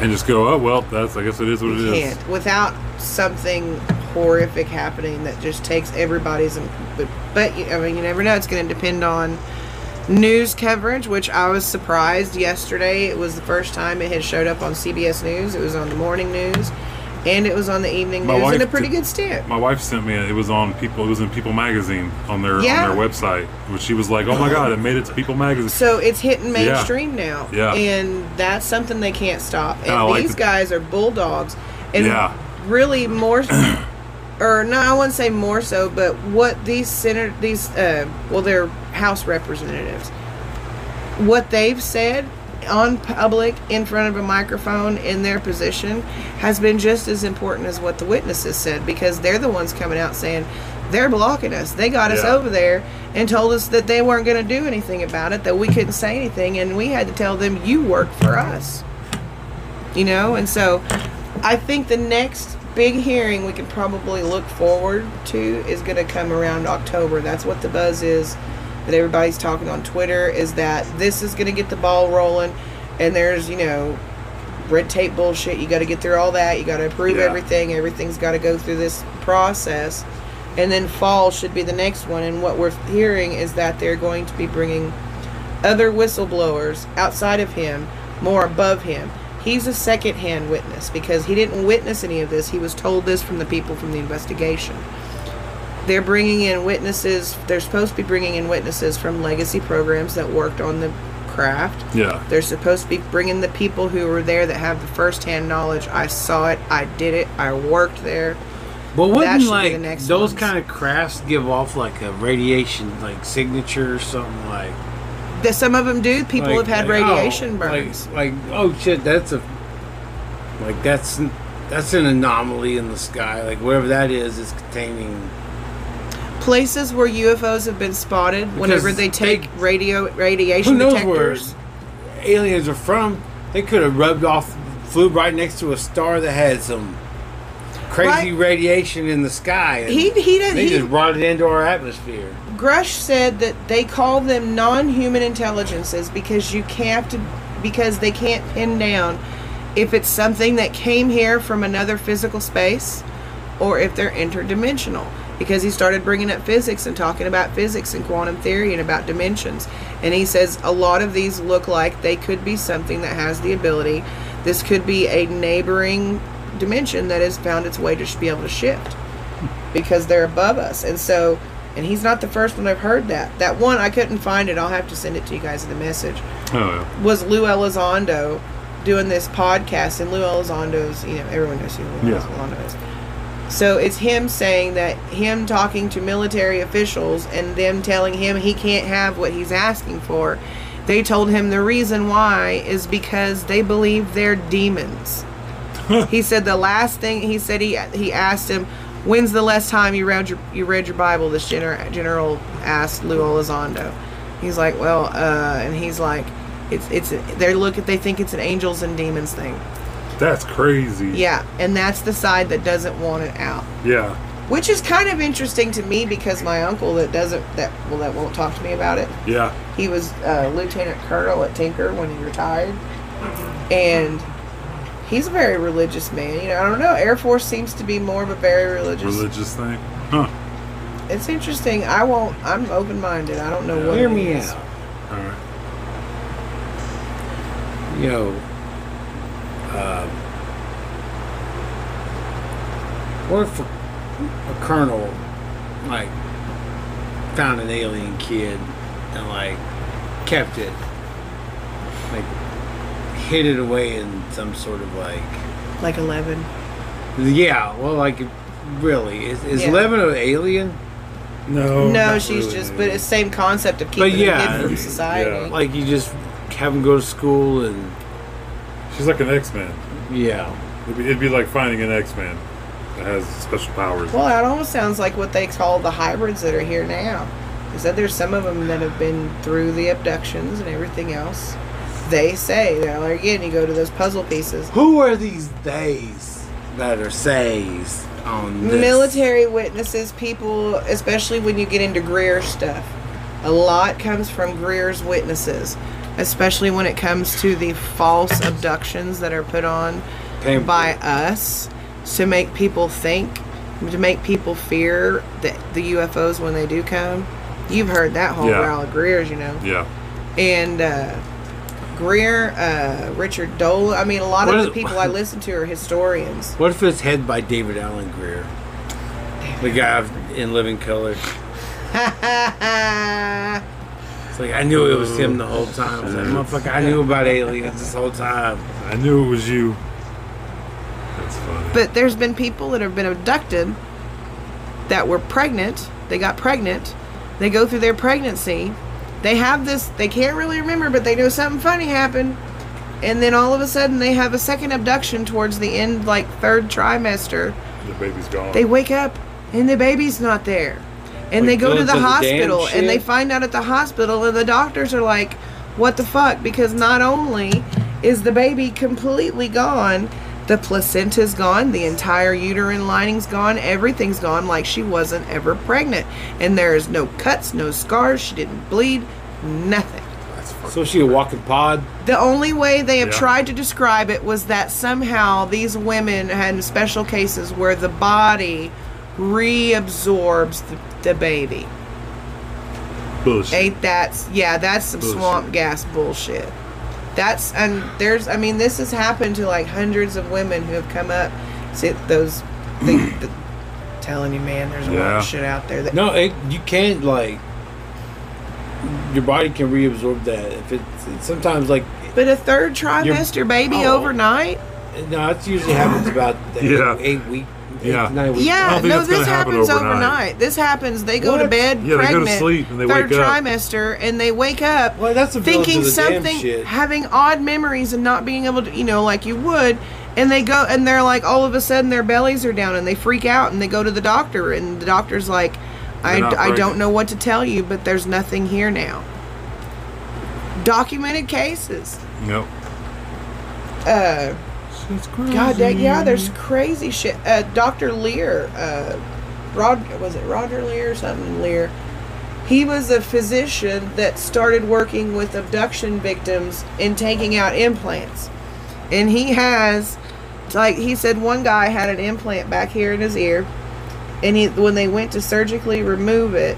B: And just go. Oh well. That's. I guess it is what it is.
C: can't without something horrific happening that just takes everybody's. But, but you- I mean, you never know. It's going to depend on news coverage, which I was surprised yesterday. It was the first time it had showed up on CBS News. It was on the morning news, and it was on the evening
B: My
C: news in
B: wife
C: a pretty
B: did-
C: good stint.
B: My wife sent me. a- It was on People. It was in People Magazine on their
C: Yeah.
B: on their website, which she was like, "Oh my god, it made it to People Magazine."
C: So it's hitting
B: Yeah.
C: mainstream now.
B: Yeah.
C: And that's something they can't stop. And
B: I like
C: these
B: that-
C: guys are bulldogs. And
B: Yeah.
C: really more
B: <clears throat>
C: or no, I wouldn't say more so, but what these senator these uh well they're house representatives what they've said on public in front of a microphone in their position has been just as important as what the witnesses said because they're the ones coming out saying they're blocking us. They got us
B: Yeah.
C: over there and told us that they weren't going to do anything about it, that we couldn't say anything, and we had to tell them, you work for us. You know? And so I think the next big hearing we can probably look forward to is going to come around October. That's what the buzz is that everybody's talking on Twitter is that this is going to get the ball rolling, and there's you know red tape bullshit. You got to get through all that. You got to approve
B: Yeah.
C: everything. Everything's got to go through this process, and then fall should be the next one. And what we're hearing is that they're going to be bringing other whistleblowers outside of him, more above him. He's a second-hand witness because he didn't witness any of this. He was told this from the people from the investigation they're bringing in witnesses they're supposed to be bringing in witnesses from legacy programs that worked on the craft
B: yeah.
C: they're supposed to be bringing the people who were there that have the first-hand knowledge i saw it i did it i worked there
A: But
C: That should be
A: wouldn't like
C: the next
A: those
C: ones.
A: kind of crafts give off like a radiation like signature or something like
C: that some of them do people
A: like-
C: have had
A: like,
C: radiation
A: oh,
C: burns
A: Like, like oh shit, that's a like that's n- that's an anomaly in the sky. Like whatever that is, is containing
C: places where ufos have been spotted whenever
A: Because
C: they take
A: they-
C: radio
A: who
C: radiation
A: knows
C: detectors
A: where aliens are from. They could have rubbed off, flew right next to a star that had some crazy
C: Right.
A: radiation in the sky. and
C: he he does
A: they
C: he,
A: just brought it into our atmosphere.
C: Grush said that they call them non-human intelligences because you can't because they can't pin down if it's something that came here from another physical space or if they're interdimensional because he started bringing up physics and talking about physics and quantum theory and about dimensions and he says a lot of these look like they could be something that has the ability This could be a neighboring dimension that has found its way to sh- be able to shift because they're above us. And so, and he's not the first one I've heard that. That one, I couldn't find it. I'll have to send it to you guys in the message.
B: Oh,
C: Was Lou Elizondo doing this podcast, and Lou Elizondo's, you know, everyone knows who Lou
B: Yeah.
C: Elizondo is. So it's him saying that him talking to military officials and them telling him he can't have what he's asking for. They told him the reason why is because they believe they're demons. he said the last thing he said he he asked him, "When's the last time you read your you read your Bible?" This gener- general asked Lou Elizondo. He's like, "Well," uh, and he's like, "It's it's they look at they think it's an angels and demons thing."
B: that's crazy.
C: Yeah, and that's the side that doesn't want it out
B: Yeah.
C: which is kind of interesting to me because my uncle that doesn't that well that won't talk to me about it
B: Yeah.
C: he was uh, lieutenant colonel at tinker when he retired and he's a very religious man you know i don't know air force seems to be more of a very religious
B: Religious thing. Huh.
C: it's interesting i won't i'm open-minded i don't know what
A: Hear
C: it
A: me
C: is.
A: out.
B: All right.
A: Yo. Um, what if a, a colonel, like, found an alien kid and, like, kept it? Like, hid it away in some sort of, like.
C: like 11
A: Yeah, well, like, really. Is, is
C: Yeah.
A: Levin an alien?
B: No.
C: no
A: Oh, not
C: she's
A: really.
C: just but it's same concept of keeping a
A: yeah,
C: kid from society
A: Like, you just have him go to school and.
B: She's like an X Man.
A: Yeah.
B: It'd be, it'd be like finding an X Man that has special powers.
C: Well, that almost sounds like what they call the hybrids that are here now. Is that there's some of them that have been through the abductions and everything else. They say, they're like, again, you go to those puzzle pieces.
A: Who are these days that are says on this?
C: Military witnesses, people, especially when you get into Greer stuff, a lot comes from Greer's witnesses, especially when it comes to the false abductions that are put on
A: Pam-
C: by us to make people think, to make people fear that the UFOs when they do come. You've heard that whole
B: Yeah.
C: growl of Greer's, you know.
B: Yeah.
C: And uh, Greer, uh, Richard Dole, I mean, a lot
A: What
C: of
A: is-
C: the people
A: <laughs>
C: I listen to are historians. <laughs>
A: What if it's head by David Allen Greer? The guy in Living Color. It's like, I knew it was him the whole time. It's like, motherfucker, I knew about aliens this whole time.
B: I knew it was you. That's funny.
C: But there's been people that have been abducted that were pregnant. They got pregnant. They go through their pregnancy. They have this, they can't really remember, but they know something funny happened. And then all of a sudden they have a second abduction towards the end, like third trimester.
B: The baby's gone.
C: They wake up and the baby's not there. And
A: Like
C: they go to
A: going
C: the
A: to the damn
C: hospital and they
A: shit?
C: find out at the hospital and the doctors are like, what the fuck? Because not only is the baby completely gone, the placenta's gone, the entire uterine lining's gone, everything's gone like she wasn't ever pregnant. And there is no cuts, no scars, she didn't bleed, nothing.
A: So she a walking pod?
C: The only way they have
B: Yeah.
C: tried to describe it was that somehow these women had special cases where the body reabsorbs the, the baby.
B: Bullshit.
C: Ain't that yeah, that's some
B: Bullshit.
C: swamp gas bullshit. That's and there's I mean this has happened to like hundreds of women who have come up see those
B: <clears throat>
C: things that, telling you man there's a lot
B: Yeah.
C: of shit out there that
A: No, it, you can't, like, your body can reabsorb that. If it's, it's sometimes, like,
C: but a third trimester baby
A: Oh.
C: overnight
A: no, it usually happens about eight,
B: Yeah.
A: eight week, eight
B: Yeah.
A: to nine weeks.
C: Yeah,
B: don't think
C: no,
B: that's gonna
C: this
B: happen
C: happens overnight.
B: overnight.
C: This happens. They go to
A: What?
C: bed
B: Yeah, they go to
C: pregnant,
B: sleep and they
C: third
B: wake up.
C: trimester, and they wake up
A: Oh, Well, that's the villains
C: thinking
A: of the damn
C: something,
A: shit.
C: having odd memories and not being able to, you know, like you would. And they go, and they're like, all of a sudden, their bellies are down, and they freak out, and they go to the doctor, and the doctor's like, I,
B: They're not
C: I don't
B: pregnant.
C: know what to tell you, but there's nothing here now. Documented cases.
B: Nope.
C: Uh, God, that, yeah, there's crazy shit. Uh, Dr. Lear, uh, Rod, was it Roger Lear or something? Lear. He was a physician that started working with abduction victims and taking out implants. And he has, like, he said one guy had an implant back here in his ear. And he, when they went to surgically remove it,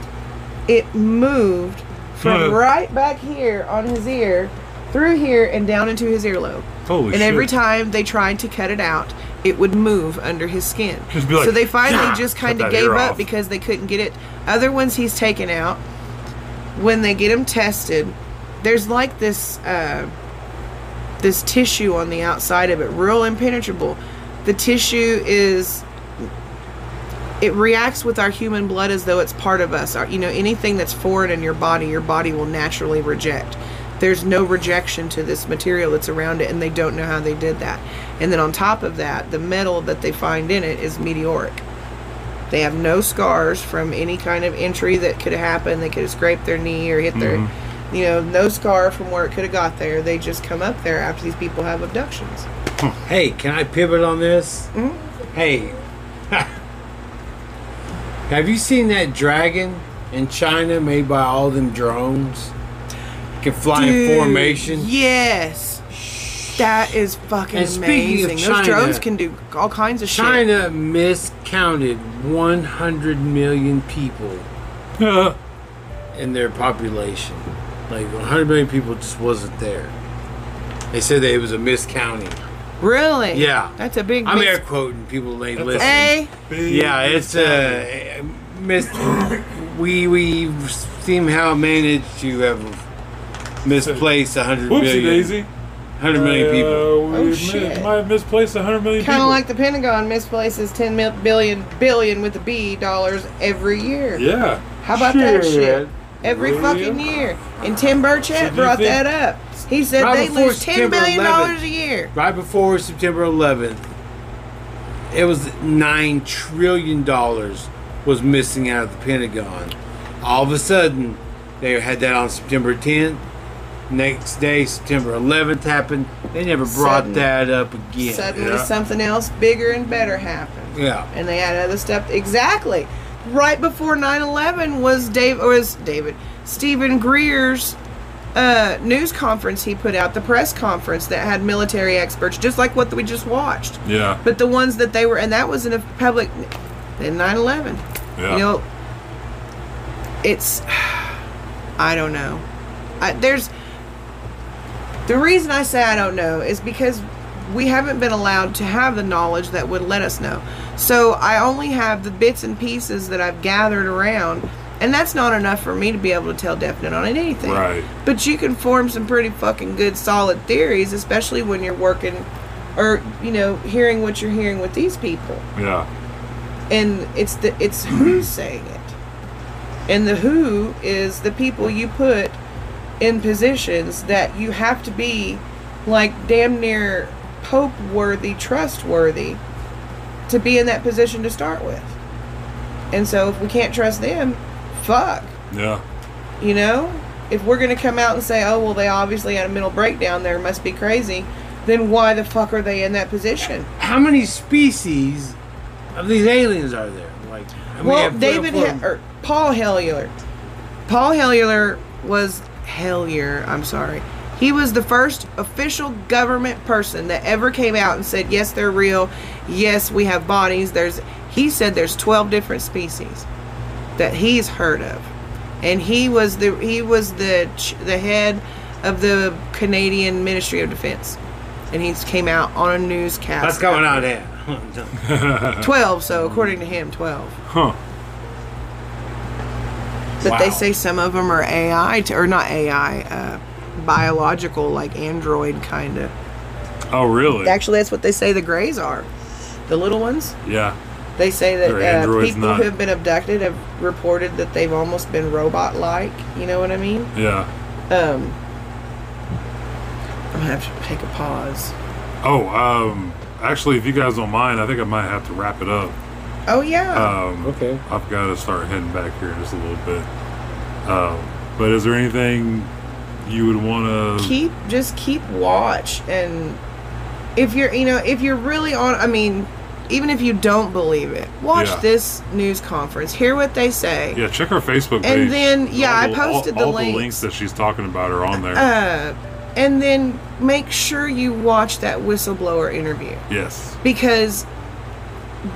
C: it moved from
B: Yeah.
C: right back here on his ear through here and down into his earlobe.
B: Holy
C: and
B: shit.
C: every time they tried to cut it out, it would move under his skin.
B: Just be like,
C: so they finally
B: "Yeah,
C: just
B: cut
C: kind of
B: that
C: gave
B: ear
C: up
B: off."
C: because they couldn't get it. Other ones he's taken out. When they get him tested, there's like this uh, this tissue on the outside of it, real impenetrable. The tissue is it reacts with our human blood as though it's part of us. Our, you know, anything that's foreign in your body, your body will naturally reject. There's no rejection to this material that's around it, and they don't know how they did that. And then on top of that, the metal that they find in it is meteoric. They have no scars from any kind of injury that could have happened. They could have scraped their knee or hit
B: Mhm.
C: their, you know, no scar from where it could have got there. They just come up there after these people have abductions.
A: Hey, can I pivot on this?
C: Mm-hmm.
A: Hey, <laughs> have you seen that dragon in China made by all them drones? Can fly in
C: Dude,
A: formation.
C: Yes. That is fucking
A: And speaking of
C: amazing. Those drones
A: China-
C: can do all kinds of shit.
A: China miscounted 100 million people
B: <laughs>
A: in their population. Like 100 million people just wasn't there. They said that it was a miscounting.
C: Really?
A: Yeah.
C: That's a big
A: I'm
C: mis-
A: air quoting people they
C: That's a
A: listen.
C: Hey.
B: big
A: yeah, it's uh, mis- we we somehow managed to have misplaced 100
B: Whoopsie
A: million-
B: daisy.
A: 100 million people.
B: Uh, we
C: Oh,
B: admit-
C: shit.
B: might have misplaced 100 million
C: Kind of
B: people.
C: like the Pentagon misplaces 10 mil- billion billion with a B dollars every year.
B: yeah.
C: How about that shit? Every
B: Really?
C: fucking year. And Tim
B: So
C: Burchett
B: do you
C: brought
B: think-
C: that up. He said
A: Right
C: they
A: before
C: lose $10 billion
A: September 11th.
C: dollars a year.
A: right before September 11th, it was nine trillion dollars was missing out of the Pentagon. All of a sudden, they had that on September 10th. Next day, September 11th happened. They never brought
C: Sudden.
A: that up again.
C: Suddenly
B: Yeah.
C: something else bigger and better happened.
A: Yeah,
C: and they had other stuff exactly right before 9-11 was dave or was david stephen greer's uh, news conference he put out the press conference that had military experts just like what we just watched
B: Yeah.
C: but the ones that they were and that was in a public in 9-11
B: Yeah.
C: you know it's <sighs> i don't know I, there's the reason i say i don't know is because we haven't been allowed to have the knowledge that would let us know so i only have the bits and pieces that i've gathered around and that's not enough for me to be able to tell definite on anything
B: Right.
C: but you can form some pretty fucking good solid theories especially when you're working or you know hearing what you're hearing with these people
B: yeah.
C: and it's the it's who's saying it and the who is the people you put in positions that you have to be like damn near pope worthy trustworthy to be in that position to start with and so if we can't trust them fuck
B: Yeah.
C: you know if we're going to come out and say oh well they obviously had a mental breakdown there must be crazy then why the fuck are they in that position
A: how many species of these aliens are there? Like, I mean,
C: well,
A: have-
C: David
A: have-
C: he- or Paul Hellier. Paul Hellier was Hellier. I'm sorry. He was the first official government person that ever came out and said, "Yes, they're real. Yes, we have bodies." There's. He said there's 12 different species that he's heard of, and he was the he was the ch- the head of the Canadian Ministry of Defense, and he came out on a newscast.
A: That's going on <laughs> there.
C: 12. So according to him, 12.
B: Huh.
C: But
A: Wow.
C: they say some of them are AI, t- or not AI, uh, biological, like android kind of.
B: Oh, really?
C: Actually, that's what they say the Greys are. The little ones.
B: yeah.
C: They say
B: They're
C: that uh,
B: androids,
C: people
B: not-
C: who have been abducted have reported that they've almost been robot like. You know what I mean?
B: Yeah.
C: Um, I'm going to have to take a pause.
B: Oh, um, actually, if you guys don't mind, I think I might have to wrap it up.
C: Oh, yeah.
B: Um,
A: Okay.
B: I've got to start heading back here in just a little bit. Um, but is there anything you would want to?
C: keep, just keep watch. And if you're, you know, if you're really on, I mean, even if you don't believe it, watch
B: Yeah.
C: this news conference, hear what they say.
B: Yeah, check her Facebook page.
C: And then, yeah, I
B: all-
C: posted
B: all,
C: the
B: all
C: links.
B: the links that she's talking about are on there.
C: uh, and then make sure you watch that whistleblower interview
B: yes.
C: because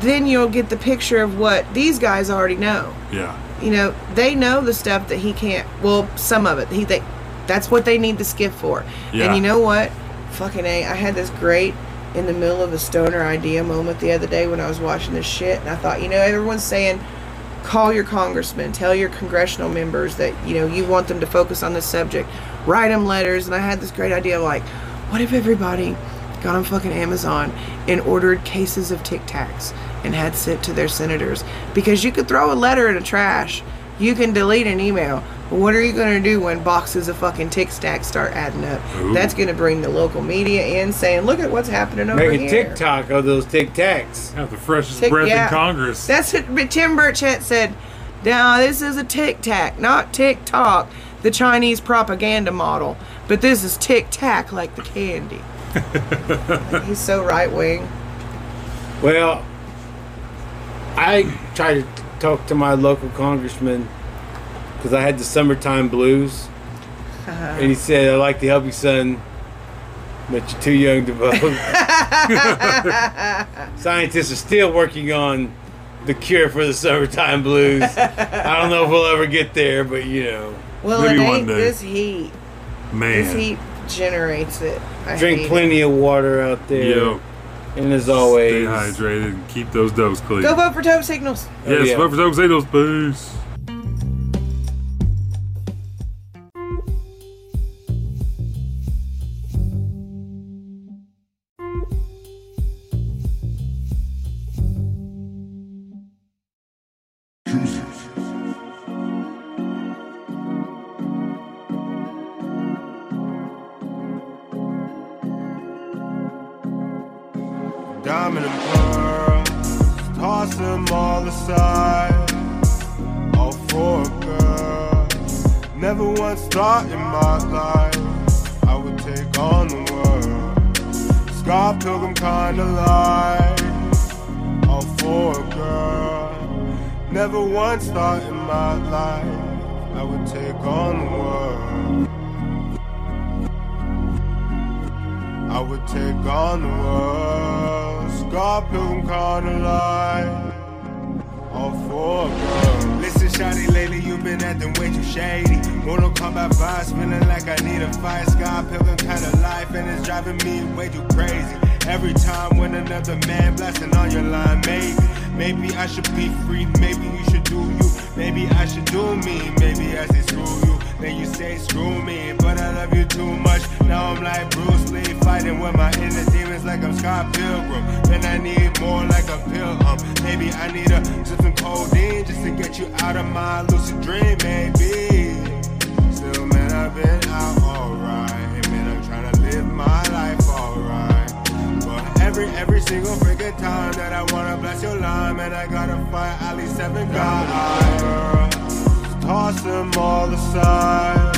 C: then you'll get the picture of what these guys already know.
B: Yeah.
C: You know, they know the stuff that he can't. Well, some of it. He they That's what they need the skip for.
B: Yeah.
C: And you know what? Fucking A. I had this great in the middle of a stoner idea moment the other day when I was watching this shit. And I thought, you know, everyone's saying, call your congressman, tell your congressional members that, you know, you want them to focus on this subject, write them letters. And I had this great idea like, what if everybody got on fucking Amazon and ordered cases of Tic Tacs and had sent to their senators? Because you could throw a letter in the trash, you can delete an email. But what are you going to do when boxes of fucking Tic Tacs start adding up?
A: Ooh.
C: That's going to bring the local media in saying, look at what's happening over
A: Make a
C: here.
A: TikTok of those Tic Tacs.
B: Have the freshest
C: Tic-
B: breath
C: yeah.
B: in Congress.
C: That's what but Tim Burchett said. Now, this is a tic tac, not tic tock, the Chinese propaganda model. But this is tic tac like the
B: <laughs>
C: candy. He's so right wing.
A: Well, I try to talk to my local congressman because I had the summertime blues,
C: Uh-huh.
A: and he said, "I'd like to help you, son, but you're too young
C: <laughs>
A: to vote." Scientists are still working on the cure for the summertime blues. I don't know if we'll ever get there, but you know,
C: Well,
B: Maybe
C: it
B: one
C: ain't
B: day.
C: this heat. This
B: Man.
C: heat generates it. I hate
A: drink
C: it.
A: plenty of water out there,
B: Yo,
A: and as
B: stay
A: always,
B: hydrated and keep those doves clean.
C: Go vote for Toad Signals.
B: Yes,
A: yeah.
B: vote for Dogs Eagles, peace.
J: Diamond and pearls, toss them all aside. All for a girl, never once thought in my life I would take on the world. Scar pilgrim kinda life, all for a girl, never once thought in my life I would take on the world. I would take on the world. Scar pilgrim carnal life. All for a girl. Listen, shawty, lately you've been acting way too shady. Mortal Kombat vibes, feeling like I need a fight. Sky pilgrim kind of life, and it's driving me way too crazy. Every time when another man blasting on your line, maybe, maybe I should be free. Maybe you should do you. Maybe I should do me. Maybe I say screw you. Then you say screw me, but I love you too much. Now I'm like Bruce Lee, fighting with my inner demons like I'm Scott Pilgrim. Then I need more like a pill. Um, maybe I need a sip some codeine just to get you out of my lucid dream. Maybe. Still, man, I've been out alright, and man, I'm trying to live my life alright. But every every single freaking time that I wanna bless your line, man, I gotta fight at least seven guys. Toss them all aside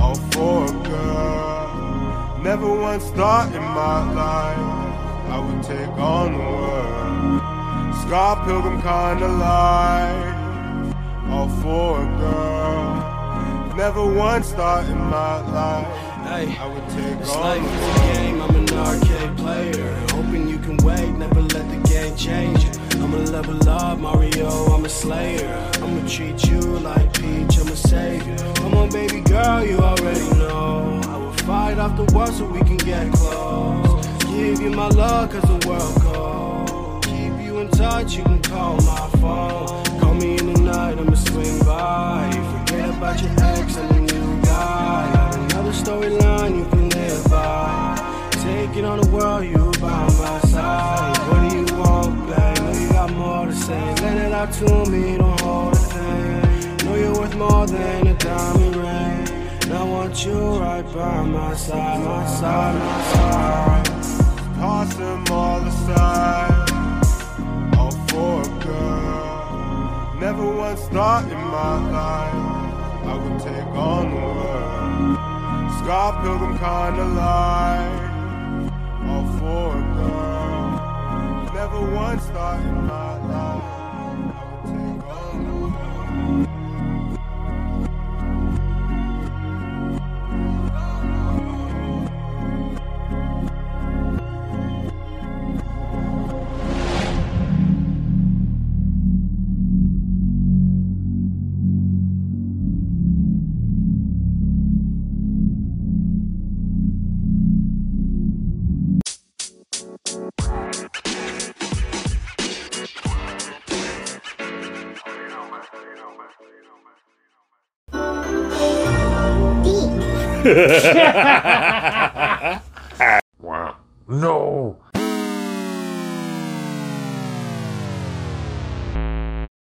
J: all for a girl. Never once thought in my life I would take on the world. Scar pilgrim kinda life, all for a girl. Never once thought in my life I would take
L: It's
J: on
L: life
J: the
L: is
J: world.
L: a game, I'm an arcade player. Hoping you can wait, never let the game change you. I'm a level up, Mario, I'm a slayer. I'ma treat you like Peach, I'm a savior. Come on, baby girl, you already know. I will fight off the world so we can get close. Give you my love, cause the world cold. Keep you in touch, you can call my phone. Call me in the night, I'ma swing by. Forget about your ex, I'm a new guy. Got another storyline you can live by. Take it on the world, you by my side. What do you want, babe? Know you got more to say. Let it out to me, don't hold a thing. Know you're worth more than a diamond ring. And I want you right by my side, my side, my side.
J: Toss them all aside, all for a girl. Never once thought in my life I would take on the world. Scar pilgrim kinda life, all for a girl. Never once thought in my life I would take on the world.
B: That's